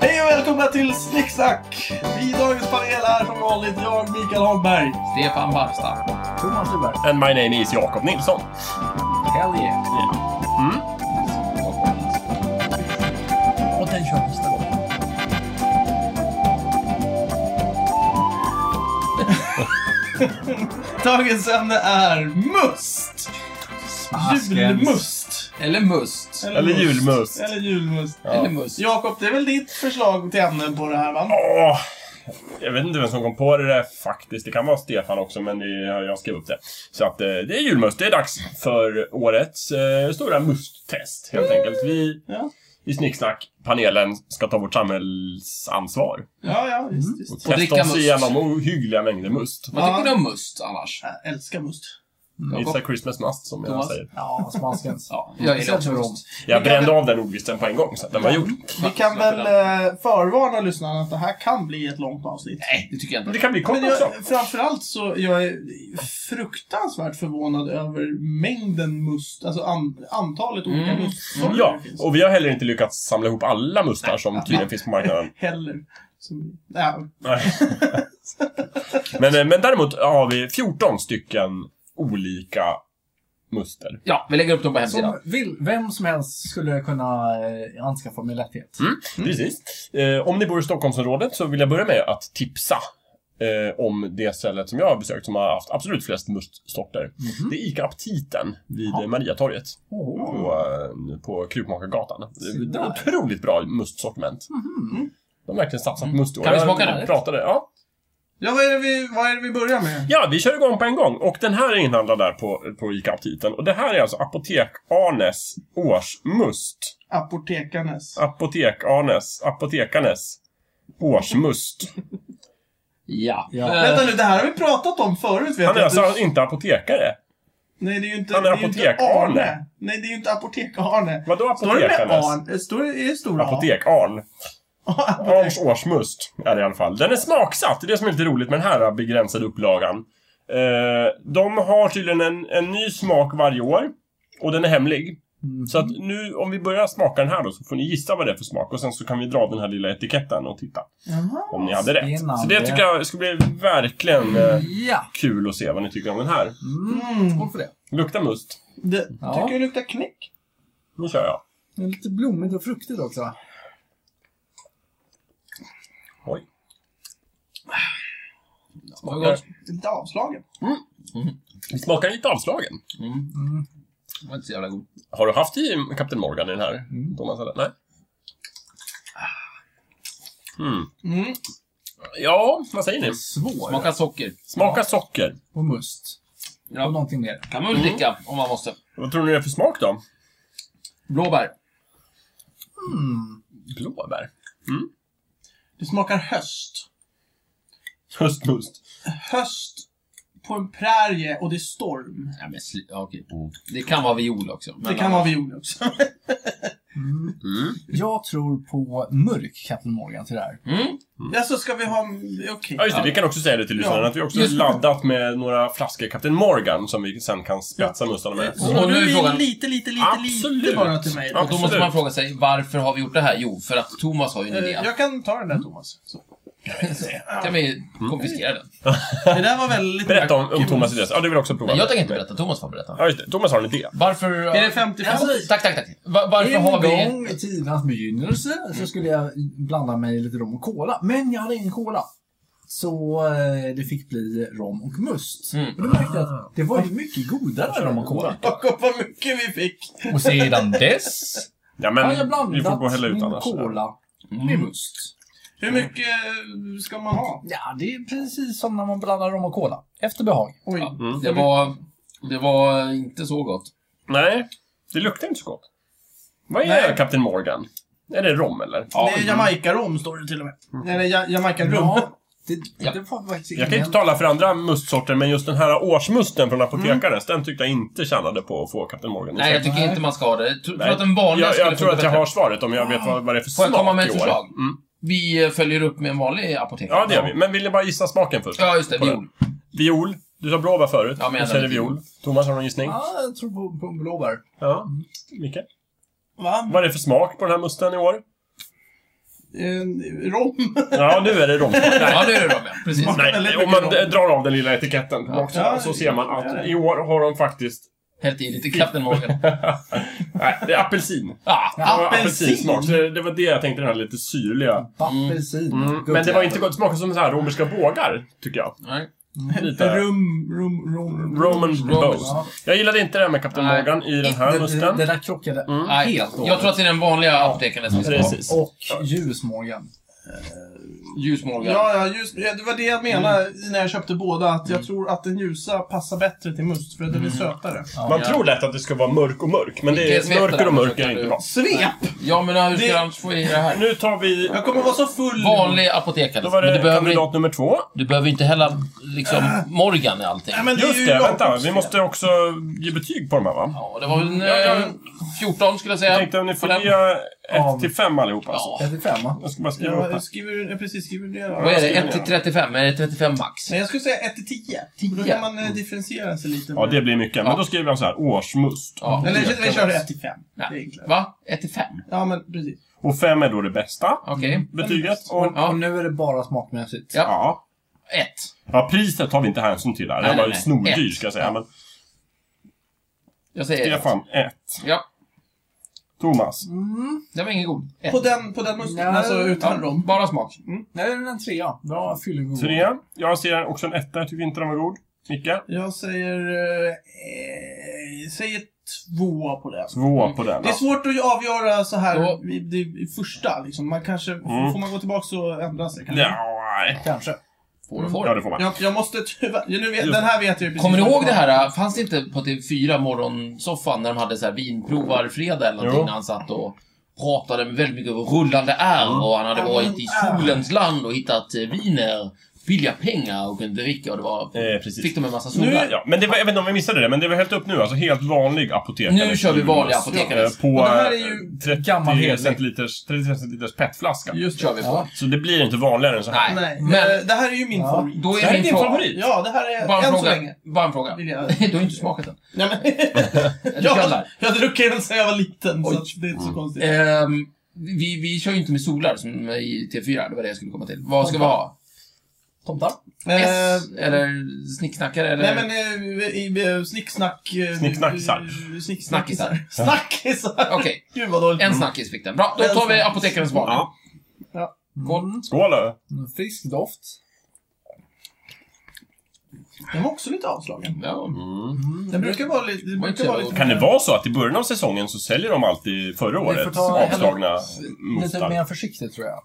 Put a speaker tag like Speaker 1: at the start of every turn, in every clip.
Speaker 1: välkomna till Snicksack! I dagens panel är som vanligt jag, Mikael Holmberg.
Speaker 2: Stefan Barsta.
Speaker 3: Thomas Lyberg.
Speaker 4: And my name is Jakob Nilsson. Mm.
Speaker 2: Hell yeah.
Speaker 3: Och den kör nästa gång.
Speaker 1: Dagens ämne är must!
Speaker 2: Smaskens.
Speaker 1: Julmust!
Speaker 2: Eller must.
Speaker 4: Eller julmust.
Speaker 1: Eller julmust.
Speaker 2: Eller must.
Speaker 1: Jakob, det är väl ditt förslag till ämne på det här va?
Speaker 4: Åh, jag vet inte vem som kom på det där faktiskt. Det kan vara Stefan också, men det, jag skrev upp det. Så att eh, det är julmust. Det är dags för årets eh, stora musttest, helt enkelt. Vi
Speaker 1: Ja,
Speaker 4: i Snicksnack-panelen ska ta vårt samhällsansvar.
Speaker 1: ja, ja visst. visst.
Speaker 2: Och
Speaker 4: Testa
Speaker 2: dricka
Speaker 4: oss
Speaker 2: must.
Speaker 4: igenom ohyggliga mängder must.
Speaker 2: Vad
Speaker 1: Ja.
Speaker 2: tycker du om must annars?
Speaker 1: Jag älskar must.
Speaker 4: It's a Christmas must, som Mm. jag
Speaker 2: Thomas?
Speaker 4: säger.
Speaker 3: Ja, smaskens.
Speaker 2: Ja, jag gillar också must.
Speaker 4: Jag
Speaker 1: Vi kan-
Speaker 4: brände av den ordvitsen på en gång, så att den var gjord.
Speaker 1: Vi kan väl eh, förvarna lyssnarna att det här kan bli ett långt avsnitt.
Speaker 2: Nej, det tycker jag
Speaker 4: Men det
Speaker 2: inte.
Speaker 4: kan bli kort
Speaker 1: Men jag,
Speaker 4: också.
Speaker 1: framförallt så, jag är fruktansvärt förvånad över mängden must, alltså an, antalet olika
Speaker 2: Mm.
Speaker 1: mustsorter
Speaker 4: Ja,
Speaker 1: det finns.
Speaker 4: och vi har heller inte lyckats samla ihop alla mustar som tydligen finns på marknaden.
Speaker 1: Heller. Som, ja,
Speaker 4: Nej. men, eh, men däremot har vi 14 stycken olika muster.
Speaker 2: Alltså, Ja, vi lägger upp dem på hemsidan.
Speaker 3: Som vill, vem som helst skulle kunna eh, anskaffa med lätthet.
Speaker 2: Mm.
Speaker 4: Precis. Eh, om ni bor i Stockholmsområdet så vill jag börja med att tipsa eh, om det stället som jag har besökt som har haft absolut flest mustsorter.
Speaker 2: Mhm.
Speaker 4: Det är ICA Aptiten vid eh, Mariatorget
Speaker 3: Åh.
Speaker 4: på, eh, på Krukmakargatan.
Speaker 3: Se
Speaker 4: Det är
Speaker 3: där.
Speaker 4: ett otroligt bra mustsortiment.
Speaker 3: Mhm.
Speaker 4: De har verkligen satsat på
Speaker 2: Mm.
Speaker 4: must i år.
Speaker 2: Kan vi
Speaker 4: Jag
Speaker 2: smaka den?
Speaker 4: Pratade, ja.
Speaker 1: ja vad, är det vi, vad är det vi börjar med?
Speaker 4: Ja, vi kör igång på en gång. Och den här är inhandlad där på, på ICA Aptiten. Och det här är alltså Apotek-Arnes årsmust.
Speaker 1: Apotekarnes.
Speaker 4: Apotek-Arnes, Apotekarnes årsmust.
Speaker 2: Ja.
Speaker 3: Ja.
Speaker 2: Eh,
Speaker 1: Vänta nu, det här har vi pratat om förut vet
Speaker 4: Han är
Speaker 1: jag.
Speaker 4: alltså
Speaker 1: Du,
Speaker 4: inte apotekare.
Speaker 1: nej, det är ju inte,
Speaker 4: han är
Speaker 1: det är ju inte
Speaker 4: apotek-Arne.
Speaker 1: Arne. Nej, det är ju inte apotek-Arne.
Speaker 4: Vadå
Speaker 1: Står det med
Speaker 4: Apotekarnes?
Speaker 1: Arne? Eh, Står det, är det stora A?
Speaker 4: Apotek-Arn.
Speaker 1: Apotek.
Speaker 4: Arns årsmust är det i alla fall. Den är smaksatt, det är det som är lite roligt med den här begränsade upplagan. Eh, de har tydligen en, en ny smak varje år. Och den är hemlig.
Speaker 3: Mm.
Speaker 4: Så att nu, om vi börjar smaka den här då, så får ni gissa vad det är för smak. Och sen så kan vi dra den här lilla etiketten och titta
Speaker 1: Jaha.
Speaker 4: om ni hade rätt.
Speaker 3: Spännande.
Speaker 4: Så det tycker jag ska bli verkligen eh,
Speaker 3: Ja.
Speaker 4: kul att se vad ni tycker om den här.
Speaker 3: Mm.
Speaker 1: Mm.
Speaker 3: Skål för det.
Speaker 4: Luktar must.
Speaker 1: Det,
Speaker 3: Ja.
Speaker 1: Tycker jag luktar knäck.
Speaker 4: Nu kör jag.
Speaker 3: Det är lite blommigt och fruktigt också.
Speaker 4: Oj. Eh,
Speaker 2: Var det gott?
Speaker 1: Lite avslagen.
Speaker 4: Vi smakar lite avslagen.
Speaker 2: Mm.
Speaker 3: Mm.
Speaker 2: Det var inte så jävla god.
Speaker 4: Har du haft i Kapten Morgan i den här? Thomas eller? Nej? Mm.
Speaker 1: Mm.
Speaker 4: Ja, vad säger ni?
Speaker 3: Svår.
Speaker 2: Smaka socker.
Speaker 4: Smaka socker.
Speaker 3: Och must.
Speaker 2: Ja.
Speaker 3: Och någonting mer.
Speaker 2: Kan man väl
Speaker 4: Mm.
Speaker 2: dricka om man måste.
Speaker 4: Vad tror ni det är för smak då?
Speaker 2: Blåbär.
Speaker 3: Mm.
Speaker 4: Blåbär.
Speaker 1: Det smakar höst.
Speaker 4: Höstmust.
Speaker 1: höst på en prärie och det är storm.
Speaker 2: Ja, men sli- ja, okej.
Speaker 4: Mm.
Speaker 2: Det kan vara viol också. men-
Speaker 1: det kan vara viol också.
Speaker 3: Mm.
Speaker 4: Mm.
Speaker 3: Jag tror på mörk Captain Morgan till det här.
Speaker 2: Mm.
Speaker 1: alltså ska vi ha... Okej.
Speaker 4: Ja, just det. Vi kan också säga det till lyssnarna
Speaker 1: Ja.
Speaker 4: att vi också
Speaker 2: Just det.
Speaker 4: laddat med några flaskor Kapten Morgan som vi sen kan spetsa mustarna med.
Speaker 1: Så
Speaker 2: Och nu är
Speaker 1: nu är
Speaker 2: frågan-
Speaker 1: lite, lite, lite, lite
Speaker 4: Absolut.
Speaker 1: bara till mig.
Speaker 4: Ja,
Speaker 2: Och då måste
Speaker 4: Absolut.
Speaker 2: man fråga sig, varför har vi gjort det här? Jo, för att Thomas har ju en
Speaker 1: Eh,
Speaker 2: idé.
Speaker 1: Jag kan ta den
Speaker 4: Mm.
Speaker 1: där Thomas. Så.
Speaker 2: kan vi konfiskera den.
Speaker 1: Det där var väldigt...
Speaker 4: Berätta om, om Thomas idé. Ja, du vill också prova.
Speaker 2: Men jag tänker inte berätta, Thomas får berätta.
Speaker 4: Ja, just det. Thomas har en idé.
Speaker 2: Varför...
Speaker 1: Är det 55?
Speaker 2: Alltså, tack, tack, tack. Va- varför
Speaker 3: en
Speaker 2: har vi...
Speaker 3: gång i tidernas begynnelse så skulle jag blanda mig lite rom och cola. Men jag hade ingen cola. Så eh, det fick bli rom och must.
Speaker 2: Mm.
Speaker 3: Och då märkte jag att det var ju mycket godare än rom och cola.
Speaker 1: Jakob, vad mycket vi fick.
Speaker 2: Och sedan dess...
Speaker 4: Ja,
Speaker 3: Men,
Speaker 4: men
Speaker 3: har jag
Speaker 4: vi får gå och
Speaker 3: blandat
Speaker 4: hälla ut
Speaker 3: min
Speaker 4: annars.
Speaker 3: cola med
Speaker 2: Mm.
Speaker 3: must.
Speaker 1: Hur
Speaker 4: Mm.
Speaker 1: mycket eh, ska man ha?
Speaker 3: Ja, det är precis som när man blandar rom och cola. Efter behag.
Speaker 1: Oj.
Speaker 2: Ja,
Speaker 4: Mm.
Speaker 2: det, var, det var inte så gott.
Speaker 4: Nej, det luktar inte så gott. Vad är
Speaker 1: Nej.
Speaker 4: Kapten Morgan? Är det rom eller?
Speaker 1: Det är Jamaica-rom står det till och med.
Speaker 4: Mm.
Speaker 1: Eller ja, Jamaica-rum.
Speaker 3: Ja, det,
Speaker 2: Ja.
Speaker 3: det var faktiskt
Speaker 4: Jag kan
Speaker 3: ingen-
Speaker 4: inte tala för andra mustsorter, men just den här årsmusten från Apotekarens, den tyckte jag inte tjänade på att få Kapten Morgan.
Speaker 2: Mm. Nej, jag tycker
Speaker 3: Nej.
Speaker 2: inte man ska ha det. Jag tror
Speaker 4: Nej.
Speaker 2: tror att den vanliga
Speaker 4: jag,
Speaker 2: skulle
Speaker 4: jag tror att
Speaker 2: funka
Speaker 4: jag
Speaker 2: bättre.
Speaker 4: har svaret om jag vet vad, vad det är för
Speaker 2: Får jag
Speaker 4: smak
Speaker 2: komma med
Speaker 4: i
Speaker 2: ett
Speaker 4: år.
Speaker 2: förslag?
Speaker 4: Mm.
Speaker 2: Vi eh, följer upp med en vanlig apotek.
Speaker 4: Ja, det gör vi. Men vill ni bara gissa smaken först?
Speaker 2: Ja, just det.
Speaker 4: På
Speaker 2: Viol.
Speaker 4: Viol. Du sa blåbär förut.
Speaker 2: Ja, men jag
Speaker 4: jag säger
Speaker 2: hade
Speaker 4: viol. Thomas, har du någon gissning?
Speaker 3: Ja, jag tror på, på blåbär.
Speaker 4: Ja. Micke?
Speaker 1: Va?
Speaker 4: Vad är det för smak på den här musten i år?
Speaker 1: eh, rom.
Speaker 4: Ja, nu är det romsmak. Nej.
Speaker 2: Ja, det är det då, ja. Precis.
Speaker 4: Nej, om man drar av den lilla etiketten på boxen
Speaker 1: Ja.
Speaker 4: så ser man att i år har de faktiskt...
Speaker 2: Hällt i lite Captain Morgan.
Speaker 4: Nej, det är apelsin.
Speaker 2: Ah,
Speaker 4: Det var
Speaker 1: Apelsin.
Speaker 4: Apelsinsmak. Så Det det var det jag tänkte, den här lite syrliga.
Speaker 3: Apelsin.
Speaker 4: Mm, men det var inte gott. Det smakade som så här romerska bågar, tycker jag.
Speaker 2: nej.
Speaker 4: Lite.
Speaker 1: Rum, rum, rum.
Speaker 4: Roman bows.
Speaker 3: Ja.
Speaker 4: Jag gillade inte det här med Kapten
Speaker 2: Nej.
Speaker 4: Morgan i den
Speaker 3: Det,
Speaker 4: här
Speaker 3: det,
Speaker 4: musten.
Speaker 3: det där krockade
Speaker 4: Mm.
Speaker 2: nej.
Speaker 3: helt och
Speaker 2: Jag tror att det är den vanliga apoteken som vi ska ha.
Speaker 4: Precis.
Speaker 3: Och ljusmorgan.
Speaker 2: Ljus Morgan.
Speaker 1: Ja, ja, just, ja, det var det jag menade
Speaker 4: Mm.
Speaker 1: när jag köpte båda. Att jag tror att den ljusa passar bättre till must, för
Speaker 4: Mm.
Speaker 1: den är sötare.
Speaker 4: Man
Speaker 2: Ja.
Speaker 4: tror lätt att det ska vara mörk och mörk, men det
Speaker 2: Vilket
Speaker 4: är,
Speaker 2: svepte
Speaker 4: mörker och
Speaker 2: där,
Speaker 4: mörker är
Speaker 2: försöker
Speaker 4: inte
Speaker 2: du?
Speaker 4: bra.
Speaker 1: Svep!
Speaker 2: Ja, men hur
Speaker 1: Det-
Speaker 2: ska han få i det här?
Speaker 4: Nu tar vi...
Speaker 1: Jag kommer vara så full.
Speaker 2: Vanlig apotekare.
Speaker 4: Då var
Speaker 2: Men du
Speaker 4: det
Speaker 2: behöver,
Speaker 4: kandidat
Speaker 2: inte-
Speaker 4: nummer två.
Speaker 2: du behöver inte hälla liksom Morgan i allting.
Speaker 1: Nej, men det är ju
Speaker 4: Just det,
Speaker 1: Jakobs
Speaker 4: vänta. Vi
Speaker 1: fel.
Speaker 4: måste också ge betyg på de här, va?
Speaker 2: Ja, det var en
Speaker 4: Ja, ja. Typ.
Speaker 2: eh, 14 skulle jag säga.
Speaker 4: Jag tänkte om ni får
Speaker 2: På den.
Speaker 4: ge 1 till 5 allihopa. alltså.
Speaker 2: Ja.
Speaker 3: 35 va?
Speaker 4: Jag ska bara skriva upp
Speaker 1: Ja,
Speaker 4: här.
Speaker 1: jag skriver, jag precis skriver det.
Speaker 2: Vad är det?
Speaker 4: skriver
Speaker 2: 1
Speaker 4: jag.
Speaker 2: till 35? Är det 35 max?
Speaker 1: Nej, jag skulle säga 1 till 10. 10. Då kan man eh, differentiera sig lite.
Speaker 4: Ja,
Speaker 1: med-
Speaker 4: det blir mycket. Men
Speaker 2: Ja.
Speaker 4: då skriver jag så här, årsmust.
Speaker 2: Ja.
Speaker 1: Eller jag, jag kör 1 till 5. Det är
Speaker 2: Nej.
Speaker 1: enklare.
Speaker 2: Va? 1 till 5?
Speaker 1: Ja, men precis.
Speaker 4: Och 5 är då det bästa
Speaker 2: Okej.
Speaker 4: betyget. Och,
Speaker 3: Och, och nu är det bara smakmässigt.
Speaker 2: Ja.
Speaker 4: ja.
Speaker 2: 1.
Speaker 4: ja, priset tar vi inte hänsyn till där.
Speaker 2: Nej,
Speaker 4: Den var
Speaker 2: nej,
Speaker 4: ju
Speaker 2: nej.
Speaker 4: snordyr
Speaker 2: Ett.
Speaker 4: ska jag säga.
Speaker 2: Ja.
Speaker 4: Men
Speaker 2: Jag säger ett.
Speaker 4: Stefan, 1.
Speaker 2: Ja.
Speaker 4: Thomas.
Speaker 3: Mm.
Speaker 2: Den var ingen god. Ett.
Speaker 1: På den, på den musten,
Speaker 3: Nej.
Speaker 1: alltså utan
Speaker 2: Ja,
Speaker 1: rom.
Speaker 2: bara smak.
Speaker 3: Nej, det är en trea. Bra fyllegod.
Speaker 4: Tre. Jag ser också en etta. Jag tycker inte den var god. Micke.
Speaker 1: Jag säger... eh, Eh, säger 2 på den.
Speaker 4: Två på den.
Speaker 1: Det är svårt att avgöra så här
Speaker 2: Ja.
Speaker 1: i, det, i första liksom. Man kanske,
Speaker 4: Mm.
Speaker 1: Får man gå tillbaka och ändra sig? kanske?
Speaker 4: Ja, nej.
Speaker 3: Kanske.
Speaker 2: Får och
Speaker 4: ja,
Speaker 2: får.
Speaker 4: det får man.
Speaker 1: Jag, jag måste tyvärr... ja, Nu vet,
Speaker 4: Just-
Speaker 1: den här vet jag ju precis.
Speaker 2: Kommer ni
Speaker 1: vad
Speaker 2: ihåg det
Speaker 1: jag-
Speaker 2: här? äh, Fanns det inte på TV4 morgonsoffan när de hade så här vinprovarfredag eller någonting
Speaker 4: Jo.
Speaker 2: när han satt och pratade med väldigt mycket om rullande R och han hade
Speaker 1: Mm.
Speaker 2: varit i solens land och hittat eh, viner billiga pengar och kunde dricka och det var...
Speaker 4: Eh, precis.
Speaker 2: Fick de en massa
Speaker 1: Nu-
Speaker 2: solar.
Speaker 4: Ja, men det var, jag vet inte om vi missade det, men det var helt upp nu. Alltså helt vanlig apotekare.
Speaker 2: Nu kör vi vanlig apotekare.
Speaker 4: Eh, På
Speaker 1: Och det här är ju
Speaker 4: eh, 30
Speaker 3: gammal hederlig.
Speaker 4: centiliters, 30 centiliters petflaska.
Speaker 2: Just kör vi på.
Speaker 3: Ja.
Speaker 4: Så det blir inte vanligare än så här.
Speaker 2: Nej.
Speaker 1: Nej,
Speaker 2: Men-
Speaker 1: eh, det här är ju min
Speaker 3: Ja.
Speaker 1: favorit.
Speaker 2: Då
Speaker 4: Det här
Speaker 2: är
Speaker 4: är
Speaker 2: min
Speaker 4: din
Speaker 2: fråga.
Speaker 4: favorit.
Speaker 1: Ja, det här är
Speaker 2: Bara en
Speaker 1: än så
Speaker 2: fråga.
Speaker 1: länge.
Speaker 2: Bara en fråga.
Speaker 1: Vill
Speaker 2: Du
Speaker 1: jag-
Speaker 2: har ju inte smakat den.
Speaker 1: Nej, men...
Speaker 2: Du kan
Speaker 1: jag,
Speaker 2: där.
Speaker 1: jag druckit den sedan jag var liten,
Speaker 2: Oj.
Speaker 1: så att det är inte så konstigt.
Speaker 4: Eh,
Speaker 2: Ehm, vi, vi kör ju inte med solar som i T4. Det var det jag skulle komma till. Vad ska vi ha?
Speaker 3: Tomtar?
Speaker 1: Eh,
Speaker 2: S? Eller snicksnackare?
Speaker 1: Nej
Speaker 2: Eller?
Speaker 1: men eh, vi- vi- eh, snicksnack... eh,
Speaker 4: Snicksnacksar.
Speaker 1: eh, Snicksnackisar. Snackisar!
Speaker 2: Okej,
Speaker 1: Gud vad dåligt.
Speaker 2: en snackis fick den. Bra, då tar vi apotekarens val.
Speaker 4: Mm. Ja.
Speaker 2: Skål.
Speaker 4: Skål då.
Speaker 3: Mm. Frisk doft.
Speaker 1: Den var också lite avslagen.
Speaker 2: Ja.
Speaker 4: Mm.
Speaker 3: Mm,
Speaker 1: Den brukar vara lite... Den
Speaker 2: Var inte
Speaker 1: brukar vara
Speaker 2: så-
Speaker 1: lite
Speaker 4: Kan det vara så att i början av säsongen så säljer de alltid förra
Speaker 3: Vi får
Speaker 4: årets
Speaker 3: ta-
Speaker 4: avslagna
Speaker 3: Lite
Speaker 4: mustar?
Speaker 3: mer försiktigt tror jag.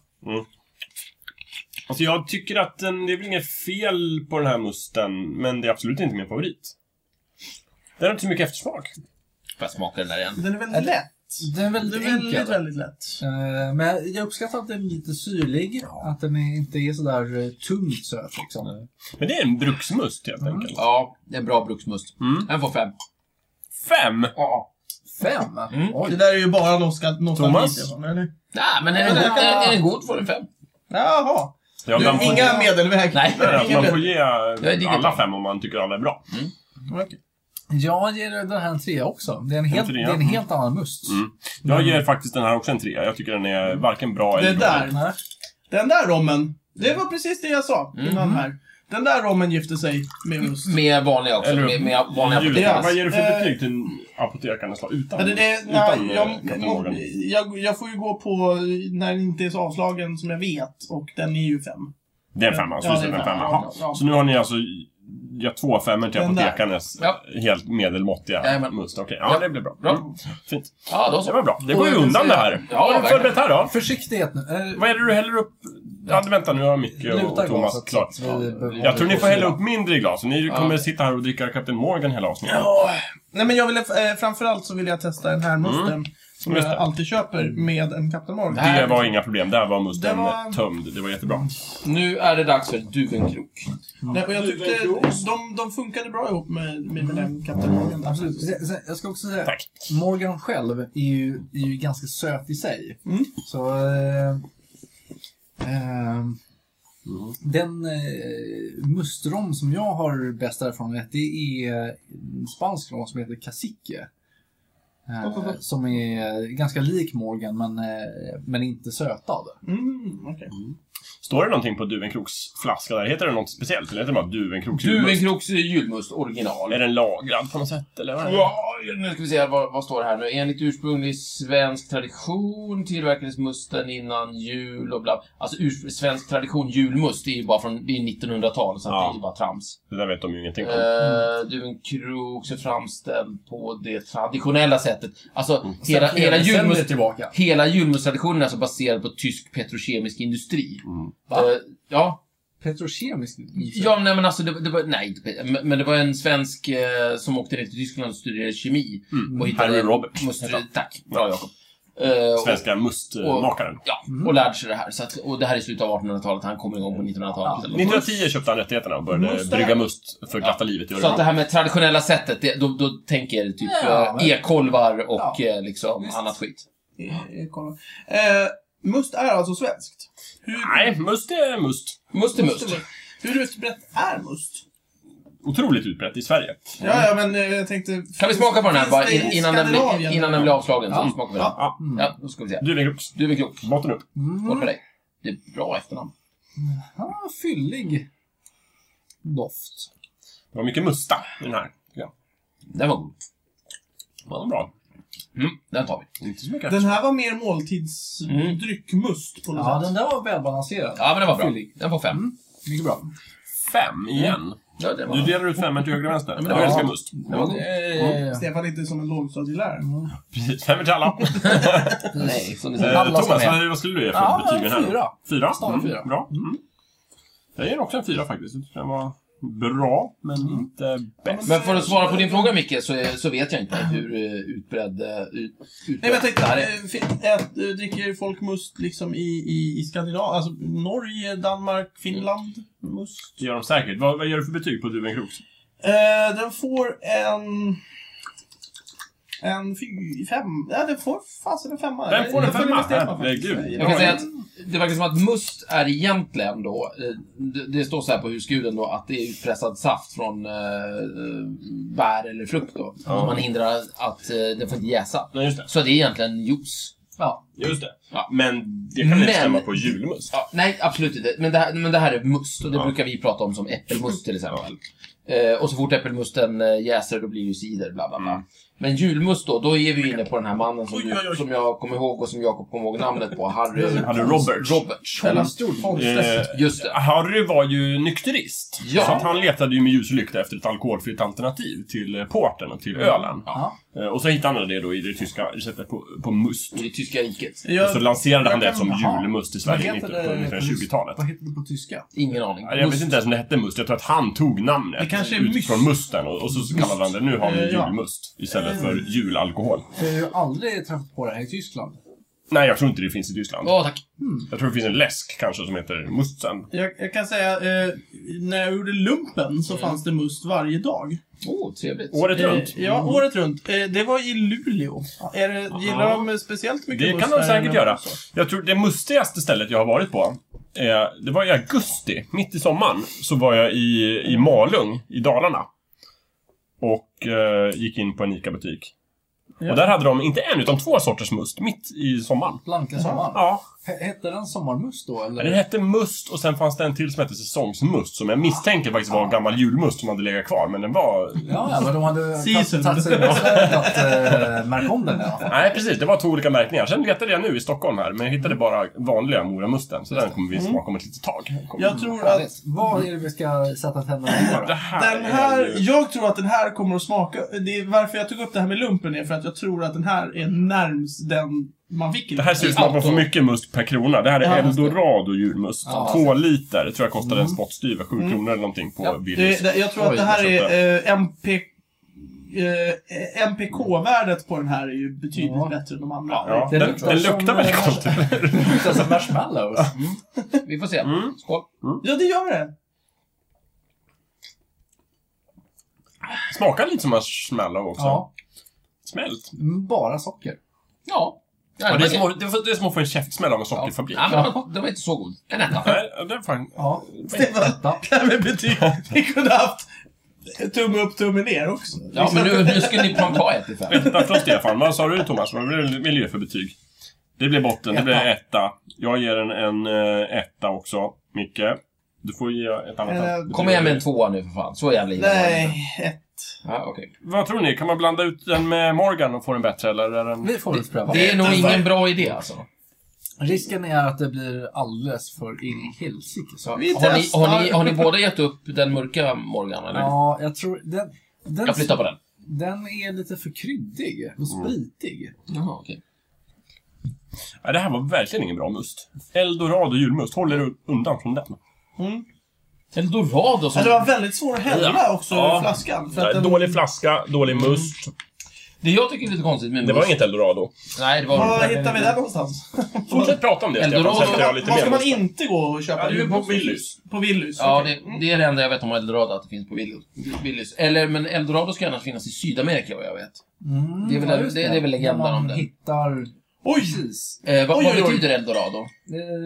Speaker 4: Alltså jag tycker att den, det är väl inget fel på den här musten, men det är absolut inte min favorit. Den har inte så mycket eftersmak.
Speaker 2: Får jag smaka den där igen?
Speaker 1: Den är väldigt lätt.
Speaker 3: Den är väldigt
Speaker 1: Den är
Speaker 3: enkel.
Speaker 1: väldigt, väldigt lätt.
Speaker 3: Eh, Men jag uppskattar att den är lite syrlig. Att den är, inte är sådär eh, tungt söt liksom.
Speaker 4: Men det är en bruksmust helt enkelt.
Speaker 2: Ja, det är en bra bruksmust.
Speaker 4: Mm.
Speaker 2: Den får fem.
Speaker 4: Fem!
Speaker 2: Ja.
Speaker 3: Fem?
Speaker 2: Mm.
Speaker 1: Det
Speaker 3: Oj.
Speaker 1: där är ju bara nostal-
Speaker 4: Thomas?
Speaker 1: nostalgi. ifrån, eller?
Speaker 2: Nej, men är den, god, är, är den god får den fem.
Speaker 1: Jaha.
Speaker 4: Ja,
Speaker 1: Du,
Speaker 4: man får-
Speaker 1: inga medelväg.
Speaker 2: Nej.
Speaker 4: Nej, alltså,
Speaker 1: Inga
Speaker 4: man får
Speaker 1: medel.
Speaker 4: ge
Speaker 2: digger
Speaker 4: alla
Speaker 2: det.
Speaker 4: fem om man tycker alla är bra.
Speaker 1: Mm. Okej.
Speaker 3: Jag ger den här en trea också. Det är en helt, det
Speaker 4: trea.
Speaker 3: är en helt annan must.
Speaker 4: Mm. Jag ger faktiskt den här också en trea. Jag tycker den är varken bra
Speaker 1: Mm. Det
Speaker 4: eller
Speaker 1: där.
Speaker 3: Nej.
Speaker 1: Den där rommen. Det var precis det jag sa innan
Speaker 4: Mhm.
Speaker 1: här. Den där rommen gifte sig med must.
Speaker 2: Med vanliga också.
Speaker 4: Eller-
Speaker 2: Med, med vanliga
Speaker 4: dålig. Julia,
Speaker 2: apotekare.
Speaker 4: vad ger du
Speaker 1: Eh,
Speaker 4: för betyg till apotekarnas lag? Utan,
Speaker 1: Ja, det, det,
Speaker 4: utan
Speaker 1: nej,
Speaker 4: eh,
Speaker 1: jag,
Speaker 4: Kapten Morgan?
Speaker 1: jag, jag får ju gå på eh, när den inte är så avslagen som jag vet och den är ju fem.
Speaker 4: Det är en femma, så
Speaker 1: Ja,
Speaker 4: vi säger
Speaker 1: det är
Speaker 4: en
Speaker 1: femma.
Speaker 4: femma.
Speaker 1: Ja,
Speaker 4: Jaha.
Speaker 1: ja.
Speaker 4: Så nu har ni alltså gett två femmor till
Speaker 1: Den där.
Speaker 4: apotekarnas
Speaker 2: Ja.
Speaker 4: helt medelmåttiga
Speaker 2: Jajamän.
Speaker 4: must. Okej, ja,
Speaker 2: Ja.
Speaker 4: det blir bra.
Speaker 2: Bra.
Speaker 4: Mm. Fint.
Speaker 2: Ja, då
Speaker 4: Det
Speaker 2: så.
Speaker 4: var bra. Det går ju
Speaker 2: Och-
Speaker 4: undan det här.
Speaker 2: Ja,
Speaker 4: Vad har du
Speaker 2: verkligen.
Speaker 4: förberett här då?
Speaker 3: Försiktighet nu. Eh,
Speaker 4: Vad är det du häller upp? Ja, vänta nu har Micke och
Speaker 3: Luta
Speaker 4: Thomas
Speaker 3: glaset så
Speaker 4: klart.
Speaker 3: att vi behåller
Speaker 4: Jag tror ni får
Speaker 3: kostnaderna.
Speaker 4: hälla upp mindre i glas. Ni
Speaker 2: Ja.
Speaker 4: kommer sitta här och dricka Kapten Morgan hela avsnittet.
Speaker 1: Nej, men jag ville, eh, framförallt så vill jag testa den
Speaker 2: Mm.
Speaker 1: här musten som
Speaker 4: Just
Speaker 1: jag
Speaker 4: det.
Speaker 1: alltid köper med en Captain Morgan.
Speaker 2: här-
Speaker 4: Det var inga problem. Där var musten
Speaker 1: Det var-
Speaker 4: tömd. Det var jättebra.
Speaker 2: Nu är det dags för Duvenkrok.
Speaker 1: Nej, och jag tyckte de, de funkade bra ihop med, med, med den Captain Morgan. där.
Speaker 3: Absolut. Sen- sen- Jag ska också säga,
Speaker 4: Tack.
Speaker 3: Morgan själv är ju, är ju ganska söt i sig.
Speaker 1: Mm.
Speaker 3: Så... Eh, eh, Den eh, mustrom som jag har bäst erfarenhet det är en spansk rom som heter Cacique. Eh, som är ganska lik Morgan men, eh, men inte sötad.
Speaker 1: Mm, okej.
Speaker 4: Står det någonting på duvenkroksflaska där? Heter det något speciellt? Eller heter det bara duvenkroks
Speaker 2: Duvenkroks julmust original.
Speaker 4: Är den lagrad på något sätt? Eller vad är det?
Speaker 2: Ja, nu ska vi se, här, vad, vad står det här nu? Enligt ursprunglig svensk tradition tillverkades musten innan jul och bla. Alltså urs- svensk tradition, julmust, det är ju bara från det är 1900-tal, så att
Speaker 4: Ja.
Speaker 2: det är ju bara trams.
Speaker 4: Det där vet de ju ingenting om.
Speaker 3: Mm.
Speaker 2: Eh, du, en krok så framställd på det traditionella sättet. Alltså,
Speaker 4: Mm.
Speaker 2: hela,
Speaker 3: Sen flera
Speaker 2: hela
Speaker 3: decennier
Speaker 2: julmust...
Speaker 3: tillbaka.
Speaker 2: Hela julmusttraditionen är alltså baserad på tysk petrokemisk industri.
Speaker 4: Mm.
Speaker 3: Va?
Speaker 2: Eh, ja,
Speaker 3: Petrokemisk
Speaker 2: Ja, nej men alltså, det, det var, nej, inte Peter, men, men det var en svensk eh, som åkte ner till Tyskland och studerade kemi.
Speaker 4: Mm.
Speaker 2: Och
Speaker 4: Harry Robert,
Speaker 2: Måste,
Speaker 4: heter han.
Speaker 2: tack, bra Jakob. Eh, och,
Speaker 4: Svenska mustmakaren.
Speaker 2: ja, och lärde sig det här. Så att, och det här är i slutet av 1800-talet, han kommer igång på
Speaker 3: Mm.
Speaker 2: 1900-talet. eller något.
Speaker 4: 1910 köpte han rättigheterna och började
Speaker 3: Must är-
Speaker 4: brygga must för glatta livet i
Speaker 2: Så att det
Speaker 4: Örebro.
Speaker 2: här med traditionella sättet, det, då, då tänker jag typ
Speaker 3: Ja,
Speaker 2: eh,
Speaker 3: men-
Speaker 2: e-kolvar och
Speaker 3: Ja,
Speaker 2: eh, liksom
Speaker 3: visst.
Speaker 2: annat skit.
Speaker 1: Eh, eh, kolla. Eh, must är alltså svenskt.
Speaker 4: Nej, must är must.
Speaker 2: Must är must.
Speaker 1: Hur utbrett är must?
Speaker 4: Otroligt utbrett i Sverige.
Speaker 1: Ja, ja, men eh, jag tänkte...
Speaker 2: Mm. Kan vi smaka på den här
Speaker 1: Finns
Speaker 2: bara,
Speaker 1: det
Speaker 2: in,
Speaker 1: i
Speaker 2: innan, den blir,
Speaker 1: Skandinavien?
Speaker 2: innan den blir avslagen?
Speaker 1: Ja.
Speaker 2: Så smakar vi den.
Speaker 1: Ja.
Speaker 4: Ja,
Speaker 2: Ja, då ska vi se.
Speaker 4: duvenkroks.
Speaker 2: Du är klok.
Speaker 4: Botten upp.
Speaker 2: Håll på
Speaker 3: Mm.
Speaker 2: dig. Det är bra efternamn.
Speaker 3: Ja, Ah, fyllig doft.
Speaker 4: Det var mycket musta i den här. Ja,
Speaker 2: Den var god.
Speaker 4: det var bra.
Speaker 2: Mm, den tar vi.
Speaker 4: Inte så mycket.
Speaker 1: Den här var mer måltidsdryckmust på något
Speaker 3: Ja,
Speaker 1: sätt.
Speaker 3: den där var välbalanserad.
Speaker 2: Ja, men den var bra.
Speaker 3: Fyllig.
Speaker 2: Den får fem.
Speaker 3: Mycket bra.
Speaker 4: Fem igen.
Speaker 2: Ja, det var
Speaker 4: Du
Speaker 2: bra.
Speaker 4: delar ut femmen till höger och vänster.
Speaker 2: men det
Speaker 4: Jag
Speaker 2: var-
Speaker 4: älskar must.
Speaker 2: Den var god.
Speaker 3: Eh,
Speaker 1: Stefan är inte som en lågstadielärare.
Speaker 2: Mm.
Speaker 4: Precis, femmer till alla.
Speaker 2: Nej, som ni
Speaker 4: Eh,
Speaker 2: säger. Alla
Speaker 4: Thomas,
Speaker 2: som är.
Speaker 4: vad, vad skulle du ge för
Speaker 3: Ja,
Speaker 4: betyg den här? då?
Speaker 3: fyra.
Speaker 4: Fyra?
Speaker 3: Snarare fyra.
Speaker 4: Bra. Mm. Jag ger också en fyra faktiskt. Jag tycker den var bra, men inte bäst.
Speaker 2: Men för att svara på din fråga Micke, så, är- så vet jag inte hur eh, utbredd... eh, Ut, utbredd
Speaker 1: Nej, men jag
Speaker 2: det
Speaker 1: tänkte, eh,
Speaker 2: här
Speaker 1: här,
Speaker 2: är.
Speaker 1: dricker folk must liksom i, i, i Skandinavien? Alltså Norge, Danmark, Finland? Must?
Speaker 4: Det gör de säkert. Vad, vad ger du för betyg på Duvenkroks?
Speaker 1: Eh, den får en... En fy, fem... Ja, den får fasen en femma.
Speaker 4: Den får en
Speaker 1: Jag följer
Speaker 4: femma.
Speaker 1: med Stefan faktiskt.
Speaker 4: Herregud.
Speaker 2: Jag kan säga att det verkar som att must är egentligen då, eh, det, det står så här på husguden då, att det är utpressad saft från eh, eh, bär eller frukt då.
Speaker 4: Ja.
Speaker 2: Man hindrar att eh, den får inte jäsa.
Speaker 4: Nej, just det.
Speaker 2: Så det är egentligen juice.
Speaker 3: Ja.
Speaker 4: Just det.
Speaker 2: Ja.
Speaker 4: Men det kan väl inte
Speaker 2: Men-
Speaker 4: stämma på julmust?
Speaker 2: Ja, nej, absolut inte. Men det, här, men det här är must och det
Speaker 4: Ja.
Speaker 2: brukar vi prata om som äppelmust till exempel. Eh, och så fort äppelmusten eh, jäser då blir det ju cider, bla bla bla.
Speaker 4: Mm.
Speaker 2: Men julmust då, då är vi inne på den här mannen som,
Speaker 4: Oj, oj, oj.
Speaker 2: som jag kommer ihåg och som Jakob kommer ihåg namnet på. Harry,
Speaker 4: Harry Roberts.
Speaker 2: Roberts.
Speaker 1: Eller
Speaker 2: Eller,
Speaker 3: Eh,
Speaker 1: storfångstdräkt.
Speaker 2: just det.
Speaker 4: Eh, Harry var ju nykterist.
Speaker 2: Ja.
Speaker 4: Så att han letade ju med ljus och lykta efter ett alkoholfritt alternativ till eh, porten och till ölen.
Speaker 3: Ja.
Speaker 4: Eh, Och så hittade han det då i det tyska receptet på, på must.
Speaker 2: I det tyska riket.
Speaker 4: Och så
Speaker 1: Jag,
Speaker 4: lanserade han
Speaker 3: jag
Speaker 4: det
Speaker 3: kan-
Speaker 4: som
Speaker 3: jaha.
Speaker 4: julmust i
Speaker 3: Vad
Speaker 4: Sverige
Speaker 3: heter
Speaker 4: inte- på
Speaker 3: det på tys-
Speaker 4: 1920-talet.
Speaker 3: Vad heter det på tyska?
Speaker 2: Ingen aning.
Speaker 4: Ja, Jag vet inte ens om det hette must. Jag tror att han tog namnet
Speaker 1: Det kanske är
Speaker 4: ut
Speaker 1: must.
Speaker 4: från musten och, och så kallade han det nu har vi
Speaker 1: Eh, ja.
Speaker 4: julmust istället för julalkohol.
Speaker 3: Jag har ju aldrig träffat på det här i Tyskland.
Speaker 4: Nej, jag tror inte det finns i Tyskland.
Speaker 2: Ja, tack.
Speaker 4: Jag tror det finns en läsk kanske som heter musten.
Speaker 1: jag, jag kan säga, eh, när jag gjorde lumpen
Speaker 2: Mm.
Speaker 1: så fanns det must varje dag.
Speaker 2: Åh, trevligt.
Speaker 4: Året
Speaker 1: Eh,
Speaker 4: runt.
Speaker 1: ja, året runt. Eh, det var i Luleå. Är det, gillar de speciellt mycket
Speaker 4: Det
Speaker 1: must
Speaker 4: kan de
Speaker 1: där
Speaker 4: säkert
Speaker 1: eller?
Speaker 4: göra. Jag tror det mustigaste stället jag har varit på, eh, det var i augusti, mitt i sommaren, så var jag i, i Malung i Dalarna. Och eh, gick in på en ICA-butik.
Speaker 1: Ja.
Speaker 4: Och där hade de inte en, utan två sorters must, mitt i sommaren.
Speaker 3: Blankasommar.
Speaker 4: Ja,
Speaker 3: He- Hette den sommarmust då
Speaker 4: Ja, Den
Speaker 3: eller?
Speaker 4: hette must och sen fanns det en till som hette säsongsmust som jag misstänker faktiskt var gammal julmust som hade legat kvar men den var...
Speaker 3: Ja, ja, men de hade tagit
Speaker 1: Seasoned.
Speaker 3: tagit sig besväret att eh, märka om den i alla fall.
Speaker 4: Nej precis, det var två olika märkningar. Sen letade jag nu i Stockholm här men jag hittade bara vanliga Moramusten så den kommer vi smaka om ett litet tag.
Speaker 1: Jag tror att
Speaker 3: Härligt. Vad är det vi ska sätta tänderna i då?
Speaker 4: Det här,
Speaker 1: Den här,
Speaker 4: är ju...
Speaker 1: jag tror att den här kommer att smaka... Det är varför jag tog upp det här med lumpen är för att jag tror att den här är närmst den man fick i
Speaker 4: Det här ser ut som att man får mycket must per krona. Det här är
Speaker 1: Ja, just
Speaker 4: Eldorado julmust.
Speaker 3: Ja.
Speaker 4: Två liter. Det tror jag kostade en spottstyver. Sju kronor eller någonting på
Speaker 3: Ja.
Speaker 4: Willys.
Speaker 1: det, Eh, det, Jag tror
Speaker 4: Oj,
Speaker 1: att det här
Speaker 4: jag köpte.
Speaker 1: är eh, MP... Eh, MPK-värdet på den här är ju betydligt
Speaker 3: Ja.
Speaker 1: bättre än de andra.
Speaker 4: Ja, den, den
Speaker 3: som-
Speaker 4: luktar väldigt gott.
Speaker 3: Det luktar som marshmallows.
Speaker 2: Vi får se.
Speaker 4: Mm.
Speaker 2: Skål.
Speaker 1: Ja, det gör det!
Speaker 4: Smakar lite som marshmallow också.
Speaker 3: Ja,
Speaker 4: Smält.
Speaker 3: bara socker.
Speaker 2: Ja. Ja, det
Speaker 4: Ja, det, är
Speaker 2: var
Speaker 4: som, att- det är- det är som att få en käftsmäll av en sockerfabrik.
Speaker 2: Ja, men det var- det var inte så god. En etta.
Speaker 4: Nej, det är fan...
Speaker 3: Ja,
Speaker 1: Stefan,
Speaker 3: detta.
Speaker 1: det här med betyg. Vi kunde haft Tumme upp, tumme ner också.
Speaker 2: Ja, men nu, nu ska ni plocka ett i fem.
Speaker 4: Etta från Stefan. Vad sa du Thomas? Vad blev det miljö för betyg? Det blev botten. Det blev etta. Jag ger den en eh, etta också. Micke. Du får ge ett annat
Speaker 1: Eh,
Speaker 4: betyg.
Speaker 2: Kom igen med en tvåa nu för fan. Så jävla illa var det
Speaker 1: Nej,
Speaker 2: inte.
Speaker 1: ett.
Speaker 2: Ja, okej.
Speaker 4: Vad tror ni? Kan man blanda ut den med Morgan och få den bättre, eller? Är den...
Speaker 3: Vi får väl pröva.
Speaker 2: Det är nog ingen bra idé alltså.
Speaker 3: Risken är att det blir alldeles för in i helsike. så-
Speaker 1: Vi
Speaker 2: Har ni, har, ni,
Speaker 1: testar.
Speaker 2: har ni båda gett upp den mörka Morgan, eller?
Speaker 3: Ja, jag tror... Den, den,
Speaker 2: Jag flyttar på den.
Speaker 3: den är lite för kryddig och
Speaker 2: Mm.
Speaker 3: spritig.
Speaker 2: Jaha, okej.
Speaker 4: Ja, det här var verkligen ingen bra must. Eldorado julmust. Håll er undan från den.
Speaker 1: Mm.
Speaker 2: En Dorado som...
Speaker 1: Men det var väldigt svårt att hälla också
Speaker 4: Ja.
Speaker 1: i flaskan. För
Speaker 4: Nej,
Speaker 1: att den, Mm.
Speaker 4: Dålig flaska, dålig must.
Speaker 2: Det jag tycker är lite konstigt med
Speaker 4: Det var
Speaker 2: must-
Speaker 4: inget eldorado.
Speaker 2: Nej, det var...
Speaker 1: var hittar vi den någonstans?
Speaker 4: Fortsätt prata om det, Stefan,
Speaker 2: Eldorado,
Speaker 4: så hämtar jag lite
Speaker 1: Var ska
Speaker 4: mer
Speaker 1: man
Speaker 4: must.
Speaker 1: inte gå och köpa?
Speaker 4: Ja, du är på
Speaker 1: must?
Speaker 4: Willys.
Speaker 1: På Willys?
Speaker 2: Ja,
Speaker 1: okej.
Speaker 2: det, mm, det är det enda jag vet om Eldorado, att det finns på Will- Willys. Eller, men Eldorado ska gärna finnas i Sydamerika, vad jag vet.
Speaker 3: Mm,
Speaker 2: Det är väl-
Speaker 3: ja, just
Speaker 2: det- det är väl legenden
Speaker 3: När man
Speaker 2: om den.
Speaker 3: hittar...
Speaker 1: Oj!
Speaker 3: Precis.
Speaker 2: Eh, vad
Speaker 1: Oj,
Speaker 2: vad
Speaker 1: oj, oj.
Speaker 2: betyder Eldorado?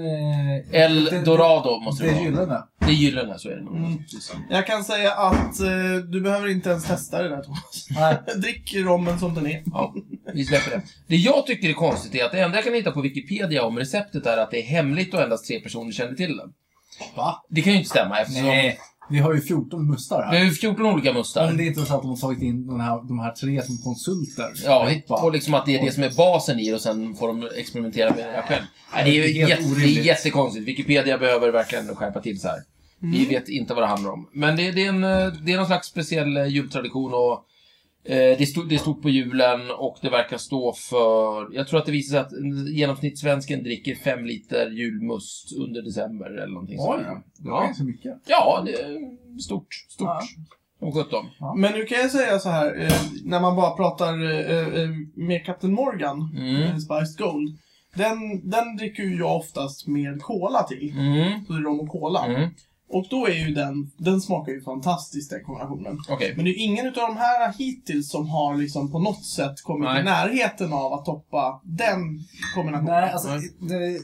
Speaker 3: Eh,
Speaker 2: Eldorado måste
Speaker 3: Det
Speaker 2: det
Speaker 3: är
Speaker 2: vara.
Speaker 3: gyllene.
Speaker 2: Det är gyllene, så är det nog.
Speaker 1: Mm. Jag kan säga att eh, du behöver inte ens testa det där Thomas.
Speaker 3: Nej.
Speaker 1: Drick rommen som den är.
Speaker 2: Ja, vi släpper det. Det jag tycker är konstigt är att det enda jag kan hitta på Wikipedia om receptet är att det är hemligt och endast tre personer känner till det.
Speaker 3: Va?
Speaker 2: Det kan ju inte stämma eftersom
Speaker 3: Nej. Vi har ju 14 mustar
Speaker 2: det är
Speaker 3: här.
Speaker 2: ju 14 olika mustar.
Speaker 3: Om det inte är så att de har tagit in den här, de här tre som konsulter.
Speaker 2: Ja,
Speaker 3: allihopa.
Speaker 2: och liksom att det är det som är basen i det och sen får de experimentera med det här själv. Nej, det är
Speaker 3: Det är
Speaker 2: ju
Speaker 3: helt
Speaker 2: jätte, det är
Speaker 3: orimligt.
Speaker 2: jättekonstigt. Wikipedia behöver verkligen skärpa till så här. Vi vet inte vad det handlar om. Men det, det, är, en, eh, det är någon slags speciell eh, jultradition och eh, det, stod, det stod på julen och det verkar stå för... Jag tror att det visar sig att en genomsnittssvensken dricker fem liter julmust under december eller någonting sånt.
Speaker 3: Oj,
Speaker 2: där.
Speaker 3: det var
Speaker 2: Ja,
Speaker 3: ganska mycket.
Speaker 2: ja det är stort. Stort. Som sjutton.
Speaker 1: Men nu kan jag säga så här, eh, när man bara pratar eh, eh, med Captain Morgan,
Speaker 2: Mm.
Speaker 1: eh, Spiced Gold. Den, den dricker ju jag oftast med cola till.
Speaker 2: Mm.
Speaker 1: Så det är rom och cola.
Speaker 2: Mm.
Speaker 1: Och då är ju den, den smakar ju fantastiskt den kombinationen.
Speaker 2: Okej.
Speaker 1: Men det är ju ingen utav de här hittills som har liksom på något sätt kommit
Speaker 2: Nej.
Speaker 1: i närheten av att toppa den kombinationen.
Speaker 3: Nej, alltså, det,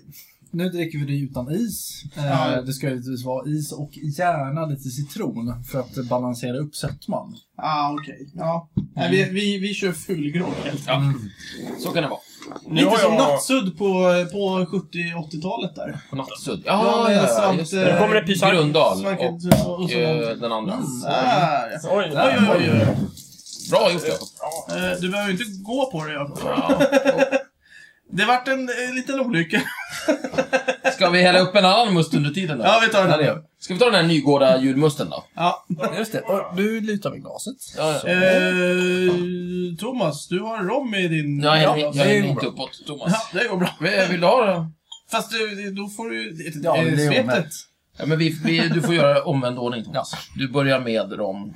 Speaker 3: nu dricker vi det utan is. Eh,
Speaker 1: Ja.
Speaker 3: Det ska givetvis vara is och gärna lite citron för att balansera upp sötman.
Speaker 1: Ah, okej. Ja. Nej, vi, vi, vi kör fulgrogg helt enkelt.
Speaker 2: Ja.
Speaker 3: Mm.
Speaker 2: Så kan det vara.
Speaker 4: Nu
Speaker 1: Lite
Speaker 4: har
Speaker 1: som
Speaker 4: jag...
Speaker 1: nattsudd på, på 70-80-talet där.
Speaker 2: På nattsudd.
Speaker 1: Ja,
Speaker 2: Ja,
Speaker 1: men
Speaker 2: ja, ja,
Speaker 1: samt,
Speaker 2: just
Speaker 1: eh,
Speaker 2: det.
Speaker 1: Nu kommer
Speaker 4: det pysa.
Speaker 2: Grundal
Speaker 1: Smakar
Speaker 2: och,
Speaker 1: inte så- och så
Speaker 2: eh, den andra.
Speaker 1: Där, ja.
Speaker 4: Oj,
Speaker 1: Oj, oj, oj. oj.
Speaker 2: Bra gjort, Jakob.
Speaker 1: Eh, Du behöver inte gå på det. Jag.
Speaker 2: Ja.
Speaker 1: Det vart en eh, liten olycka.
Speaker 2: Ska vi hälla upp en annan must under tiden då?
Speaker 1: Ja, vi tar den här.
Speaker 2: Ja, det gör vi. Ska vi ta den här Nygårda julmusten då?
Speaker 1: Ja.
Speaker 3: Just det, och nu lutar vi glaset.
Speaker 2: Ja, ja.
Speaker 1: Eh, Thomas, du har rom i din...
Speaker 2: Jag häller
Speaker 1: ja,
Speaker 2: jag häller
Speaker 3: det går
Speaker 2: inte
Speaker 3: bra.
Speaker 2: uppåt,
Speaker 1: ja,
Speaker 2: Thomas.
Speaker 1: det går bra.
Speaker 2: Vi- Vill du ha det?
Speaker 1: Fast du, då får du...
Speaker 3: Ja,
Speaker 1: eh,
Speaker 3: det är
Speaker 1: svetet.
Speaker 3: omvänt.
Speaker 2: Ja, men vi, vi, du får göra omvänd ordning, Thomas. Du börjar med rom.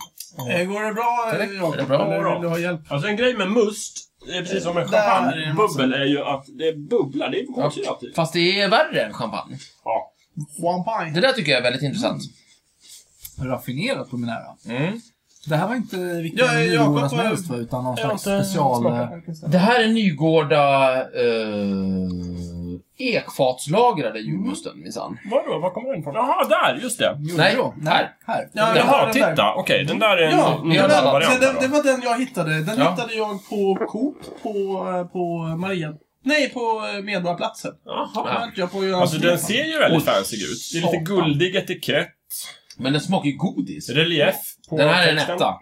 Speaker 1: Eh, Går det bra, eh, Jakob?
Speaker 2: Är det bra?
Speaker 1: Eller vill du ha hjälp?
Speaker 4: Alltså en grej med must, det är precis som med
Speaker 1: Där
Speaker 4: champagne,
Speaker 1: är det massa-
Speaker 4: bubbel, är ju att det bubblar. Det är kolsyra typ.
Speaker 2: Fast det är värre än champagne.
Speaker 4: Ja.
Speaker 1: Champagne.
Speaker 2: Det där tycker jag är väldigt intressant.
Speaker 3: Raffinerat på min ära.
Speaker 2: Mm.
Speaker 3: Det här var inte vilken
Speaker 1: Ja, jag-
Speaker 3: julgårda
Speaker 1: jag-
Speaker 3: som helst va, utan någon
Speaker 4: jag har
Speaker 3: slags
Speaker 4: inte
Speaker 3: special... eh,
Speaker 4: smakat.
Speaker 2: Det här är Nygårda eh, ekfatslagrade julmusten, minsann.
Speaker 4: Vadå? Var kommer den ifrån? Jaha, där! Just det.
Speaker 3: Jo,
Speaker 2: Nej,
Speaker 3: då.
Speaker 2: här.
Speaker 3: här.
Speaker 1: Ja, jag har
Speaker 4: Jaha,
Speaker 1: den
Speaker 4: titta!
Speaker 1: där.
Speaker 4: Okej, den där är en
Speaker 1: Ja,
Speaker 4: ny
Speaker 2: jag har den.
Speaker 4: variant.
Speaker 1: Så den,
Speaker 4: då.
Speaker 1: det var den jag hittade. Den
Speaker 2: Ja.
Speaker 1: hittade jag på Coop på, eh, på Maria... Nej, på eh, Medborgarplatsen.
Speaker 4: Jaha.
Speaker 1: Den hittade jag på Göran
Speaker 4: Alltså den
Speaker 1: Stefan.
Speaker 4: ser ju väldigt fancy ut. Det är lite
Speaker 2: Satan.
Speaker 4: guldig etikett,
Speaker 2: Men den smakar ju godis.
Speaker 4: relief på
Speaker 2: Den här är en
Speaker 4: texten.
Speaker 2: etta.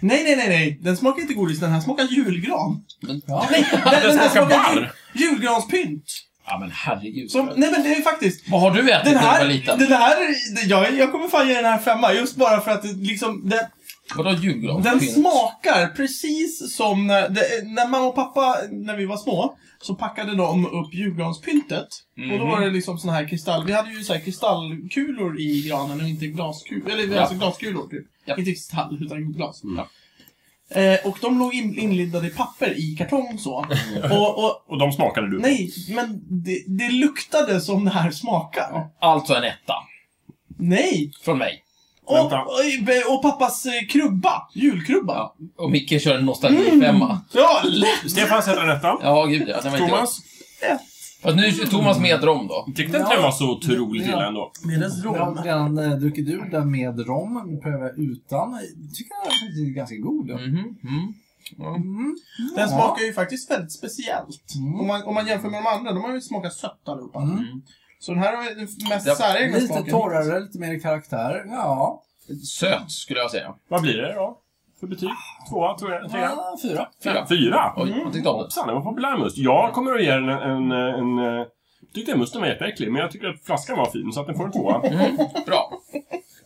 Speaker 1: Nej, nej, nej, nej. Den smakar inte godis. Den här smakar julgran.
Speaker 3: Ja.
Speaker 1: Nej, den, den, här
Speaker 4: smakar
Speaker 1: smakar
Speaker 4: barr.
Speaker 1: ju- julgranspynt.
Speaker 2: Ja men herregud.
Speaker 1: Som, nej, men det är faktiskt...
Speaker 2: Vad har du ätit
Speaker 1: Den
Speaker 2: när du
Speaker 1: här,
Speaker 2: var liten?
Speaker 1: den här, det- jag, jag kommer fan ge den här femma just bara för att det, liksom, den,
Speaker 2: Vadå julgran?
Speaker 1: den
Speaker 2: Pynt.
Speaker 1: smakar precis som när, det, när mamma och pappa, när vi var små, så packade de upp julgranspyntet. Och då var det liksom sån här kristall, vi hade ju så här kristallkulor i granen och inte glaskulor, eller
Speaker 2: Ja.
Speaker 1: alltså glaskulor typ.
Speaker 2: Ja. Mm.
Speaker 1: Inte kristall, utan glas.
Speaker 4: Ja.
Speaker 1: Eh, och de låg in, inlindade i papper i kartong så. och, och,
Speaker 4: Och de smakade du på.
Speaker 1: nej, men det, det luktade som det här smakar.
Speaker 2: Alltså en etta.
Speaker 1: Nej!
Speaker 2: Från mig.
Speaker 1: Och,
Speaker 4: Vänta.
Speaker 1: och, och pappas eh, krubba. Julkrubba.
Speaker 2: Ja. Och Micke
Speaker 4: Mm.
Speaker 2: kör en nostalgifemma.
Speaker 1: Ja, lätt!
Speaker 4: Stefan sätter en etta.
Speaker 2: Ja, gud ja. Den var inte
Speaker 4: Thomas?
Speaker 1: Ett.
Speaker 2: Fast nu är Thomas med rom då.
Speaker 4: Tyckte inte den var så otroligt
Speaker 3: Ja.
Speaker 4: illa ändå.
Speaker 1: Medans
Speaker 3: Jag har
Speaker 1: rom...
Speaker 3: redan eh, druckit ur den med rom, nu prövar jag utan. Jag Tycker jag faktiskt är ganska god.
Speaker 2: Mhm, mm.
Speaker 3: Mm.
Speaker 1: Den
Speaker 3: Ja.
Speaker 1: smakar ju faktiskt väldigt speciellt.
Speaker 3: Mm.
Speaker 1: Om, man, om man jämför med de andra, de har ju smakat sött allihopa.
Speaker 3: Mm.
Speaker 1: Så den här har ju den mest
Speaker 2: Ja,
Speaker 1: säregna
Speaker 3: Lite
Speaker 1: smaken.
Speaker 3: torrare, lite mer karaktär. Ja.
Speaker 2: Söt, skulle jag säga.
Speaker 4: Vad blir det då? För betyg? Tvåa, trea? trea?
Speaker 3: ja fyra.
Speaker 2: Fyra.
Speaker 4: Fyra?
Speaker 2: Oj, jag tyckte om det.
Speaker 4: Hoppsan, den var populär must. Jag kommer att ge den en... en, en, eh, tyckte musten var jätteäcklig, men jag tycker att flaskan var fin, så att den får en tvåa.
Speaker 2: Mm, bra.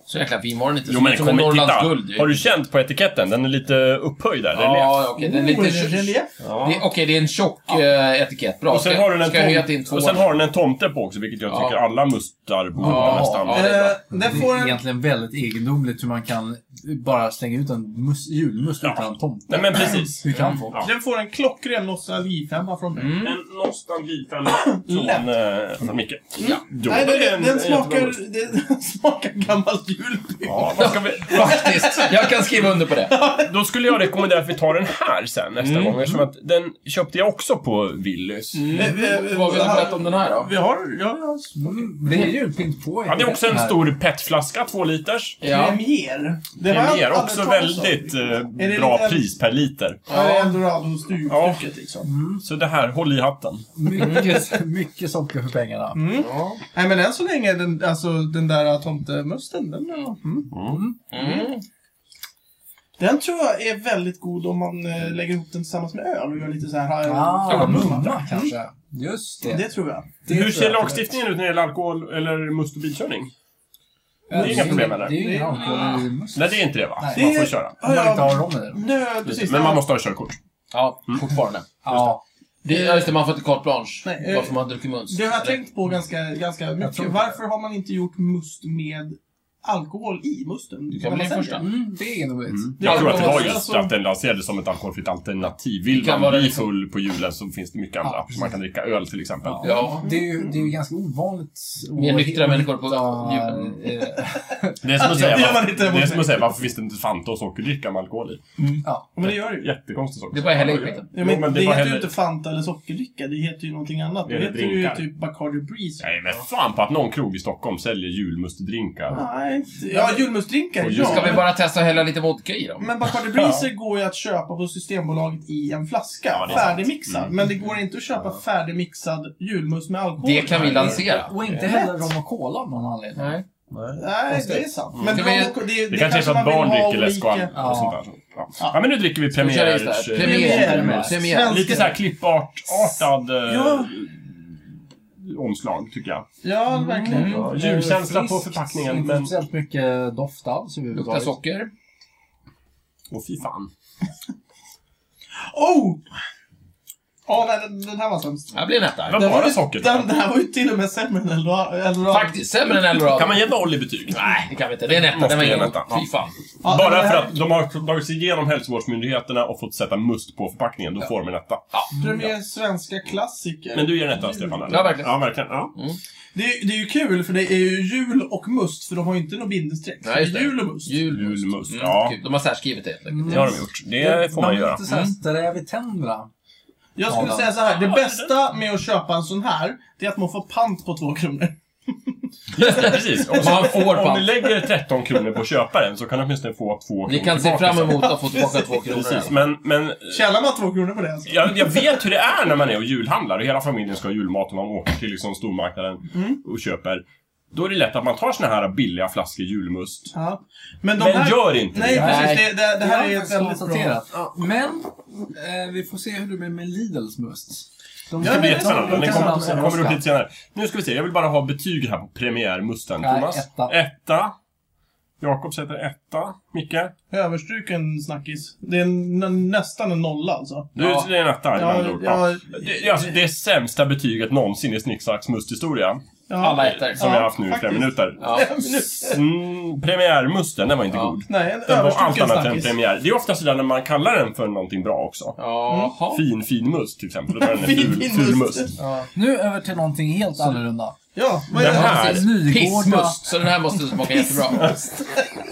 Speaker 2: Så jäkla fin var den inte.
Speaker 4: Jo
Speaker 2: Som-
Speaker 4: men
Speaker 2: som en
Speaker 4: kom igen, titta!
Speaker 2: Norrlands guld ju.
Speaker 4: Har du känt på etiketten? Den är lite upphöjd där.
Speaker 2: Ja, okej. Den är
Speaker 1: Oh,
Speaker 4: Mm.
Speaker 2: lite...
Speaker 1: är det
Speaker 2: tjock-
Speaker 1: relief?
Speaker 4: Ja.
Speaker 2: Det- Okej, det är en tjock eh, etikett. Bra.
Speaker 4: Och sen,
Speaker 2: Ska-
Speaker 4: har den en
Speaker 2: Ska jag höja
Speaker 4: tom-
Speaker 2: till en tvåa?
Speaker 4: och sen har den en tomte på också, vilket jag
Speaker 2: Ja.
Speaker 4: tycker alla mustar borde
Speaker 2: Ja,
Speaker 4: nästan.
Speaker 2: ja.
Speaker 1: Eh,
Speaker 2: det är
Speaker 1: den
Speaker 3: det
Speaker 1: får
Speaker 3: är Mm.
Speaker 1: en...
Speaker 3: egentligen väldigt egendomligt hur man kan bara slänga ut en mus- julmust
Speaker 4: Ja.
Speaker 3: utan tomte.
Speaker 4: Nej men precis.
Speaker 3: Hur kan folk?
Speaker 4: Ja.
Speaker 1: Den får en klockren nostalgifemma från mig.
Speaker 2: Mm.
Speaker 4: En nostalgifemma från eh, från Micke. Ja. Jo,
Speaker 1: Nej,
Speaker 4: det är
Speaker 1: den,
Speaker 4: en-
Speaker 1: den,
Speaker 4: en jättebra must.
Speaker 1: smakar, den smakar gammalt julpynt.
Speaker 4: Ja, vad ska vi...
Speaker 2: Faktiskt. Jag kan skriva under på det.
Speaker 4: Då skulle jag rekommendera att vi tar den här sen nästa
Speaker 2: Mm.
Speaker 4: gång. Eftersom att den köpte jag också på Willys.
Speaker 1: Vi- vi-
Speaker 2: Vad vill du
Speaker 1: har-
Speaker 2: berätta om den här då?
Speaker 1: Vi Eh, har... Ja, ja.
Speaker 3: Mm, det är julpynt på
Speaker 4: Ja, det är också en
Speaker 3: här.
Speaker 4: stor petflaska, två liters.
Speaker 2: Ja.
Speaker 1: Premier. Det har jag
Speaker 4: Premier,
Speaker 1: aldrig
Speaker 4: också
Speaker 1: hört talas om.
Speaker 4: väldigt eh,
Speaker 1: Är det
Speaker 4: bra
Speaker 1: lite-
Speaker 4: pris per liter.
Speaker 1: Ja, det är Eldorado-stuket
Speaker 4: Ja.
Speaker 1: liksom.
Speaker 4: Så det här, håll i hatten. Mm.
Speaker 3: Mycket, mycket socker för pengarna.
Speaker 1: Mm.
Speaker 2: Ja.
Speaker 1: Nej, men än så länge, är den, alltså den där tomtemusten, den, är- mm.
Speaker 2: Mm.
Speaker 1: den tror jag är väldigt god om man eh, lägger ihop den tillsammans med öl och gör lite så här... eh,
Speaker 3: Ah,
Speaker 2: Mm.
Speaker 3: mumma kanske. Just det.
Speaker 1: Det tror jag.
Speaker 3: Det
Speaker 4: Hur
Speaker 3: tror
Speaker 4: ser
Speaker 3: jag.
Speaker 4: lagstiftningen ut när det gäller alkohol eller must och bilkörning?
Speaker 3: Ja,
Speaker 4: det är inga problem med det.
Speaker 3: Det är ju ingen alkohol i must.
Speaker 4: Nej, Mm, det är inte det va?
Speaker 3: Nej.
Speaker 4: Man får köra.
Speaker 1: Har
Speaker 3: Man inte
Speaker 1: jag...
Speaker 3: har rom i det.
Speaker 1: Nej, precis.
Speaker 4: Men man måste ha körkort.
Speaker 2: Ja, fortfarande.
Speaker 3: Ja.
Speaker 2: Det,
Speaker 4: Mm.
Speaker 2: ja, just det, man får inte carte blanche.
Speaker 1: Nej, eh,
Speaker 2: Varför man har druckit muns.
Speaker 1: Det har jag
Speaker 2: Eller-
Speaker 1: tänkt på ganska, ganska
Speaker 3: tror
Speaker 1: mycket.
Speaker 3: inte
Speaker 1: Varför har man inte gjort must med alkohol i musten?
Speaker 2: Du kan
Speaker 1: När man
Speaker 2: bli den
Speaker 1: säljer
Speaker 2: första.
Speaker 1: den?
Speaker 3: Mm, det är egendomligt.
Speaker 4: Jag tror att det var
Speaker 1: alltså-
Speaker 4: just att den lanserades som ett alkoholfritt alternativ. Vill
Speaker 2: Det kan
Speaker 4: man
Speaker 2: vara
Speaker 4: bli
Speaker 2: liksom-
Speaker 4: full på julen så finns det mycket andra.
Speaker 3: Ja, precis.
Speaker 4: man kan dricka öl till exempel.
Speaker 3: Ja.
Speaker 2: Ja.
Speaker 3: Det, är ju, det är ju ganska ovanligt.
Speaker 2: Mer nyktra
Speaker 3: att
Speaker 2: människor på
Speaker 3: hitta,
Speaker 2: julen.
Speaker 3: eh,
Speaker 4: Det är som att
Speaker 1: Det
Speaker 4: säga,
Speaker 1: gör man
Speaker 4: varför,
Speaker 1: inte
Speaker 4: det är
Speaker 1: mot
Speaker 4: som att säga varför finns det inte Fanta och sockerdricka med alkohol i?
Speaker 3: Ja.
Speaker 1: Ja, Men det gör det ju.
Speaker 4: Jättekonstigt socker.
Speaker 2: Det är bara hälla i skiten.
Speaker 1: Ja, men
Speaker 4: Jo, men
Speaker 1: det
Speaker 4: det var
Speaker 1: heter ju
Speaker 4: heller-
Speaker 1: inte Fanta eller sockerdricka, det heter ju någonting annat.
Speaker 4: Är
Speaker 1: Det
Speaker 4: det
Speaker 1: heter ju
Speaker 4: drinkar?
Speaker 1: typ Bacardi Breeze.
Speaker 4: Nej men fan på att någon krog i Stockholm säljer julmustdrinkar.
Speaker 1: Nej, inte- ja julmustdrinkar,
Speaker 4: Och
Speaker 1: ja.
Speaker 2: Ska vi
Speaker 1: men-
Speaker 2: bara testa att hälla lite vodka i dem?
Speaker 1: Men Bacardi Breezer går ju att köpa på Systembolaget i en flaska,
Speaker 4: Ja, det är sant.
Speaker 1: färdigmixad.
Speaker 2: Mm.
Speaker 1: Men det går inte att köpa färdigmixad julmust med alkohol.
Speaker 2: Det kan vi lansera.
Speaker 3: Och inte heller rom och cola av någon anledning.
Speaker 2: Nej.
Speaker 1: Nej, det är sant. Men
Speaker 2: Mm. Det är-
Speaker 1: de- det,
Speaker 4: Det, kanske är så att
Speaker 1: man vill
Speaker 4: barn
Speaker 1: ha
Speaker 4: dricker läsk och,
Speaker 1: olika-
Speaker 4: alkohol och sånt där. Ja.
Speaker 1: Ja.
Speaker 4: ja men nu dricker vi
Speaker 2: Ska vi köra just
Speaker 4: premiär...
Speaker 2: det här?
Speaker 1: Premiär.
Speaker 2: Premiär. Premiär.
Speaker 1: Svensk-
Speaker 4: Lite så här klippartartad eh,
Speaker 1: Ja.
Speaker 4: omslag tycker jag.
Speaker 1: Ja, verkligen.
Speaker 2: Mm.
Speaker 3: Eh,
Speaker 4: Julkänsla på
Speaker 3: friskt,
Speaker 4: förpackningen,
Speaker 3: Inte
Speaker 4: men-
Speaker 3: speciellt mycket doft alls
Speaker 2: Luktar
Speaker 3: överhuvudtaget.
Speaker 2: socker.
Speaker 4: Åh fy fan.
Speaker 1: Oh! Ja, nej, den, den här var sämst.
Speaker 2: Här blir det nätta.
Speaker 4: Vad
Speaker 1: Den
Speaker 4: var
Speaker 1: var
Speaker 4: det
Speaker 1: ju-
Speaker 4: sockret?
Speaker 1: Den, den här var ju till och med sämre än Eldorado. Eldorado.
Speaker 2: typ. Faktiskt, sämre än Eldorado.
Speaker 4: Kan man ge noll i betyg?
Speaker 2: Nej, det kan vi inte. Det är en etta.
Speaker 4: Måste
Speaker 2: Den var
Speaker 4: ge en
Speaker 2: ingen
Speaker 4: etta, ja.
Speaker 2: Fy fan.
Speaker 1: Ja, den
Speaker 4: Bara
Speaker 1: här-
Speaker 4: för att de har tagit sig igenom hälsovårdsmyndigheterna och fått sätta must på förpackningen, då får de en etta.
Speaker 1: Premier svenska klassiker.
Speaker 4: Men du ger en etta, Stefan? eller?
Speaker 2: Ja, verkligen.
Speaker 4: Ja, verkligen. Ja.
Speaker 1: Det, är, det är ju kul, för det är ju jul och must, för de har ju inte något bindestreck.
Speaker 2: Nej,
Speaker 1: Det är
Speaker 2: just det.
Speaker 1: jul och must.
Speaker 2: Julmust.
Speaker 4: Julmust,
Speaker 2: Mm,
Speaker 4: ja. Mm.
Speaker 2: kul. De har särskrivit det helt enkelt.
Speaker 4: Det har de gjort. Det får man
Speaker 3: de är
Speaker 4: göra.
Speaker 3: lite såhär
Speaker 2: Mm.
Speaker 3: sträv i tänderna.
Speaker 1: Jag skulle
Speaker 3: Ja.
Speaker 1: säga så här, det bästa med att köpa en sån här, det är att man får pant på två kronor.
Speaker 4: Ja, Precis. Och
Speaker 2: Man
Speaker 4: så,
Speaker 2: får
Speaker 4: om ni
Speaker 2: fan.
Speaker 4: lägger 13 kronor på köparen så kan ni åtminstone få två kronor
Speaker 2: Ni kan se
Speaker 4: tillbaka
Speaker 2: fram
Speaker 4: sen.
Speaker 2: emot att få tillbaka två kronor.
Speaker 4: Precis, men, men
Speaker 1: Tjänar man två kronor på det alltså?
Speaker 4: jag, jag vet hur det är när man är och julhandlar och hela familjen ska ha julmat och man åker till liksom stormarknaden och köper. Då är det lätt att man tar såna här billiga flaskor julmust.
Speaker 1: Ja. Men de
Speaker 4: Men
Speaker 1: här...
Speaker 4: gör inte
Speaker 1: Nej,
Speaker 4: det.
Speaker 1: precis. Det, det, det här
Speaker 3: har
Speaker 1: är ett
Speaker 3: faktiskt
Speaker 1: väldigt bra...
Speaker 3: konstaterat. Men, eh, vi får se hur det blir med Lidls must. De
Speaker 1: Ja,
Speaker 4: Det blir
Speaker 1: men-
Speaker 4: jättespännande.
Speaker 1: kan
Speaker 4: Den kommer, kommer upp lite senare. Nu ska vi se, jag vill bara ha betyg här på premiärmusten.
Speaker 3: Nej,
Speaker 4: Thomas?
Speaker 3: etta.
Speaker 4: Etta. Jakob sätter etta. Micke?
Speaker 1: Överstruken snackis. Det är nä- nästan en nolla alltså.
Speaker 4: Du,
Speaker 2: Ja.
Speaker 4: det är en etta med andra ord. Ja.
Speaker 1: ja,
Speaker 4: Det, alltså, det är sämsta betyget någonsin i Snicksacks musthistoria.
Speaker 1: ja.
Speaker 2: Alla ettor.
Speaker 4: Som
Speaker 1: Ja,
Speaker 4: vi har haft nu i flera
Speaker 1: faktiskt.
Speaker 4: minuter.
Speaker 2: Ja.
Speaker 4: Mm, premiärmusten, den var inte
Speaker 2: Ja.
Speaker 4: god.
Speaker 1: Nej, en
Speaker 4: Den var allt
Speaker 1: överstruken
Speaker 4: annat än
Speaker 1: snackis.
Speaker 4: premiär. Det är ofta sådär när man kallar den för någonting bra också.
Speaker 2: Jaha.
Speaker 4: Mm. Fin, fin must till exempel. Då var den en
Speaker 1: Fin,
Speaker 4: ful,
Speaker 1: fin
Speaker 4: ful
Speaker 1: must.
Speaker 4: must.
Speaker 3: Nu över till någonting helt annorlunda.
Speaker 1: Ja, vad är
Speaker 4: Den
Speaker 1: det här?
Speaker 4: här.
Speaker 2: Precis.
Speaker 3: Nygårda.
Speaker 2: Pissmust, så den här måste smaka jättebra.
Speaker 4: Nej,